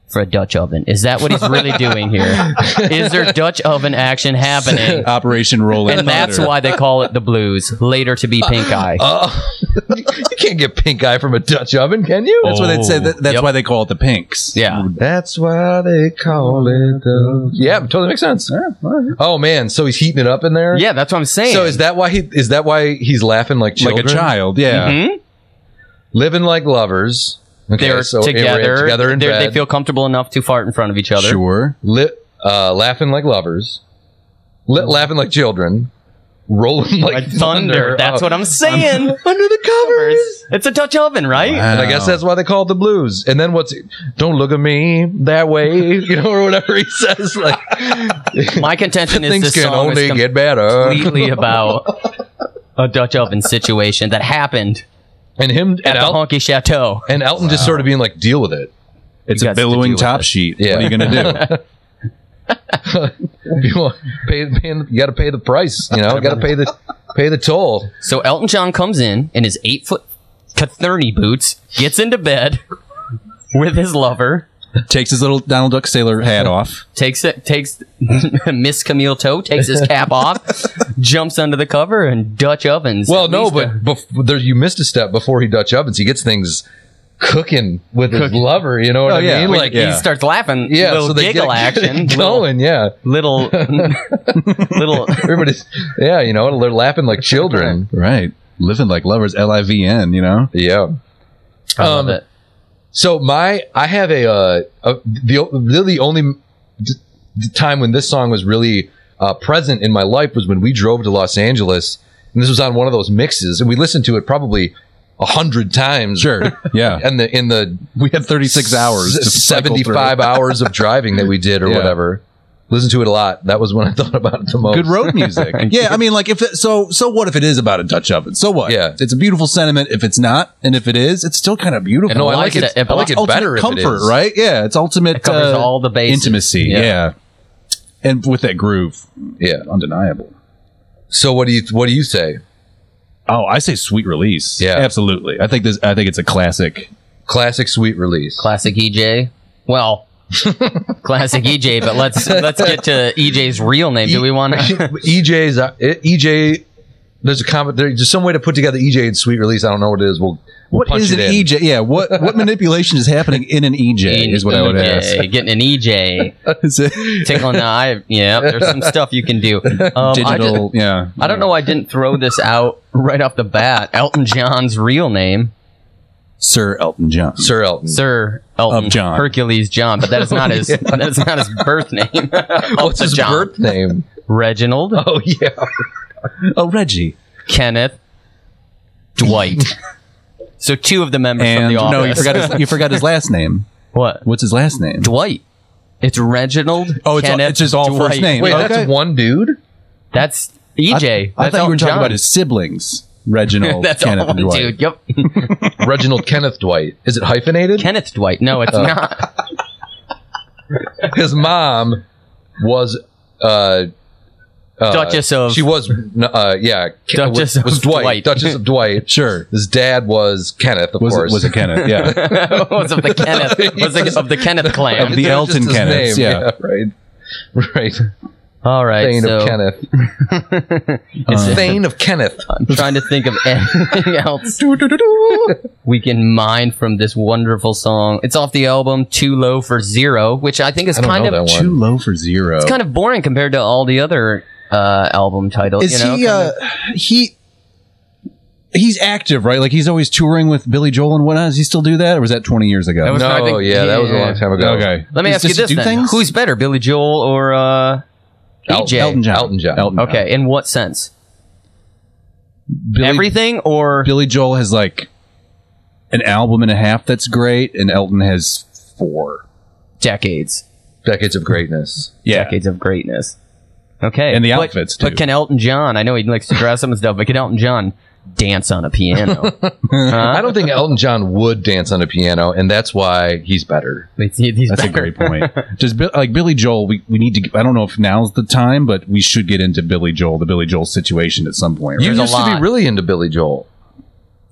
Speaker 1: for a Dutch oven? Is that what he's really doing here? Is there Dutch oven action happening?
Speaker 5: Operation Rolling
Speaker 1: And that's
Speaker 5: Thunder.
Speaker 1: why they call it the blues, later to be pink eye.
Speaker 3: Oh, you can't get pink eye from a Dutch oven, can you?
Speaker 5: That's why they said. That, that's
Speaker 1: Yep.
Speaker 5: why they call it the Pinks.
Speaker 1: Yeah.
Speaker 3: That's why they call it the. Yeah, totally makes sense. Oh man, so he's heating it up in there.
Speaker 1: Yeah, that's what I'm saying.
Speaker 3: So is that why he is that why he's laughing like
Speaker 5: Like
Speaker 3: children?
Speaker 5: a child. Yeah.
Speaker 1: Mhm.
Speaker 3: Living like lovers. Okay,
Speaker 1: They're
Speaker 3: so Abraham
Speaker 1: together.
Speaker 3: together in
Speaker 1: They're-
Speaker 3: bed.
Speaker 1: They feel comfortable enough to fart in front of each other.
Speaker 5: Sure.
Speaker 3: Li- uh, laughing like lovers, Li- laughing like children, rolling like,
Speaker 1: Mm-hmm. Like thunder. That's
Speaker 3: Oh.
Speaker 1: what I'm saying.
Speaker 3: under the covers.
Speaker 1: it's a Dutch oven, right?
Speaker 3: And I guess
Speaker 5: Wow.
Speaker 3: that's why they call it the blues. And then what's don't look at me that way, you know, or whatever he says. Like
Speaker 1: My contention is
Speaker 3: things
Speaker 1: this
Speaker 3: can
Speaker 1: song is
Speaker 3: only
Speaker 1: com-
Speaker 3: get better.
Speaker 1: completely about a Dutch oven situation that happened
Speaker 3: And him
Speaker 1: at
Speaker 3: and,
Speaker 1: the
Speaker 3: El-
Speaker 1: Honky Chateau.
Speaker 3: and Elton just sort of being like, deal with it.
Speaker 5: It's
Speaker 1: You
Speaker 5: a
Speaker 1: guys could deal
Speaker 5: billowing
Speaker 1: with
Speaker 5: top
Speaker 1: it.
Speaker 5: sheet.
Speaker 3: Yeah.
Speaker 5: What are you gonna do?
Speaker 3: You want- pay, pay, you got to pay the price. You know, got to pay the pay the toll.
Speaker 1: So Elton John comes in in his eight foot Catherine boots, gets into bed with his lover,
Speaker 5: Takes his little Donald Duck sailor hat off.
Speaker 1: takes it, takes Miss Camille Toe, takes his cap off, jumps under the cover, and Dutch ovens.
Speaker 3: Well,
Speaker 1: at
Speaker 3: no,
Speaker 1: least
Speaker 3: but
Speaker 1: a-
Speaker 3: bef- there, you missed a step before he Dutch ovens. He gets things cooking with his lover. You
Speaker 1: Oh,
Speaker 3: know what I
Speaker 5: yeah.
Speaker 3: mean?
Speaker 5: Wait,
Speaker 3: Like
Speaker 5: yeah.
Speaker 1: he starts laughing.
Speaker 3: yeah,
Speaker 1: little
Speaker 3: so they
Speaker 1: giggle
Speaker 3: get,
Speaker 1: action,
Speaker 3: get it
Speaker 1: little,
Speaker 3: going. Um, Yeah,
Speaker 1: little, little.
Speaker 3: everybody's yeah, you know, they're laughing like children.
Speaker 5: Right. Living like lovers. L I V N. You know.
Speaker 3: Yeah.
Speaker 1: I love
Speaker 3: Um,
Speaker 1: it.
Speaker 3: So my I have a, uh, a the o- really the only d- d- time when this song was really uh, present in my life was when we drove to Los Angeles, and this was on one of those mixes, and we listened to it probably a hundred times.
Speaker 5: Sure. Yeah.
Speaker 3: And the in the
Speaker 5: we had 36 hours. to cycle
Speaker 3: seventy
Speaker 5: through.
Speaker 3: five hours of driving that we did or
Speaker 5: Yeah.
Speaker 3: whatever. Listen to it a lot. That was when I thought about it the most.
Speaker 5: Good road music. yeah, I mean, like if it, so, so what if it is about a Dutch oven? So what?
Speaker 3: Yeah.
Speaker 5: it's a beautiful sentiment. If it's not, and if it is, it's still kind of beautiful.
Speaker 3: No, oh, I like
Speaker 1: Why
Speaker 3: it.
Speaker 1: is it-
Speaker 3: I like it
Speaker 5: ultimate
Speaker 3: better. if it
Speaker 5: comfort,
Speaker 3: is.
Speaker 5: right? Yeah, it's ultimate.
Speaker 1: It covers
Speaker 5: uh,
Speaker 1: all the bases.
Speaker 5: intimacy. Yeah.
Speaker 1: Yeah.
Speaker 5: and with that groove,
Speaker 3: Yeah.
Speaker 5: undeniable.
Speaker 3: So what do you what do you say?
Speaker 5: Oh, I say sweet release.
Speaker 3: Yeah.
Speaker 5: absolutely. I think this. I think it's a classic.
Speaker 3: Classic sweet release.
Speaker 1: classic EJ. Well, classic EJ, but E
Speaker 5: E
Speaker 3: E
Speaker 1: let's let's get to EJ's real name. Do we want to?
Speaker 3: EJ's uh, EJ there's a comment. There's just some way to put together EJ and sweet release. I don't know what it is. We'll, we'll
Speaker 5: What
Speaker 3: punch
Speaker 5: is an
Speaker 3: it in.
Speaker 5: EJ? Yeah, what what manipulation is happening in an EJ is what I would ask.
Speaker 1: EJ, E Getting an EJ,
Speaker 5: Is it
Speaker 1: tickling the eye. Yeah, there's some stuff you can do. Um, I just-
Speaker 5: digital? yeah,
Speaker 1: I don't know why I didn't throw this out right off the bat. Elton John's real name,
Speaker 5: Sir Elton John.
Speaker 3: Sir Elton.
Speaker 1: Sir Elton
Speaker 5: Of John.
Speaker 1: Hercules John, but that is not his that is not his birth name.
Speaker 3: What's
Speaker 1: Elton
Speaker 3: his
Speaker 1: John.
Speaker 3: birth name?
Speaker 1: Reginald,
Speaker 3: Oh yeah,
Speaker 5: Oh, Reggie.
Speaker 1: Kenneth, Dwight. So two of the members
Speaker 5: And
Speaker 1: from the office.
Speaker 5: no, you forgot his, you forgot his last name.
Speaker 1: what?
Speaker 5: What's his last name?
Speaker 1: Dwight. It's Reginald.
Speaker 5: Oh, it's all-
Speaker 1: Kenneth,
Speaker 5: it's his all
Speaker 1: Dwight.
Speaker 5: first name.
Speaker 3: wait,
Speaker 5: Okay.
Speaker 3: that's one dude.
Speaker 1: That's
Speaker 5: I-
Speaker 1: EJ.
Speaker 5: I,
Speaker 1: That's
Speaker 5: thought you were
Speaker 1: Elton
Speaker 5: talking
Speaker 1: John.
Speaker 5: about his siblings, Reginald,
Speaker 1: That's
Speaker 5: Kenneth,
Speaker 1: all
Speaker 5: and Dwight.
Speaker 1: dude. Yep.
Speaker 3: Reginald Kenneth Dwight. Is it hyphenated?
Speaker 1: Kenneth Dwight. No,
Speaker 5: Oh,
Speaker 1: it's not.
Speaker 3: His mom was uh, uh,
Speaker 1: Duchess of-
Speaker 3: She was uh, yeah. Ke-
Speaker 1: Duchess
Speaker 3: was, was
Speaker 1: of
Speaker 3: Dwight,
Speaker 1: Dwight.
Speaker 3: Duchess of Dwight.
Speaker 5: Sure.
Speaker 3: His dad was Kenneth, of
Speaker 5: Was
Speaker 3: course.
Speaker 5: it, was it Kenneth? Yeah.
Speaker 1: was of the Kenneth. Was it of the Kenneth clan.
Speaker 5: Of
Speaker 3: That's
Speaker 5: the
Speaker 3: just
Speaker 5: Elton
Speaker 3: his
Speaker 5: Kenneths,
Speaker 3: name.
Speaker 5: yeah.
Speaker 3: right, right.
Speaker 1: All right.
Speaker 3: Thane
Speaker 1: so
Speaker 3: of Kenneth.
Speaker 1: it's-
Speaker 3: Thane of Kenneth.
Speaker 1: I'm trying to think of anything else we can mine from this wonderful song. It's off the album Too Low for Zero, which I think is
Speaker 3: I don't
Speaker 1: kind
Speaker 3: know
Speaker 1: of
Speaker 3: that
Speaker 5: Too
Speaker 3: one.
Speaker 5: low for zero.
Speaker 1: it's kind of boring compared to all the other uh, album titles.
Speaker 5: Is
Speaker 1: you know,
Speaker 5: he?
Speaker 1: kind
Speaker 5: Uh,
Speaker 1: of-
Speaker 5: he. He's active, right? Like he's always touring with Billy Joel and whatnot. Does he still do that, or was that twenty years ago?
Speaker 1: That was-
Speaker 3: No,
Speaker 1: I think-
Speaker 3: yeah, that was a
Speaker 1: yeah.
Speaker 3: long time ago.
Speaker 5: Okay.
Speaker 1: Let me
Speaker 5: Does
Speaker 1: ask you
Speaker 5: this
Speaker 1: this:
Speaker 5: do
Speaker 1: then.
Speaker 5: things?
Speaker 1: Who's better, Billy Joel or uh, EJ?
Speaker 5: Elton John.
Speaker 3: Elton John.
Speaker 1: Okay, in what sense?
Speaker 5: Billy,
Speaker 1: Everything or
Speaker 5: Billy Joel has like an album and a half that's great, and Elton has four.
Speaker 1: decades?
Speaker 3: Decades of greatness.
Speaker 5: Yeah.
Speaker 1: Decades of greatness. Okay,
Speaker 5: And the
Speaker 1: but-
Speaker 5: outfits, too.
Speaker 1: But can Elton John? I know he likes to dress up and stuff, but can Elton John dance on a piano?
Speaker 3: I don't think Elton John would dance on a piano, and that's why he's better.
Speaker 1: He's- he's
Speaker 5: That's a
Speaker 1: better.
Speaker 5: great point. Just Bi- like Billy Joel, we, we need to. I don't know if now's the time, but we should get into Billy Joel, the Billy Joel situation at some point.
Speaker 3: You
Speaker 1: There's a
Speaker 3: used to
Speaker 1: lot.
Speaker 3: be really into Billy Joel.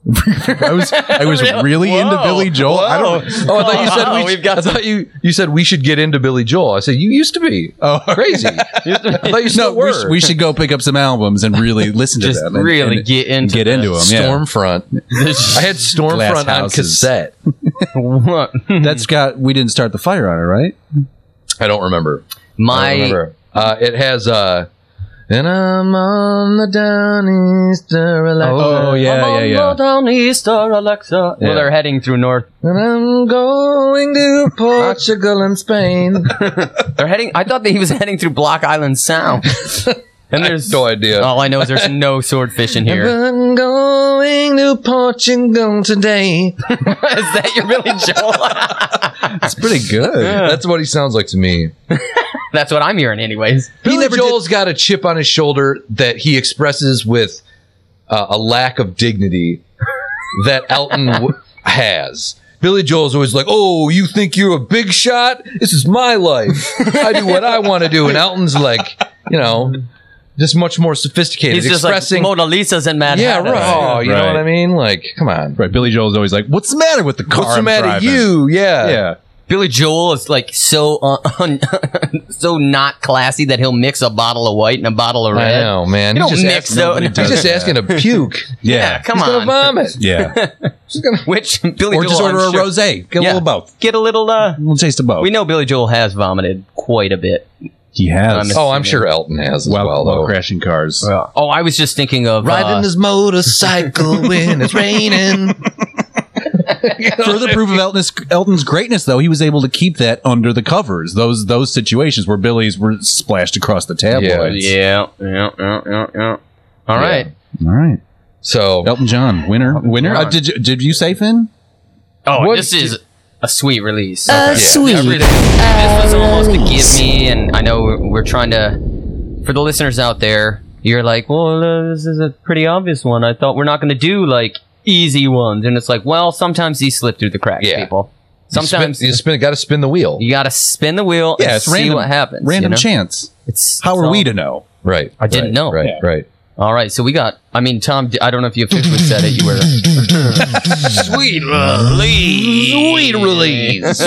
Speaker 5: I was I was
Speaker 1: Really?
Speaker 5: really into
Speaker 1: Whoa.
Speaker 5: Billy Joel. I don't.
Speaker 3: Oh, I thought you said
Speaker 1: Wow,
Speaker 3: we,
Speaker 1: we've got
Speaker 3: I thought you you said we should get into Billy Joel. I said you used to be. Oh, crazy. I thought you
Speaker 5: No,
Speaker 3: still
Speaker 5: we,
Speaker 3: were.
Speaker 5: sh- we should go pick up some albums and really listen to
Speaker 1: Just
Speaker 5: them. and-
Speaker 1: really
Speaker 5: and
Speaker 1: get into
Speaker 5: get into them. Yeah.
Speaker 3: Stormfront. I had
Speaker 5: Glass
Speaker 3: Stormfront on
Speaker 5: houses.
Speaker 3: cassette.
Speaker 1: What?
Speaker 5: That's got. We didn't start the fire on it, right?
Speaker 3: I don't remember. I don't
Speaker 1: My
Speaker 3: remember. Uh, it has. Uh, and I'm on the down Easter Alexa,
Speaker 5: Oh, yeah, yeah, yeah.
Speaker 1: down Easter Alexa.
Speaker 3: Yeah.
Speaker 1: Well, they're heading through north.
Speaker 3: and I'm going to Portugal and Spain.
Speaker 1: They're heading. I thought that he was heading through Block Island Sound. And there's
Speaker 3: no idea.
Speaker 1: All I know is there's no swordfish in here.
Speaker 3: I'm going to Portugal today.
Speaker 1: is that your Billy Joel?
Speaker 5: It's pretty good.
Speaker 3: That's what he sounds like to me.
Speaker 1: That's what I'm hearing, anyways.
Speaker 3: Billy Joel's got a chip on his shoulder that he expresses with uh, a lack of dignity that Elton w- has. Billy Joel's always like, "Oh, you think you're a big shot? This is my life. I do what I want to do." And Elton's like, you know, just much more sophisticated,
Speaker 1: He's just
Speaker 3: expressing.
Speaker 1: like Mona Lisa's in
Speaker 3: yeah,
Speaker 1: Manhattan.
Speaker 3: right. Oh, you know
Speaker 5: Right.
Speaker 3: what I mean? Like, come on.
Speaker 5: Right. Billy Joel's always like, "What's the matter with the car?
Speaker 3: What's the
Speaker 5: I'm
Speaker 3: matter,
Speaker 5: driving?"
Speaker 3: you? Yeah.
Speaker 5: Yeah.
Speaker 1: Billy Joel is like so uh, un- so not classy that he'll mix a bottle of white and a bottle of
Speaker 3: I
Speaker 1: red.
Speaker 3: know, man.
Speaker 1: You
Speaker 3: He's
Speaker 1: don't
Speaker 3: just
Speaker 1: mix
Speaker 3: asking-
Speaker 1: though.
Speaker 3: He's just asking to puke.
Speaker 5: Yeah.
Speaker 1: Yeah, come
Speaker 3: He's gonna
Speaker 1: on.
Speaker 3: vomit.
Speaker 5: Yeah.
Speaker 1: Which Billy Joel,
Speaker 5: or just order
Speaker 1: I'm
Speaker 5: a
Speaker 1: sure-
Speaker 5: rosé. Get a
Speaker 1: Yeah.
Speaker 5: little of both.
Speaker 1: Get a little. uh
Speaker 5: We'll taste of both.
Speaker 1: We know Billy Joel has vomited quite a bit.
Speaker 5: he has.
Speaker 1: I'm
Speaker 3: Oh, I'm sure Elton has as
Speaker 5: while,
Speaker 3: well,
Speaker 5: while
Speaker 3: though.
Speaker 5: crashing cars.
Speaker 1: Oh, I was just thinking of uh,
Speaker 3: his motorcycle when it's raining.
Speaker 5: Further proof of Elton's, Elton's greatness, though, he was able to keep that under the covers. Those those situations where Billy's were splashed across the tabloids.
Speaker 1: Yeah, yeah, yeah, yeah, yeah. All
Speaker 3: Yeah.
Speaker 1: right.
Speaker 5: All right,
Speaker 3: So
Speaker 5: Elton John, winner, winner.
Speaker 1: John.
Speaker 5: Uh, did you, did you say Finn?
Speaker 1: Oh,
Speaker 3: What
Speaker 1: this is a sweet release.
Speaker 8: Uh,
Speaker 2: A sweet
Speaker 1: This was almost a give me, and I know we're, we're trying to. For the listeners out there, you're like, well, uh, this is a pretty obvious one. I thought we're not going to do like easy ones, and it's like, well, sometimes these slip through the cracks,
Speaker 3: Yeah.
Speaker 1: people.
Speaker 3: you spin,
Speaker 1: Sometimes
Speaker 3: you spin, got to spin the wheel,
Speaker 1: you got to spin the wheel and see what happens.
Speaker 5: Random
Speaker 1: you know?
Speaker 5: chance.
Speaker 1: It's,
Speaker 5: How
Speaker 1: it's
Speaker 5: are
Speaker 1: all-
Speaker 5: we to know?
Speaker 3: right?
Speaker 1: I didn't
Speaker 3: right,
Speaker 1: know.
Speaker 3: Right, right.
Speaker 1: All right, so we got. I mean, Tom, I don't know if you officially said it. You were sweet release.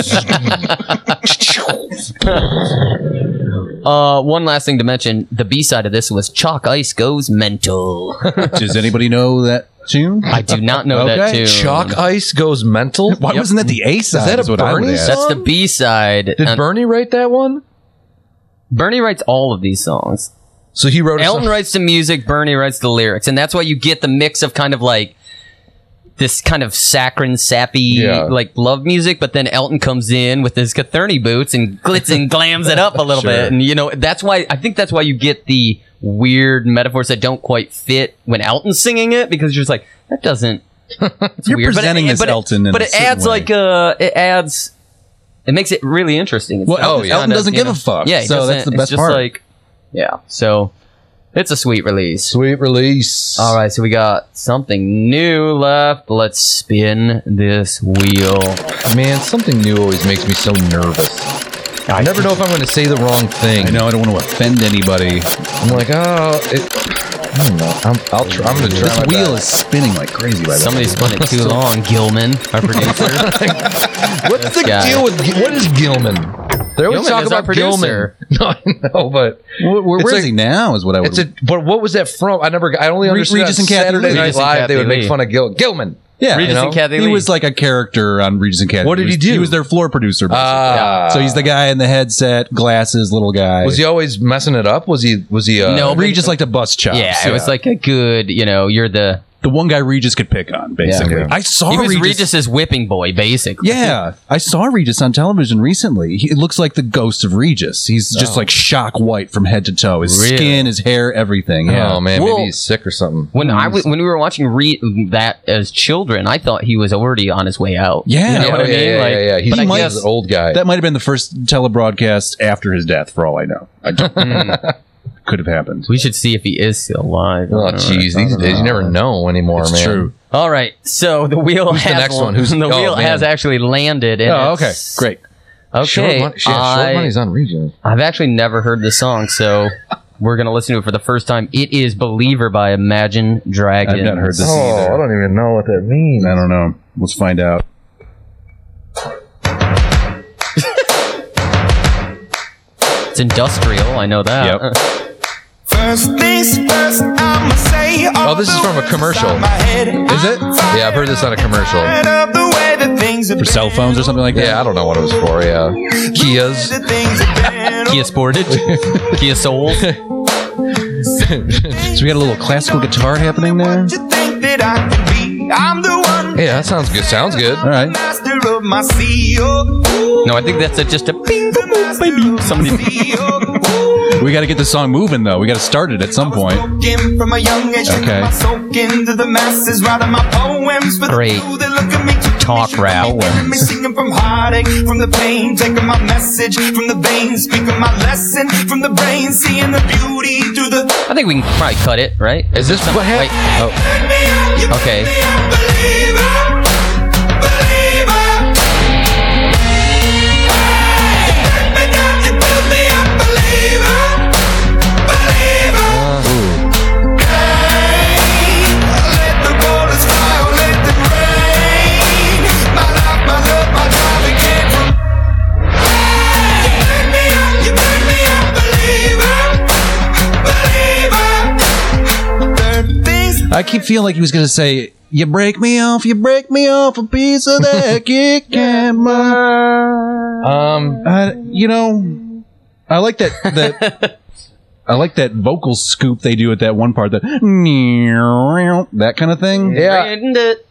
Speaker 1: Sweet release. Uh, one last thing to mention: the B side of this was "Chalk Ice Goes Mental."
Speaker 5: Does anybody know that tune?
Speaker 1: I do not know that
Speaker 3: Okay.
Speaker 1: tune.
Speaker 3: Chalk Ice goes mental.
Speaker 5: Why wasn't that the A side?
Speaker 3: that a
Speaker 5: is what I would
Speaker 3: Bernie
Speaker 5: ask.
Speaker 3: song?
Speaker 1: That's the B side.
Speaker 3: Did Bernie write that one?
Speaker 1: Bernie writes all of these songs.
Speaker 3: So he wrote. a
Speaker 1: Elton
Speaker 3: song-
Speaker 1: writes the music, Bernie writes the lyrics, and that's why you get the mix of kind of like this kind of saccharine, sappy,
Speaker 3: Yeah.
Speaker 1: like love music, but then Elton comes in with his Catherine boots and glitz and glams it up a little bit, and you know that's why I think that's why you get the weird metaphors that don't quite fit when Elton's singing it because you're just like that doesn't. It's
Speaker 5: You're
Speaker 1: weird, but it-
Speaker 5: presenting this
Speaker 1: but it,
Speaker 5: Elton in
Speaker 1: but
Speaker 5: a
Speaker 1: it
Speaker 5: certain
Speaker 1: adds
Speaker 5: way.
Speaker 1: like uh, it adds. It makes it really interesting. It's
Speaker 5: Well,
Speaker 1: not
Speaker 5: Elton-
Speaker 1: just
Speaker 5: Elton
Speaker 1: kinda,
Speaker 5: doesn't
Speaker 1: you
Speaker 5: give
Speaker 1: know-
Speaker 5: a fuck,
Speaker 1: Yeah, he
Speaker 5: so that's
Speaker 1: doesn't. It's
Speaker 5: the best
Speaker 1: just
Speaker 5: part.
Speaker 1: Like, yeah, so it's a sweet release.
Speaker 3: Sweet release.
Speaker 1: All right, so we got something new left. Let's spin this wheel.
Speaker 3: man. Something new always makes me so nervous. I never know if I'm going to say the wrong thing.
Speaker 5: I know I don't want to offend anybody.
Speaker 3: I'm like, oh, it, I don't know. I'm, I'll try. I'm going to try.
Speaker 5: This
Speaker 3: my
Speaker 5: wheel
Speaker 3: best.
Speaker 5: is spinning like crazy by the way.
Speaker 1: Somebody spun it too long, Gilman, our producer.
Speaker 3: What's the
Speaker 1: guy.
Speaker 3: deal with Gil- what is Gilman? They always
Speaker 1: Gilman
Speaker 3: talk
Speaker 1: is our
Speaker 3: about Gilman.
Speaker 1: producer.
Speaker 3: No, I know, but
Speaker 5: Where, where
Speaker 3: It's
Speaker 5: is
Speaker 3: like-
Speaker 5: he now? Is what I would.
Speaker 3: it's a. But what was that from? I never. I only
Speaker 5: Re-
Speaker 3: understood
Speaker 5: Regis
Speaker 3: on
Speaker 5: and Kathy
Speaker 3: Saturday
Speaker 5: Lee.
Speaker 3: Night
Speaker 1: Regis and
Speaker 3: Live they
Speaker 1: Kathy
Speaker 3: would
Speaker 1: Lee.
Speaker 3: make fun of Gil Gilman.
Speaker 5: yeah,
Speaker 1: Regis
Speaker 5: you know?
Speaker 1: and Kathy
Speaker 5: He
Speaker 1: Lee.
Speaker 5: was like a character on Regis and Kathy.
Speaker 3: What did he
Speaker 5: was-
Speaker 3: do?
Speaker 5: He was their floor producer. basically.
Speaker 3: Ah.
Speaker 5: so he's the guy in the headset, glasses, little guy.
Speaker 3: Was he always messing it up? Was he? Was he? Uh,
Speaker 1: No, but-
Speaker 5: Regis like to bust chops.
Speaker 1: yeah, it was like a good, you know, you're the
Speaker 5: the one guy Regis could pick on, basically.
Speaker 3: Yeah.
Speaker 5: I saw
Speaker 1: he was
Speaker 5: Regis.
Speaker 1: Regis's whipping boy, basically.
Speaker 5: Yeah, I saw Regis on television recently. He it looks like the ghost of Regis. He's just like shock white from head to toe. His
Speaker 1: Oh. Really?
Speaker 5: skin, his hair, everything. Yeah.
Speaker 3: Oh man,
Speaker 1: Well-
Speaker 3: maybe he's sick or something.
Speaker 1: When I was, when we were watching re- that as children, I thought he was already on his way out.
Speaker 5: Yeah.
Speaker 1: you know what I
Speaker 3: yeah,
Speaker 1: mean.
Speaker 3: yeah,
Speaker 1: like,
Speaker 3: yeah, yeah. He's,
Speaker 1: but I
Speaker 3: he's
Speaker 1: guess-
Speaker 3: an old guy.
Speaker 5: That might have been the first telebroadcast after his death, for all I know. I
Speaker 1: Hmm.
Speaker 5: don't- Could have happened.
Speaker 1: we should see if he is still alive.
Speaker 3: oh jeez, these days you never know anymore,
Speaker 5: It's
Speaker 3: man.
Speaker 5: true.
Speaker 1: All right, so the wheel
Speaker 3: Who's the
Speaker 1: has
Speaker 3: next one? Who's-
Speaker 1: the
Speaker 3: oh,
Speaker 1: wheel
Speaker 3: man.
Speaker 1: has actually landed. And
Speaker 5: Oh, okay.
Speaker 1: it's-
Speaker 5: Great.
Speaker 1: Okay,
Speaker 3: Short, mon- yeah,
Speaker 1: I-
Speaker 3: short money's on Regis.
Speaker 1: I've actually never heard this song, so we're gonna listen to it for the first time. It is "Believer" by Imagine Dragons.
Speaker 5: I've not heard this either.
Speaker 3: Oh, I don't even know what that means.
Speaker 5: I don't know. Let's find out.
Speaker 1: It's industrial. I know that.
Speaker 5: Yep.
Speaker 6: First things first, I'ma say.
Speaker 3: Oh, this is from a commercial.
Speaker 6: Is
Speaker 3: Is it? Yeah, I've heard this on a commercial.
Speaker 6: Of the way that things have
Speaker 5: For cell
Speaker 6: been,
Speaker 5: phones or something like that?
Speaker 3: Yeah, I don't know what it was for. Yeah, Kias.
Speaker 6: the things have been,
Speaker 1: Kia Sportage, Kia Soul.
Speaker 5: So we got a little classical guitar happening there.
Speaker 6: you think that I can be. I'm the one.
Speaker 3: Yeah, that sounds good. Sounds good.
Speaker 5: All right.
Speaker 6: Master of my sea, oh, ooh,
Speaker 1: No, I think that's a, just a bing, boom, boom, baby. Somebody.
Speaker 6: sea, oh, ooh.
Speaker 5: We got to get the song moving, though. We got to start it at some point.
Speaker 6: Spoken From a young age,
Speaker 5: Okay.
Speaker 6: my soak into the masses, writing my poems for the
Speaker 1: Great.
Speaker 6: few that look at me, took me,
Speaker 1: Talk
Speaker 6: shook me,
Speaker 1: rap.
Speaker 6: carried me, Singing from heartache, from the pain, taking my message from the veins, speaking my lesson from the brain, seeing the beauty through the.
Speaker 1: I think we can probably cut it, right?
Speaker 3: Is this what oh.
Speaker 1: Wait,
Speaker 3: happened?
Speaker 1: Okay.
Speaker 3: Uh,
Speaker 5: I keep feeling like he was gonna say, "You break me off, you break me off a piece of that kick and my."
Speaker 3: Um,
Speaker 5: Uh, you know, I like that that. I like that vocal scoop they do at that one part, that that kind of thing.
Speaker 3: yeah,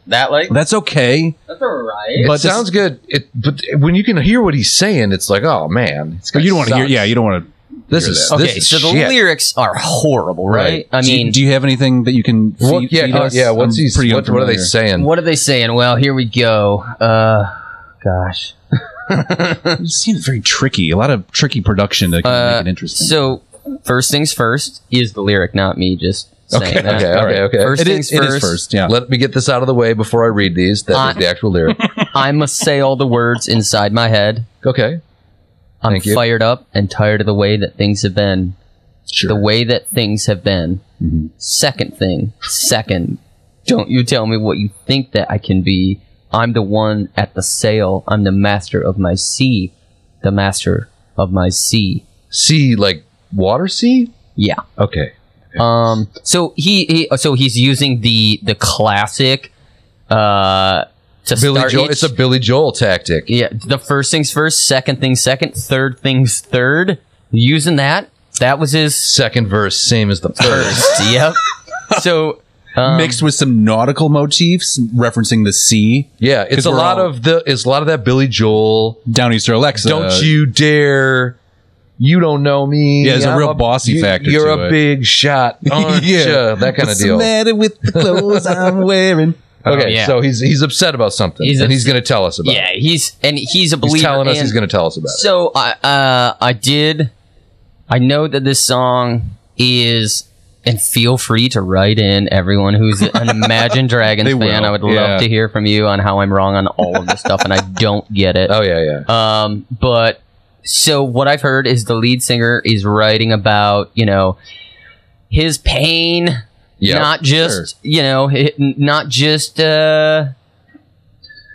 Speaker 1: That like
Speaker 5: that's okay.
Speaker 1: that's alright.
Speaker 3: it
Speaker 5: But this-
Speaker 3: sounds good. It, but when you can hear what he's saying, it's like, oh man, it's
Speaker 5: But you
Speaker 3: gonna
Speaker 5: don't want to hear.
Speaker 3: suck.
Speaker 5: Yeah, you don't want to.
Speaker 3: This
Speaker 5: hear
Speaker 3: is
Speaker 5: that.
Speaker 1: Okay,
Speaker 3: This is
Speaker 1: so the
Speaker 3: shit.
Speaker 1: lyrics are horrible, right?
Speaker 3: Right.
Speaker 1: I mean,
Speaker 5: do you have anything that you can? Feed,
Speaker 3: What, yeah,
Speaker 5: feed
Speaker 3: uh,
Speaker 5: us?
Speaker 3: yeah. What's
Speaker 5: I'm
Speaker 3: he?
Speaker 5: pretty
Speaker 3: What, what are they
Speaker 5: unfamiliar.
Speaker 3: saying?
Speaker 1: what are they saying? Well, here we go. Uh, gosh.
Speaker 5: It seems very tricky. A lot of tricky production to kind of
Speaker 1: Uh,
Speaker 5: make it interesting.
Speaker 1: So, first things first is the lyric, not me just saying
Speaker 3: Okay,
Speaker 1: that.
Speaker 3: okay, okay, okay.
Speaker 1: First
Speaker 5: it
Speaker 1: things
Speaker 5: is, it is
Speaker 1: first,
Speaker 5: first. Yeah.
Speaker 3: Let me get this out of the way before I read these. That is
Speaker 1: Uh,
Speaker 3: the actual lyric.
Speaker 1: I must say all the words inside my head.
Speaker 3: Okay.
Speaker 1: I'm
Speaker 3: Thank you.
Speaker 1: fired up and tired of the way that things have been.
Speaker 5: Sure. Mm-hmm.
Speaker 1: The way that things have been. Second thing, second, don't you tell me what you think that I can be. I'm the one at the sail. I'm the master of my sea. The master of my sea.
Speaker 3: sea, like water sea.
Speaker 1: Yeah.
Speaker 3: Okay.
Speaker 1: Um. So he, he so he's using the the classic. Uh. To
Speaker 3: Billy
Speaker 1: start
Speaker 3: Joel.
Speaker 1: each-
Speaker 3: It's a Billy Joel tactic.
Speaker 1: yeah. The first things first, second things second, third things third. Using that. That was his
Speaker 3: Second verse, same as the first.
Speaker 1: yep. So um,
Speaker 5: Mixed with some nautical motifs referencing the sea.
Speaker 3: yeah, it's
Speaker 5: 'Cause
Speaker 3: a
Speaker 5: we're
Speaker 3: lot
Speaker 5: all-
Speaker 3: of the. It's a lot of that Billy Joel.
Speaker 5: Downeaster Alexa.
Speaker 3: don't you dare. You don't know me.
Speaker 5: uh, Yeah, there's a
Speaker 3: I'm
Speaker 5: real bossy
Speaker 3: you-
Speaker 5: factor
Speaker 3: You're
Speaker 5: to
Speaker 3: a
Speaker 5: it.
Speaker 3: big shot, aren't ya? That kind of
Speaker 5: What's
Speaker 3: deal.
Speaker 5: the matter with the clothes I'm wearing?
Speaker 3: Okay,
Speaker 1: Oh, yeah.
Speaker 3: so he's he's upset about something,
Speaker 1: He's
Speaker 3: and
Speaker 1: ups-
Speaker 3: he's going to tell us about.
Speaker 1: yeah,
Speaker 3: it.
Speaker 1: he's and he's a believer.
Speaker 3: he's telling us
Speaker 1: and-
Speaker 3: he's going to tell us about it.
Speaker 1: So I uh, I did. I know that this song is, and feel free to write in everyone who's an Imagine Dragons
Speaker 5: They
Speaker 1: fan.
Speaker 5: will,
Speaker 1: I would
Speaker 5: yeah.
Speaker 1: love to hear from you on how I'm wrong on all of this stuff, and I don't get it.
Speaker 3: Oh yeah, yeah.
Speaker 1: Um, but so what I've heard is the lead singer is writing about you know his pain,
Speaker 3: Yeah,
Speaker 1: not just you know it, not just uh,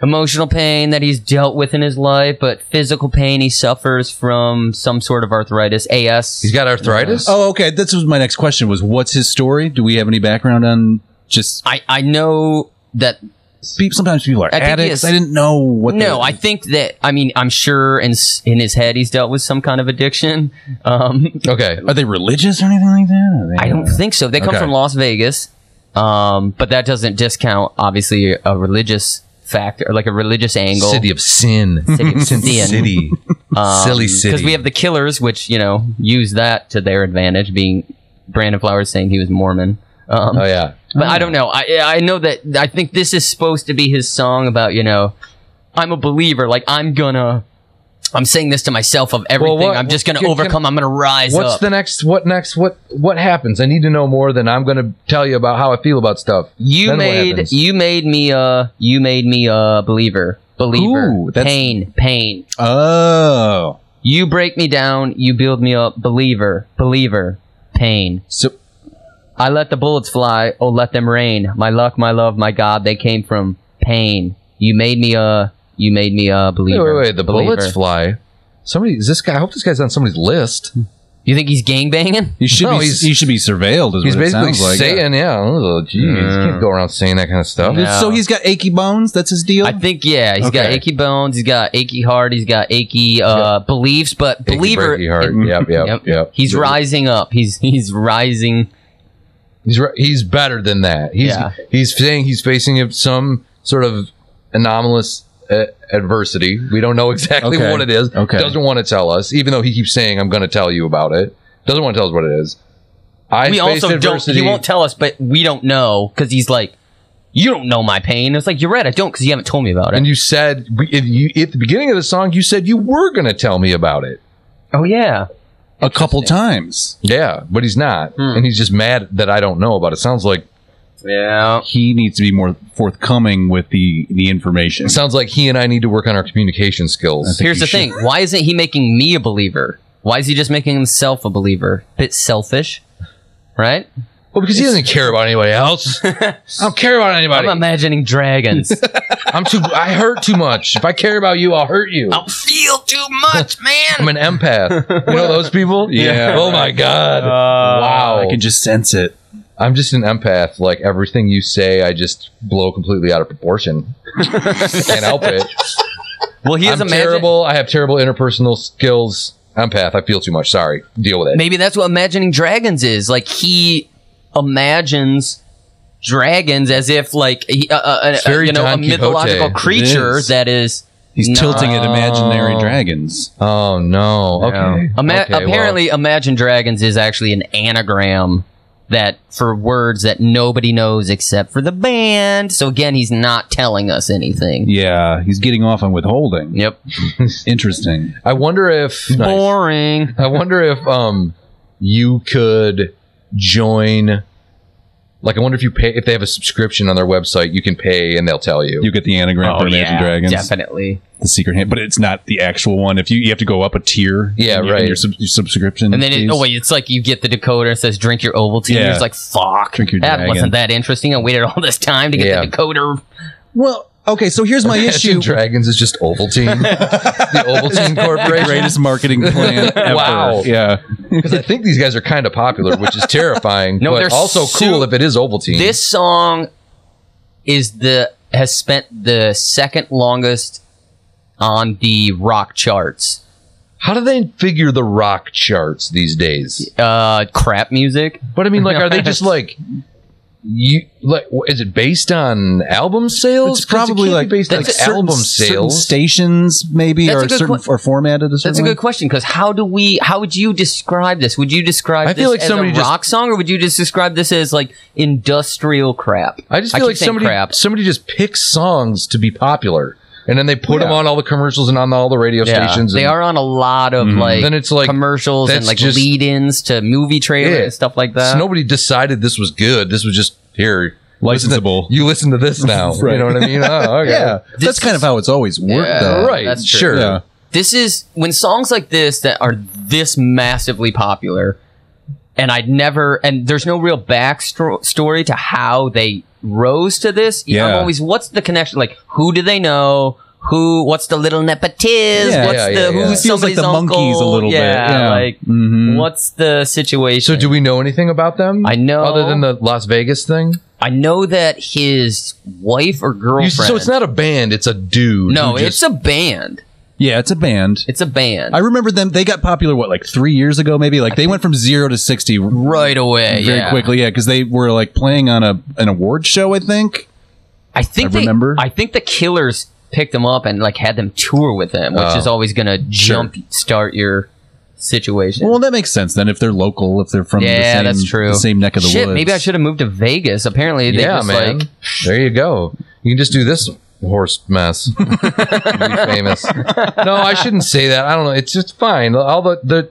Speaker 1: emotional pain that he's dealt with in his life, but physical pain he suffers from some sort of arthritis, AS.
Speaker 3: He's got arthritis.
Speaker 5: Oh, okay. This was my next question. Was what's his story? Do we have any background on just
Speaker 1: I I know that
Speaker 5: people? Sometimes people are
Speaker 1: I think he is-
Speaker 5: addicts. I didn't know what.
Speaker 1: No,
Speaker 5: the-
Speaker 1: I think that I mean I'm sure in s- in his head he's dealt with some kind of addiction. Um,
Speaker 3: okay.
Speaker 5: are they religious or anything like that? Are they-
Speaker 1: I don't think so. They come
Speaker 3: Okay.
Speaker 1: from Las Vegas, um, but that doesn't discount obviously a religious factor, like a religious angle.
Speaker 3: City of sin.
Speaker 1: City of Sin.
Speaker 3: City. Silly city.
Speaker 1: Because Um, we have the Killers, which you know use that to their advantage, being Brandon Flowers saying he was Mormon. Um,
Speaker 3: Oh yeah.
Speaker 1: but I don't know. I I know that I think this is supposed to be his song about you know I'm a believer. Like I'm gonna. I'm saying this to myself of everything.
Speaker 3: what-
Speaker 1: I'm just gonna
Speaker 3: can- can-
Speaker 1: overcome. I'm gonna rise
Speaker 3: What's
Speaker 1: up.
Speaker 3: the next? What next? What what happens? I need to know more than I'm going to tell you about how I feel about stuff.
Speaker 1: You
Speaker 3: Then what
Speaker 1: made
Speaker 3: happens?
Speaker 1: you made me a you made me a believer. Believer.
Speaker 5: Ooh, that's-
Speaker 1: pain, pain.
Speaker 5: Oh,
Speaker 1: You break me down, you build me up. Believer, believer, pain.
Speaker 5: so
Speaker 1: I let the bullets fly, oh let them rain. My luck, my love, my God, they came from pain. You made me a you made me a
Speaker 3: Wait,
Speaker 1: believer.
Speaker 3: wait, wait. The bullets
Speaker 1: believer.
Speaker 3: fly. Somebody is this guy? I hope this guy's on somebody's list.
Speaker 1: You think he's gangbanging?
Speaker 5: you should
Speaker 3: No,
Speaker 5: be.
Speaker 3: he's-
Speaker 5: He should be surveiled. Is
Speaker 3: He's
Speaker 5: what it
Speaker 3: basically
Speaker 5: sounds like.
Speaker 3: saying, yeah, oh, geez, you can't go around saying that kind of stuff.
Speaker 1: Yeah.
Speaker 5: So he's got achy bones. That's his deal.
Speaker 1: I think yeah, He's got
Speaker 5: Okay.
Speaker 1: achy bones, he's got achy heart, he's got achy uh, beliefs, but
Speaker 3: Achy,
Speaker 1: believer
Speaker 3: breaky heart. Yep, yep,
Speaker 1: Yep.
Speaker 3: yep,
Speaker 1: He's rising up. He's he's rising
Speaker 3: He's re- he's better than that. He's
Speaker 1: Yeah.
Speaker 3: he's saying he's facing some sort of anomalous uh, adversity. We don't know exactly
Speaker 5: Okay.
Speaker 3: what it is.
Speaker 5: Okay.
Speaker 3: Doesn't want to tell us, even though he keeps saying, "I'm going to tell you about it." Doesn't want to tell us what it is. I
Speaker 1: we
Speaker 3: faced
Speaker 1: also don't.
Speaker 3: adversity.
Speaker 1: He won't tell us, but we don't know because he's like, you don't know my pain. It's like you're right, I don't, because you haven't told me about it.
Speaker 3: and you said we- if you, at the beginning of the song, you said you were going to tell me about it.
Speaker 1: oh yeah,
Speaker 5: a couple times.
Speaker 3: Yeah, but he's not,
Speaker 1: Hmm.
Speaker 3: and he's just mad that I don't know about it. Sounds like
Speaker 1: yeah.
Speaker 5: He needs to be more forthcoming with the the information.
Speaker 3: sounds like he and I need to work on our communication skills.
Speaker 5: think
Speaker 1: Here's
Speaker 5: you
Speaker 1: the
Speaker 5: should-
Speaker 1: thing: why isn't he making me a believer? Why is he just making himself a believer? Bit selfish, right?
Speaker 3: Well, because he doesn't care about anybody else. I don't care about anybody.
Speaker 1: I'm imagining dragons.
Speaker 3: I'm too. I hurt too much. If I care about you, I'll hurt you.
Speaker 1: I feel too much, man.
Speaker 3: I'm an empath. You know those people?
Speaker 5: Yeah. Uh,
Speaker 3: Oh my god. wow.
Speaker 5: I can just sense it.
Speaker 3: I'm just an empath. Like everything you say, I just blow completely out of proportion. Can't help it.
Speaker 1: Well, he is
Speaker 3: I'm
Speaker 1: imagine-
Speaker 3: terrible. I have terrible interpersonal skills. Empath. I feel too much. Sorry. Deal with it.
Speaker 1: Maybe that's what imagining dragons is. Like he imagines dragons as if like he, uh, uh, uh,
Speaker 3: very
Speaker 1: you know a
Speaker 3: Don Quixote.
Speaker 1: mythological creature
Speaker 5: is.
Speaker 1: that is
Speaker 5: He's
Speaker 1: No.
Speaker 5: tilting at imaginary dragons.
Speaker 3: Oh no. Okay.
Speaker 1: Ima-
Speaker 3: Okay, well,
Speaker 1: apparently imagine dragons is actually an anagram that for words that nobody knows except for the band. So again, he's not telling us anything.
Speaker 5: Yeah, he's getting off on withholding.
Speaker 1: Yep.
Speaker 5: Interesting.
Speaker 3: I wonder if.
Speaker 1: Boring.
Speaker 3: I wonder if um you could join like I wonder if you pay if they have a subscription on their website you can pay and they'll tell you.
Speaker 5: You get the anagram
Speaker 1: Oh,
Speaker 5: for Imagine Dragons,
Speaker 1: Definitely.
Speaker 5: the secret hand, but it's not the actual one. If you you have to go up a tier,
Speaker 3: Yeah,
Speaker 5: in your- in
Speaker 3: right.
Speaker 5: Your, sub- your subscription,
Speaker 1: And then it,
Speaker 5: fees.
Speaker 1: oh wait, it's like you get the decoder. It says drink your Ovaltine.
Speaker 5: Yeah.
Speaker 1: You're just like fuck.
Speaker 5: Drink your
Speaker 1: that
Speaker 5: dragon.
Speaker 1: wasn't that interesting. I waited all this time to get
Speaker 3: Yeah.
Speaker 1: the decoder.
Speaker 5: Well, okay, so here's my
Speaker 3: Imagine
Speaker 5: issue.
Speaker 3: Dragons is just Ovaltine, the Ovaltine Corporation.
Speaker 5: Greatest marketing plan ever.
Speaker 3: Wow.
Speaker 5: Yeah.
Speaker 3: Because I think these guys are kind of popular, which is terrifying.
Speaker 1: No,
Speaker 3: but
Speaker 1: they're
Speaker 3: also
Speaker 1: su-
Speaker 3: cool if it is Ovaltine.
Speaker 1: This song is the has spent the second longest on the rock charts.
Speaker 3: How do they figure the rock charts these days?
Speaker 1: Uh, crap music.
Speaker 3: But I mean, like, are they just like you? Like, wh- is it based on album sales?
Speaker 5: It's
Speaker 3: 'Cause it
Speaker 5: probably
Speaker 3: can't
Speaker 5: like
Speaker 3: be based on
Speaker 5: like certain-
Speaker 3: album
Speaker 5: certain
Speaker 3: sales.
Speaker 5: stations, maybe,
Speaker 1: That's a
Speaker 5: or
Speaker 1: good
Speaker 5: certain
Speaker 1: que-
Speaker 5: or formatted. A certain
Speaker 1: That's a
Speaker 5: way.
Speaker 1: good question because how do we? How would you describe this? Would you describe
Speaker 3: I
Speaker 1: this
Speaker 3: feel like
Speaker 1: as
Speaker 3: somebody
Speaker 1: a
Speaker 3: just-
Speaker 1: rock song, or would you just describe this as like industrial crap?
Speaker 3: I just feel
Speaker 1: keep
Speaker 3: like
Speaker 1: saying
Speaker 3: somebody
Speaker 1: crap.
Speaker 3: somebody just picks songs to be popular, and then they put them
Speaker 5: Yeah.
Speaker 3: on all the commercials and on all the radio
Speaker 1: Yeah.
Speaker 3: stations.
Speaker 1: They
Speaker 3: and
Speaker 1: are on a lot of
Speaker 5: Mhm.
Speaker 1: like
Speaker 3: Then it's like,
Speaker 1: commercials and
Speaker 3: that's
Speaker 1: like
Speaker 3: just-
Speaker 1: lead-ins to movie trailers
Speaker 3: Yeah.
Speaker 1: and stuff like
Speaker 3: so
Speaker 1: that.
Speaker 3: nobody decided this was good. This was just here. listen to-
Speaker 5: Licensable.
Speaker 3: You listen to this now. You
Speaker 5: Right.
Speaker 3: know what I mean? Oh, okay.
Speaker 5: yeah. That's kind of how it's always worked,
Speaker 1: Yeah.
Speaker 5: though.
Speaker 3: Right.
Speaker 1: That's true.
Speaker 3: sure.
Speaker 5: Yeah.
Speaker 1: this is when songs like this that are this massively popular and i'd never and there's no real backstory to how they rose to this You know, i'm
Speaker 5: Yeah.
Speaker 1: always what's the connection like who do they know who what's the little nepotism
Speaker 5: Yeah,
Speaker 1: what's
Speaker 3: yeah,
Speaker 1: the
Speaker 3: yeah, yeah.
Speaker 1: who's
Speaker 5: Feels
Speaker 1: somebody's
Speaker 5: like the
Speaker 1: uncle?
Speaker 5: monkeys a little
Speaker 1: yeah,
Speaker 5: bit. Yeah.
Speaker 1: like
Speaker 3: Mm-hmm.
Speaker 5: Mhm.
Speaker 1: what's the situation
Speaker 3: So, do we know anything about them?
Speaker 1: I know-
Speaker 3: Other than the Las Vegas thing?
Speaker 1: i know that his wife or girlfriend
Speaker 3: You- so, it's not a band, it's a dude.
Speaker 1: no
Speaker 3: who
Speaker 1: it's a band
Speaker 5: Yeah, it's a band.
Speaker 1: it's a band
Speaker 5: I remember them. They got popular what, like three years ago, maybe. Like they went from zero to sixty
Speaker 1: right away
Speaker 5: very
Speaker 1: yeah.
Speaker 5: quickly. Yeah, because they were like playing on a an award show, I think.
Speaker 1: I think
Speaker 5: I
Speaker 1: they,
Speaker 5: remember.
Speaker 1: I think the Killers picked them up and like had them tour with them, which
Speaker 3: Oh.
Speaker 1: is always gonna jump start your situation.
Speaker 5: Well, that makes sense then if they're local, if they're from
Speaker 1: Yeah,
Speaker 5: the same,
Speaker 1: that's true.
Speaker 5: the same neck of the
Speaker 1: Shit,
Speaker 5: woods.
Speaker 1: maybe I should have moved to Vegas. Apparently, they
Speaker 3: yeah,
Speaker 1: just
Speaker 3: man.
Speaker 1: like
Speaker 3: there you go. You can just do this horse mess. You'll be famous. No, I shouldn't say that. I don't know. It's just fine. All the, the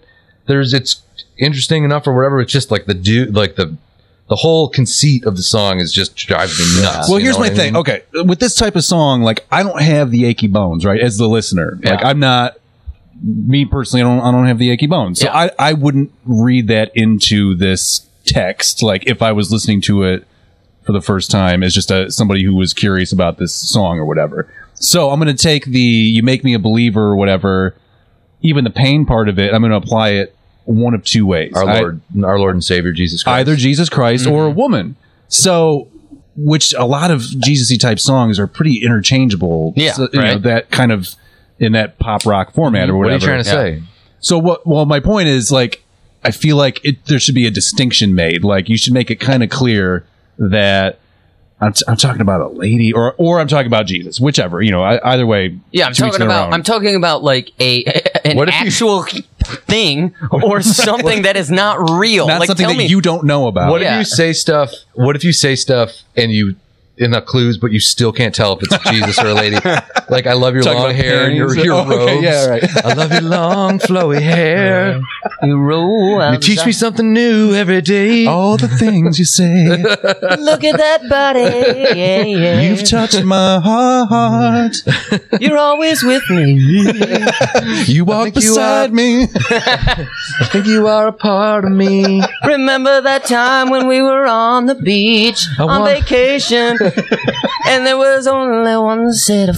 Speaker 3: there's it's interesting enough or whatever. It's just like the dude, like the the whole conceit of the song is just drives me nuts.
Speaker 5: Well,
Speaker 3: you
Speaker 5: here's
Speaker 3: know
Speaker 5: my
Speaker 3: what I
Speaker 5: thing.
Speaker 3: mean?
Speaker 5: Okay, with this type of song, like I don't have the achy bones, right? As the listener, like I'm not me personally. I don't. I don't have the achy bones, so
Speaker 1: Yeah.
Speaker 5: I I wouldn't read that into this text. Like if I was listening to it for the first time as just a somebody who was curious about this song or whatever. So I'm going to take the "You Make Me a Believer" or whatever, even the pain part of it. I'm going to apply it one of two ways.
Speaker 3: Our
Speaker 5: I-
Speaker 3: Lord, our Lord and Savior Jesus Christ.
Speaker 5: either Jesus Christ or
Speaker 1: Mm-hmm.
Speaker 5: a woman. So, which a lot of Jesus-y type songs are pretty interchangeable.
Speaker 1: Yeah,
Speaker 5: So, you know,
Speaker 1: right. Mm-hmm.
Speaker 5: that kind of in that pop rock format or
Speaker 3: What are
Speaker 5: whatever.
Speaker 3: you trying to say?
Speaker 5: So what? Well, my point is like I feel like it, there should be a distinction made. Like you should make it kind of clear that. I'm, t- I'm talking about a lady, or or I'm talking about Jesus, whichever. You know, I, either way.
Speaker 1: yeah. I'm
Speaker 5: two each
Speaker 1: talking
Speaker 5: their
Speaker 1: about
Speaker 5: own.
Speaker 1: I'm talking about like a, an
Speaker 3: What if you-
Speaker 1: actual thing or something that is not real.
Speaker 5: not
Speaker 1: like
Speaker 5: something
Speaker 1: tell
Speaker 5: that
Speaker 1: me,
Speaker 5: you don't know about.
Speaker 3: What
Speaker 1: Yeah.
Speaker 3: if you say stuff? What if you say stuff and you in the clues, but you still can't tell if it's Jesus or a lady? Like I love your
Speaker 5: Talking
Speaker 3: long
Speaker 5: about
Speaker 3: hair and your,
Speaker 5: panties?
Speaker 3: your
Speaker 5: Oh, okay,
Speaker 3: robes.
Speaker 5: yeah, right.
Speaker 3: I love your long flowy hair.
Speaker 1: you roll
Speaker 3: You
Speaker 1: out
Speaker 3: teach me something new every day.
Speaker 5: All the things you say.
Speaker 2: Look at that body. Yeah, yeah.
Speaker 5: You've touched my heart.
Speaker 2: You're always with me.
Speaker 5: You walk
Speaker 3: you
Speaker 5: beside
Speaker 3: are-
Speaker 5: me.
Speaker 3: I think you are a part of me.
Speaker 2: Remember that time when we were on the beach on
Speaker 3: want-
Speaker 2: vacation and there was only one set of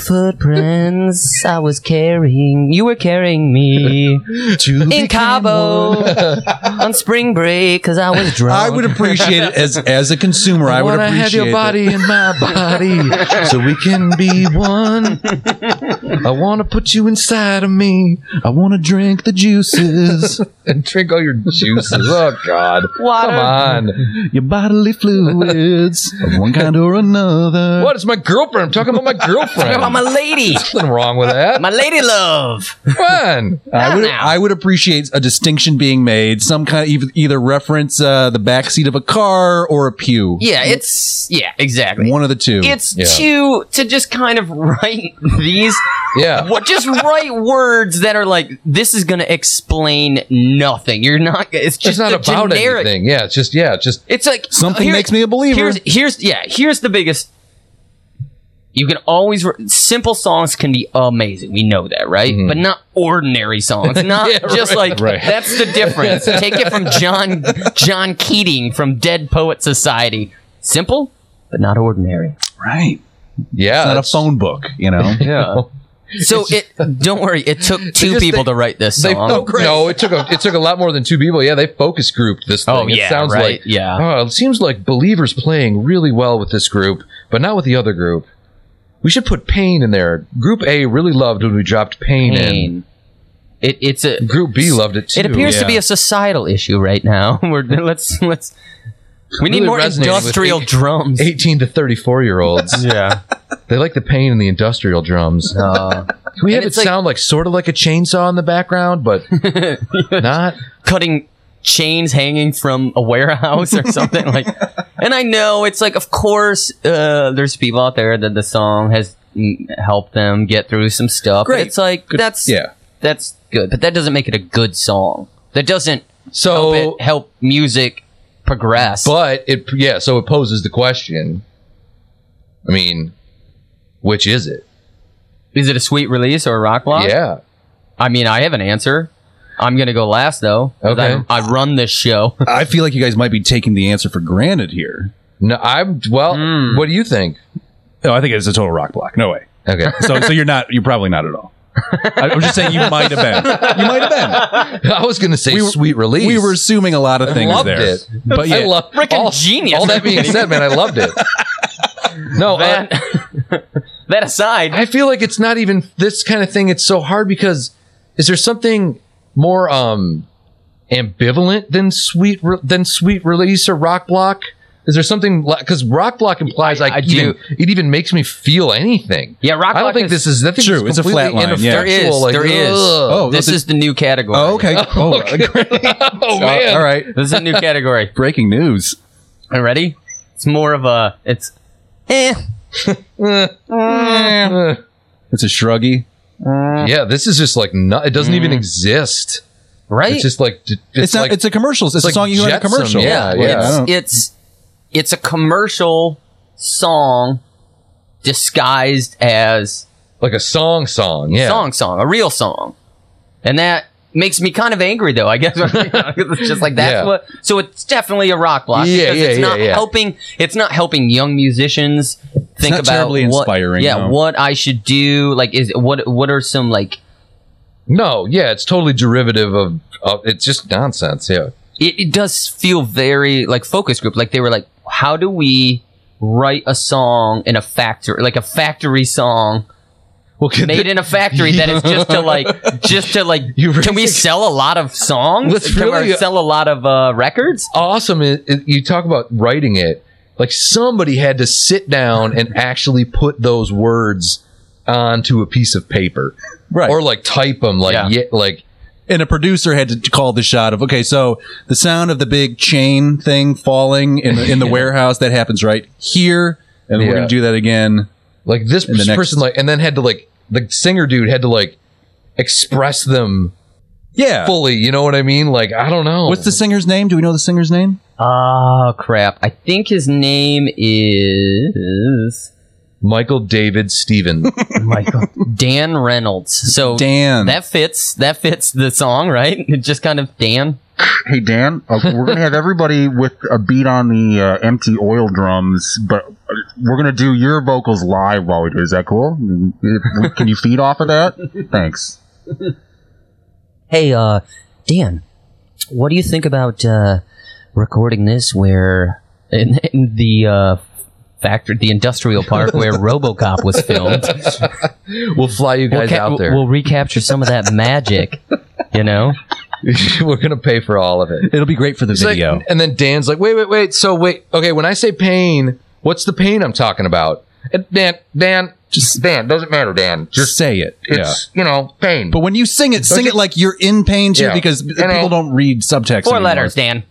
Speaker 2: footprints I was carrying. You were carrying me in Cabo on spring break because I was drunk.
Speaker 5: I would appreciate it as as a consumer. I, would
Speaker 3: wanna
Speaker 5: appreciate
Speaker 3: have your
Speaker 5: it.
Speaker 3: body in my body so we can be one. I want to put you inside of me
Speaker 5: I want to drink the juices,
Speaker 3: and drink all your juices. Oh God!
Speaker 2: Water.
Speaker 3: Come on.
Speaker 5: your bodily fluids, of one kind or another.
Speaker 3: What? It's my girlfriend. I'm talking about my girlfriend.
Speaker 1: I'm a lady,
Speaker 3: Nothing wrong with that.
Speaker 1: my lady love.
Speaker 3: Fun.
Speaker 5: I would
Speaker 1: now.
Speaker 5: I would appreciate a distinction being made. Some kind of eith- either reference uh, the backseat of a car or a pew.
Speaker 1: Yeah, it's yeah, exactly.
Speaker 5: One of the two.
Speaker 1: It's
Speaker 3: Yeah.
Speaker 1: to to just kind of write these
Speaker 3: Yeah.
Speaker 1: what just write words that are like this is gonna explain nothing. You're not. It's
Speaker 3: It's
Speaker 1: just
Speaker 3: not
Speaker 1: a
Speaker 3: about
Speaker 1: generic.
Speaker 3: anything. Yeah. It's just yeah. It's just
Speaker 1: It's like
Speaker 5: Something
Speaker 1: here-
Speaker 5: makes me a believer.
Speaker 1: Here's here's yeah. Here's the biggest. You can always re- simple songs can be amazing. We know that, right? But not ordinary songs. Not just like
Speaker 5: Mm-hmm. Right.
Speaker 1: that's the difference. Take it from John John Keating from Dead Poet Society. Simple, but not ordinary.
Speaker 5: right.
Speaker 3: Yeah,
Speaker 5: It's not a
Speaker 3: that's-
Speaker 5: phone book, you know.
Speaker 3: Yeah.
Speaker 1: So it don't worry, it took two
Speaker 3: just-
Speaker 1: people
Speaker 3: they-
Speaker 1: to write this
Speaker 3: They,
Speaker 1: song.
Speaker 3: oh, no, it took a it took a lot more than two people. Yeah, they focus grouped this thing.
Speaker 1: Oh yeah,
Speaker 3: it sounds
Speaker 1: right?
Speaker 3: like
Speaker 1: yeah.
Speaker 3: oh, it seems like believers playing really well with this group, but not with the other group. We should put pain in there. Group A really loved when we dropped pain,
Speaker 1: Pain. It, it's a.
Speaker 3: in. Group B loved it too.
Speaker 1: It appears to be a societal issue right now. We're let's let's. We need
Speaker 3: Really
Speaker 1: more
Speaker 3: resonated with
Speaker 1: industrial
Speaker 3: eight-
Speaker 1: drums.
Speaker 3: 18 to 34 year olds.
Speaker 1: Yeah.
Speaker 3: They like the pain in the industrial drums.
Speaker 5: Uh,
Speaker 3: Can we
Speaker 1: And
Speaker 3: have it
Speaker 1: it's like-
Speaker 3: sound like sort of like a chainsaw in the background, but not?
Speaker 1: cutting chains hanging from a warehouse or something like and i know it's like of course uh, there's people out there that the song has mm, helped them get through some stuff But
Speaker 5: Great.
Speaker 1: it's like that's
Speaker 5: yeah.
Speaker 1: that's good but that doesn't make it a good song that doesn't help,
Speaker 3: So,
Speaker 1: it, help music progress
Speaker 3: but it, yeah, so it poses the question. I mean, which is it?
Speaker 1: is it a sweet release or a rock block
Speaker 3: Yeah.
Speaker 1: i mean i have an answer i'm gonna go last though 'cause
Speaker 3: Okay.
Speaker 1: I'm- I, run this show
Speaker 5: I feel like you guys might be taking the answer for granted here.
Speaker 3: No, I'm, well,
Speaker 5: Hmm.
Speaker 3: what do you think?
Speaker 5: No, I think it's a total rock block. No way.
Speaker 3: Okay.
Speaker 5: So, so you're not. You're probably not at all. I, I'm just saying you might have been. You might have
Speaker 3: I was going to say
Speaker 5: We were-
Speaker 3: sweet release.
Speaker 5: been. We were assuming a lot of things
Speaker 3: loved
Speaker 5: there,
Speaker 3: it.
Speaker 5: but yeah,
Speaker 3: I love
Speaker 1: Frickin'
Speaker 3: all,
Speaker 1: genius.
Speaker 3: All that being said, man, I loved it. No, uh,
Speaker 1: that, that aside
Speaker 3: I feel like it's not even this kind of thing. It's so hard because is there something more um ambivalent than sweet re- than sweet release or rock block? Is there something because rock block implies I,
Speaker 1: I do.
Speaker 3: even, it even makes me feel anything.
Speaker 1: yeah rock
Speaker 3: I don't
Speaker 1: block
Speaker 3: think
Speaker 1: is-
Speaker 3: this is. I think
Speaker 5: True,
Speaker 3: It's,
Speaker 5: it's a flat
Speaker 3: completely
Speaker 5: line, yeah.
Speaker 1: There is.
Speaker 3: ineffectual, like,
Speaker 1: there is.
Speaker 3: ugh.
Speaker 5: Oh,
Speaker 1: this
Speaker 5: this-
Speaker 1: is the new category.
Speaker 5: Oh, okay. Oh, great.
Speaker 3: Oh man.
Speaker 5: uh, all right.
Speaker 1: This is a new category.
Speaker 5: Breaking news.
Speaker 1: Are ready? It's more of a. It's. Eh.
Speaker 5: It's a shruggy.
Speaker 3: Yeah, this is just like not. It doesn't
Speaker 1: Mm.
Speaker 3: even exist.
Speaker 1: Right.
Speaker 3: It's just like d- it's,
Speaker 5: It's, not.
Speaker 3: like
Speaker 5: it's a commercial. It's, a
Speaker 3: like
Speaker 5: song you hear in a
Speaker 3: Jetsam,
Speaker 5: commercial.
Speaker 3: yeah,
Speaker 5: Like, I
Speaker 3: yeah.
Speaker 5: don't-
Speaker 1: it's. It's a commercial song disguised as
Speaker 3: like a song song. Yeah.
Speaker 1: song song a real song, and that makes me kind of angry though. I guess it's just like that's
Speaker 3: Yeah.
Speaker 1: what. So it's definitely a rock block.
Speaker 3: Yeah,
Speaker 1: because
Speaker 3: yeah,
Speaker 1: it's
Speaker 3: yeah,
Speaker 1: not
Speaker 3: yeah.
Speaker 1: helping. It's not helping young musicians think
Speaker 5: not
Speaker 1: about
Speaker 5: terribly
Speaker 1: what,
Speaker 5: inspiring,
Speaker 1: Yeah,
Speaker 5: no.
Speaker 1: what I should do. Like, is what what are some like
Speaker 3: No. Yeah. It's totally derivative of. of it's just nonsense. Yeah.
Speaker 1: it, it does feel very like focus group. Like they were like, how do we write a song in a factory, like a factory song
Speaker 3: Well, could
Speaker 1: made in a factory that is just to like, just to like,
Speaker 3: You
Speaker 1: can we
Speaker 3: really-
Speaker 1: sell a lot of songs?
Speaker 3: What's
Speaker 1: can we
Speaker 3: really-
Speaker 1: sell a lot of uh, records?
Speaker 3: awesome is, is you talk about writing it like somebody had to sit down and actually put those words onto a piece of paper
Speaker 5: Right.
Speaker 3: or like type them like
Speaker 1: Yeah.
Speaker 3: yeah. like
Speaker 5: and a producer had to call the shot of okay so the sound of the big chain thing falling in the, in the warehouse that happens right here and
Speaker 3: Yeah.
Speaker 5: we're gonna do that again
Speaker 3: like this
Speaker 5: And the next-
Speaker 3: person like and then had to like the singer dude had to like express them
Speaker 5: yeah
Speaker 3: fully you know what i mean like i don't know
Speaker 5: what's the singer's name do we know the singer's name
Speaker 1: Oh crap! I think his name is
Speaker 3: michael david steven
Speaker 1: Michael Dan Reynolds. So
Speaker 5: dan
Speaker 1: that fits. That fits the song, right? It just kind of Dan.
Speaker 9: Hey Dan, uh, we're gonna have everybody with a beat on the uh, empty oil drums, but uh, we're gonna do your vocals live while we do. Is that cool? If- Can you feed off of that? Thanks.
Speaker 2: Hey, uh, Dan, what do you think about uh, recording this where
Speaker 1: in, in the uh, factory, the industrial park where RoboCop was filmed.
Speaker 3: we'll fly you
Speaker 1: We'll,
Speaker 3: guys
Speaker 1: ca-
Speaker 3: out there
Speaker 1: we'll recapture some of that magic, you know.
Speaker 3: we're gonna pay for all of it
Speaker 5: it'll be great for the
Speaker 3: It's like-
Speaker 5: video
Speaker 3: and then Dan's like, wait, wait, wait. So wait, okay. When I say pain, what's the pain I'm talking about? And Dan, Dan, just Dan. Doesn't matter, Dan.
Speaker 5: just
Speaker 3: Just
Speaker 5: say it yeah
Speaker 3: it's you know pain.
Speaker 5: but when you sing it sing
Speaker 3: you-
Speaker 5: it like you're in pain too
Speaker 3: Yeah.
Speaker 5: because
Speaker 3: You
Speaker 5: people
Speaker 3: know.
Speaker 5: don't read subtext
Speaker 1: Four
Speaker 5: anymore.
Speaker 1: letters, Dan.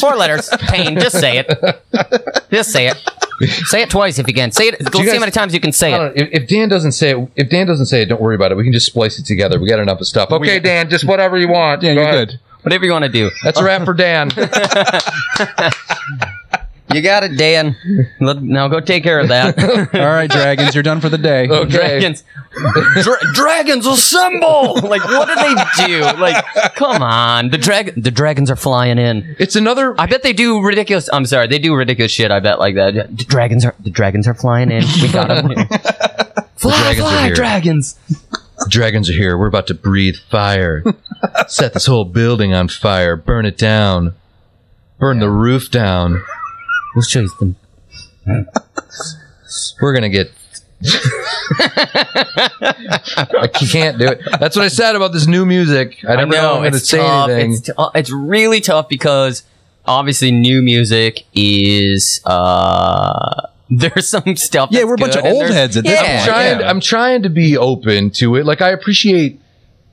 Speaker 1: Four letters. Pain. Just say it. Just say it. Say it twice if you can. Say it. Let's see how
Speaker 3: guys-
Speaker 1: many times you can say
Speaker 3: I
Speaker 1: it.
Speaker 3: don't know, if, if Dan doesn't say it, if Dan doesn't say it, don't worry about it. We can just splice it together. We got enough of stuff. Okay, Dan, just whatever you want.
Speaker 5: yeah
Speaker 3: Go
Speaker 5: you're
Speaker 3: ahead.
Speaker 5: good
Speaker 1: Whatever you want to do.
Speaker 3: That's a wrap for Dan.
Speaker 1: You got it, Dan. Let- now go take care of that.
Speaker 5: all right dragons you're done for the day
Speaker 3: Okay.
Speaker 1: Dragons. Dra- dragons assemble! like, what do they do? Like, come on. The drag the dragons are flying in.
Speaker 3: It's another.
Speaker 1: I bet they do ridiculous. I'm sorry, they do ridiculous shit. I bet like that. The dragons are the dragons are flying in. We got them. fly,
Speaker 3: dragons are
Speaker 1: fly,
Speaker 3: here.
Speaker 1: dragons!
Speaker 3: Dragons are here. We're about to breathe fire. Set this whole building on fire. Burn it down. Burn the roof down.
Speaker 1: We'll show you some.
Speaker 3: We're gonna get. like you can't do it. That's what I said about this new music. I
Speaker 1: I
Speaker 3: never know, I'm
Speaker 1: know
Speaker 3: gonna
Speaker 1: it's
Speaker 3: say
Speaker 1: tough.
Speaker 3: anything.
Speaker 1: It's, t- uh, it's really tough because obviously new music is uh there's some stuff.
Speaker 5: Yeah,
Speaker 1: that's
Speaker 5: we're a bunch
Speaker 1: good
Speaker 5: of
Speaker 1: and
Speaker 5: old
Speaker 1: there's-
Speaker 5: heads at this
Speaker 1: Yeah.
Speaker 5: point.
Speaker 3: trying
Speaker 5: Yeah.
Speaker 3: I'm trying to be open to it. Like I appreciate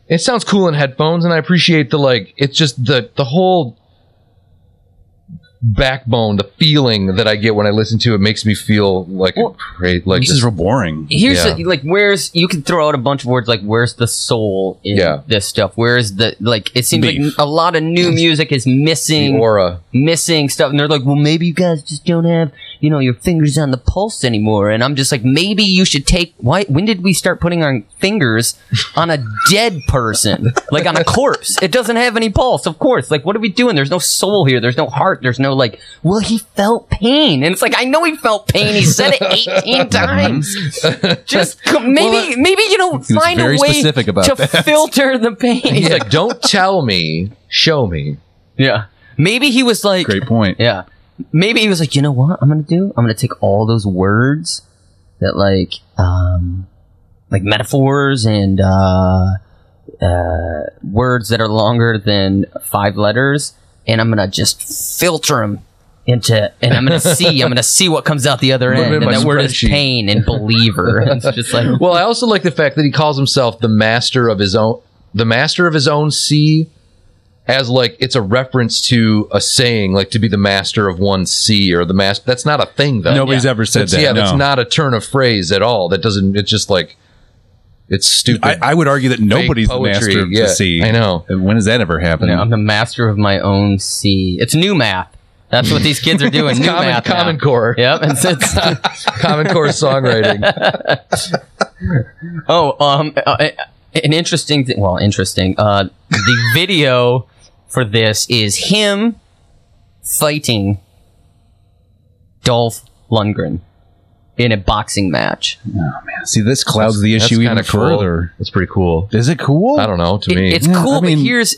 Speaker 3: it sounds cool in headphones and I appreciate the like it's just the the whole backbone, the feeling that I get when I listen to it makes me feel like a great like
Speaker 5: This is real boring.
Speaker 1: Here's
Speaker 3: Yeah.
Speaker 1: the- like where's you can throw out a bunch of words like where's the soul in
Speaker 3: Yeah.
Speaker 1: this stuff? Where's the like? It seems like
Speaker 5: Beef.
Speaker 1: a lot of new music is
Speaker 3: the
Speaker 1: missing
Speaker 3: aura.
Speaker 1: missing stuff and they're like well maybe you guys just don't have you know your fingers on the pulse anymore and i'm just like maybe you should take why when did we start putting our fingers on a dead person like on a corpse it doesn't have any pulse of course like what are we doing there's no soul here there's no heart there's no like well he felt pain and it's like i know he felt pain he said it 18 times just c- maybe maybe you don't
Speaker 5: was
Speaker 1: find
Speaker 5: very
Speaker 1: a way
Speaker 5: specific about
Speaker 1: to
Speaker 5: that.
Speaker 1: filter the pain
Speaker 3: Yeah,
Speaker 1: He's like,
Speaker 3: don't tell me, show me.
Speaker 1: yeah maybe he was like
Speaker 5: Great point.
Speaker 1: yeah. Maybe he was like, you know what I'm gonna do? I'm gonna take all those words that like um like metaphors and uh uh words that are longer than five letters and I'm gonna just filter them into and I'm gonna see I'm gonna see what comes out the other
Speaker 3: Put 'em
Speaker 1: end.
Speaker 3: in
Speaker 1: And
Speaker 3: my
Speaker 1: that word is
Speaker 3: spreadsheet.
Speaker 1: pain and believer. And it's just like
Speaker 3: Well, I also like the fact that he calls himself the master of his own the master of his own sea as like it's a reference to a saying like to be the master of one sea or the master that's not a thing though.
Speaker 5: Nobody's ever said
Speaker 3: That's-
Speaker 5: that.
Speaker 3: Yeah, that's
Speaker 5: no.
Speaker 3: not a turn of phrase at all. That doesn't. It's just like it's stupid.
Speaker 5: I, I would argue that nobody's the
Speaker 3: poetry,
Speaker 5: master of
Speaker 3: yeah.
Speaker 5: the sea.
Speaker 3: I know.
Speaker 5: When has that ever happened?
Speaker 1: I'm the master of my own sea. It's new math. That's what these kids are doing. new
Speaker 3: common
Speaker 1: math now.
Speaker 3: common core.
Speaker 1: Yep, and so it's,
Speaker 3: Common core songwriting.
Speaker 1: Oh, um, uh, an interesting thing. Well, interesting. Uh, the video for this is him fighting Dolph Lundgren in a boxing match.
Speaker 5: See, this clouds the
Speaker 3: That's
Speaker 5: issue even
Speaker 3: kinda cool.
Speaker 5: further.
Speaker 3: That's pretty cool.
Speaker 5: Is it cool?
Speaker 3: I don't know. To
Speaker 1: It-
Speaker 3: me,
Speaker 1: it's
Speaker 5: Yeah,
Speaker 1: cool,
Speaker 5: I
Speaker 1: but
Speaker 5: mean-
Speaker 1: here's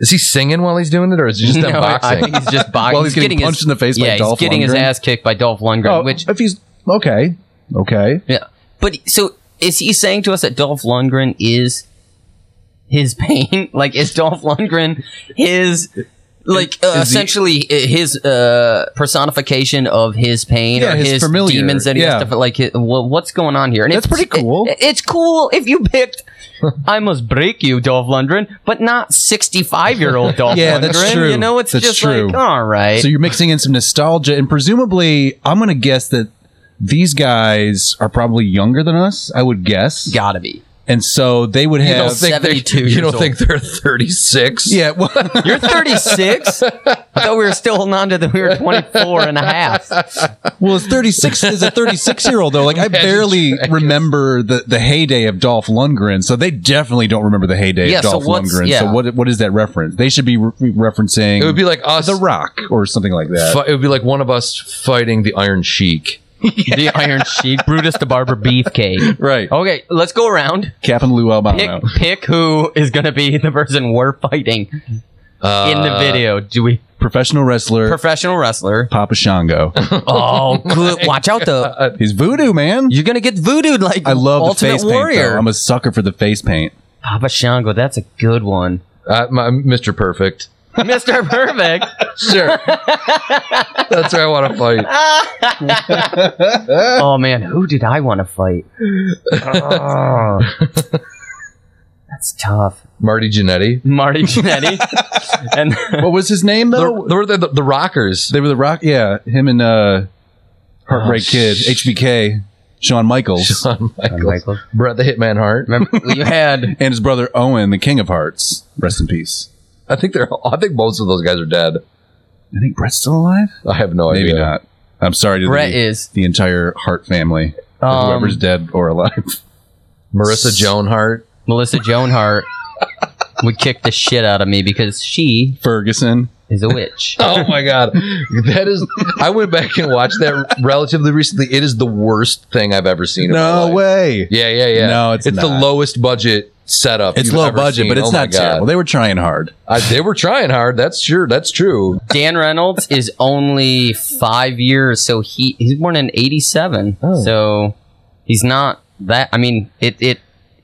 Speaker 3: is he singing while he's doing it, or is it just them
Speaker 1: no, I- I
Speaker 3: boxing?
Speaker 1: think he's just boxing.
Speaker 5: While he's getting punched
Speaker 1: his,
Speaker 5: in the face by
Speaker 1: yeah,
Speaker 5: Dolph
Speaker 1: he's getting his
Speaker 5: Lundgren?
Speaker 1: ass kicked by Dolph Lundgren.
Speaker 5: Oh,
Speaker 1: which
Speaker 5: if he's okay, okay.
Speaker 1: yeah, but so is he saying to us that Dolph Lundgren is his pain? like is Dolph Lundgren his? like uh,
Speaker 5: Is he-
Speaker 1: essentially i- his uh, personification of his pain
Speaker 5: Yeah,
Speaker 1: or
Speaker 5: his
Speaker 1: his,
Speaker 5: familiar,
Speaker 1: demons that he
Speaker 5: yeah.
Speaker 1: has to like hi- wha- what's going on here and
Speaker 5: That's
Speaker 1: it's-
Speaker 5: pretty cool.
Speaker 1: it- it's cool if you picked I must break you Dolph Lundgren but not 65 year old Dolph
Speaker 5: Yeah,
Speaker 1: Lundgren
Speaker 5: that's true.
Speaker 1: you know it's
Speaker 5: That's
Speaker 1: just
Speaker 5: true.
Speaker 1: like all right
Speaker 5: So you're mixing in some nostalgia, and presumably, I'm going to guess that these guys are probably younger than us. I would guess,
Speaker 1: gotta be
Speaker 5: and so they would
Speaker 3: you
Speaker 5: have.
Speaker 3: don't think they?
Speaker 1: 72
Speaker 3: You
Speaker 1: years
Speaker 3: don't
Speaker 1: old.
Speaker 3: think they're thirty six?
Speaker 5: yeah, well,
Speaker 1: you're 36 I thought we were still holding on to the we were 24 and a half
Speaker 5: well, it's 36 is a 36 year old though. Like I barely remember the, the heyday of Dolph Lundgren, so they definitely don't remember the heyday
Speaker 1: Yeah,
Speaker 5: of
Speaker 1: so
Speaker 5: Dolph
Speaker 1: what's-
Speaker 5: Lundgren. So
Speaker 1: yeah.
Speaker 5: what what is that reference? They should be re- referencing
Speaker 3: It would be like us.
Speaker 5: The Rock or something like that.
Speaker 3: fi- it would be like one of us fighting the Iron Sheik.
Speaker 1: the Iron Sheik Brutus the Barber Beefcake Oh,
Speaker 5: Right.
Speaker 1: okay let's go around
Speaker 5: Cap and Oh, Lou
Speaker 1: pick,
Speaker 5: Albano.
Speaker 1: pick who is going to be the person we're fighting
Speaker 3: Uh,
Speaker 1: in the video. Do we
Speaker 5: Professional wrestler
Speaker 1: professional wrestler?
Speaker 5: Papa Shango.
Speaker 1: Oh, good. watch out though.
Speaker 5: He's voodoo, man.
Speaker 1: You're going to get voodooed like
Speaker 5: I love
Speaker 1: Ultimate
Speaker 5: the face paint.
Speaker 1: Warrior.
Speaker 5: Though. I'm a sucker for the face paint.
Speaker 1: Papa Ah, Shango, that's a good one.
Speaker 3: Uh, my, Mr. Perfect.
Speaker 1: Mr. Perfect.
Speaker 3: Sure. That's where I want to fight.
Speaker 1: Oh man, who did I want to fight? Oh. That's tough.
Speaker 3: Marty Jannetty.
Speaker 1: Marty Jannetty. and
Speaker 5: What was his name
Speaker 3: The,
Speaker 5: though?
Speaker 3: the, the, the Rockers.
Speaker 5: they were the Rock. Yeah, him and uh, Heartbreak
Speaker 3: Oh,
Speaker 5: Kid, HBK, Shawn Michaels,
Speaker 3: Shawn Michaels.
Speaker 1: Michael.
Speaker 3: Brett the Hitman Hart.
Speaker 1: Remember you had
Speaker 5: and his brother Owen, the King of Hearts. Rest in peace.
Speaker 3: I think they're. all- I think most of those guys are dead.
Speaker 5: I think Brett's still alive.
Speaker 3: I have no
Speaker 5: Oh, Maybe
Speaker 3: idea.
Speaker 5: not. I'm sorry to
Speaker 1: Brett
Speaker 5: the,
Speaker 1: is
Speaker 5: the entire Hart family,
Speaker 1: um,
Speaker 5: whoever's dead or alive.
Speaker 3: Marissa Joan Hart.
Speaker 1: Melissa Joan Hart would kick the shit out of me because she
Speaker 5: Ferguson.
Speaker 1: is a witch.
Speaker 3: Oh my god, that is. I went back and watched that relatively recently. It is the worst thing I've ever seen. in my
Speaker 5: No
Speaker 3: life.
Speaker 5: way.
Speaker 3: Yeah, yeah, yeah.
Speaker 5: No, it's
Speaker 3: it's the
Speaker 5: not.
Speaker 3: lowest budget setup.
Speaker 5: It's
Speaker 3: you've
Speaker 5: low
Speaker 3: ever
Speaker 5: budget,
Speaker 3: seen.
Speaker 5: but it's
Speaker 3: Oh my
Speaker 5: not
Speaker 3: God.
Speaker 5: terrible. They were trying hard.
Speaker 3: I, they were trying hard. That's sure. That's true.
Speaker 1: Dan Reynolds is only five years, so he he's born in '87, so he's not that. I mean, it it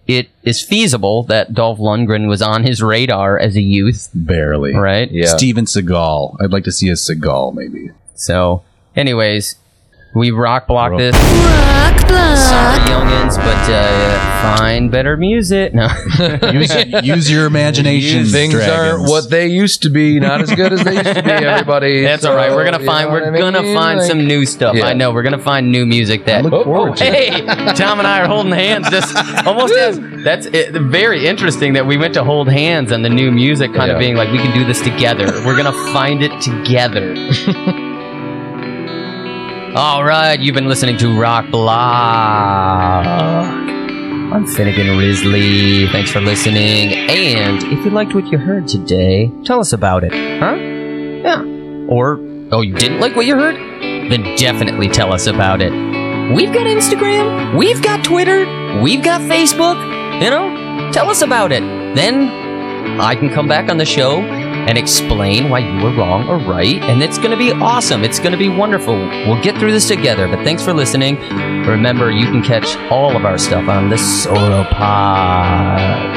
Speaker 1: it is feasible that Dolph Lundgren was on his radar as a youth,
Speaker 5: Barely.
Speaker 1: right?
Speaker 3: Yeah.
Speaker 5: Steven Seagal. I'd like to see a Seagal, maybe.
Speaker 1: So, anyways, we rock block
Speaker 5: Rock.
Speaker 1: this. Sorry, youngins, but uh, find better music. No,
Speaker 5: Use, use your imagination.
Speaker 3: Things
Speaker 5: dragons.
Speaker 3: aren't what they used to be. Not as good as they used to be. Everybody.
Speaker 1: that's all right. We're gonna find we're gonna find some Oh, new stuff.
Speaker 3: Yeah.
Speaker 1: I know we're gonna find new music that.
Speaker 5: Look forward to it.
Speaker 1: Hey, Tom and I are holding hands. Just almost as that's it, very interesting that we went to hold hands and the new music kind
Speaker 3: Yeah.
Speaker 1: of being like we can do this together. We're gonna find it together. All right, you've been listening to Rock Block. I'm Finnegan Risley. Thanks for listening. And if you liked what you heard today, tell us about it, huh? Yeah. Or oh, you didn't like what you heard? Then definitely tell us about it. We've got Instagram, we've got Twitter, we've got Facebook. You know, tell us about it. Then I can come back on the show and explain why you were wrong or right, and it's going to be awesome. It's going to be wonderful. We'll get through this together, but thanks for listening. Remember, you can catch all of our stuff on the Solo Pod.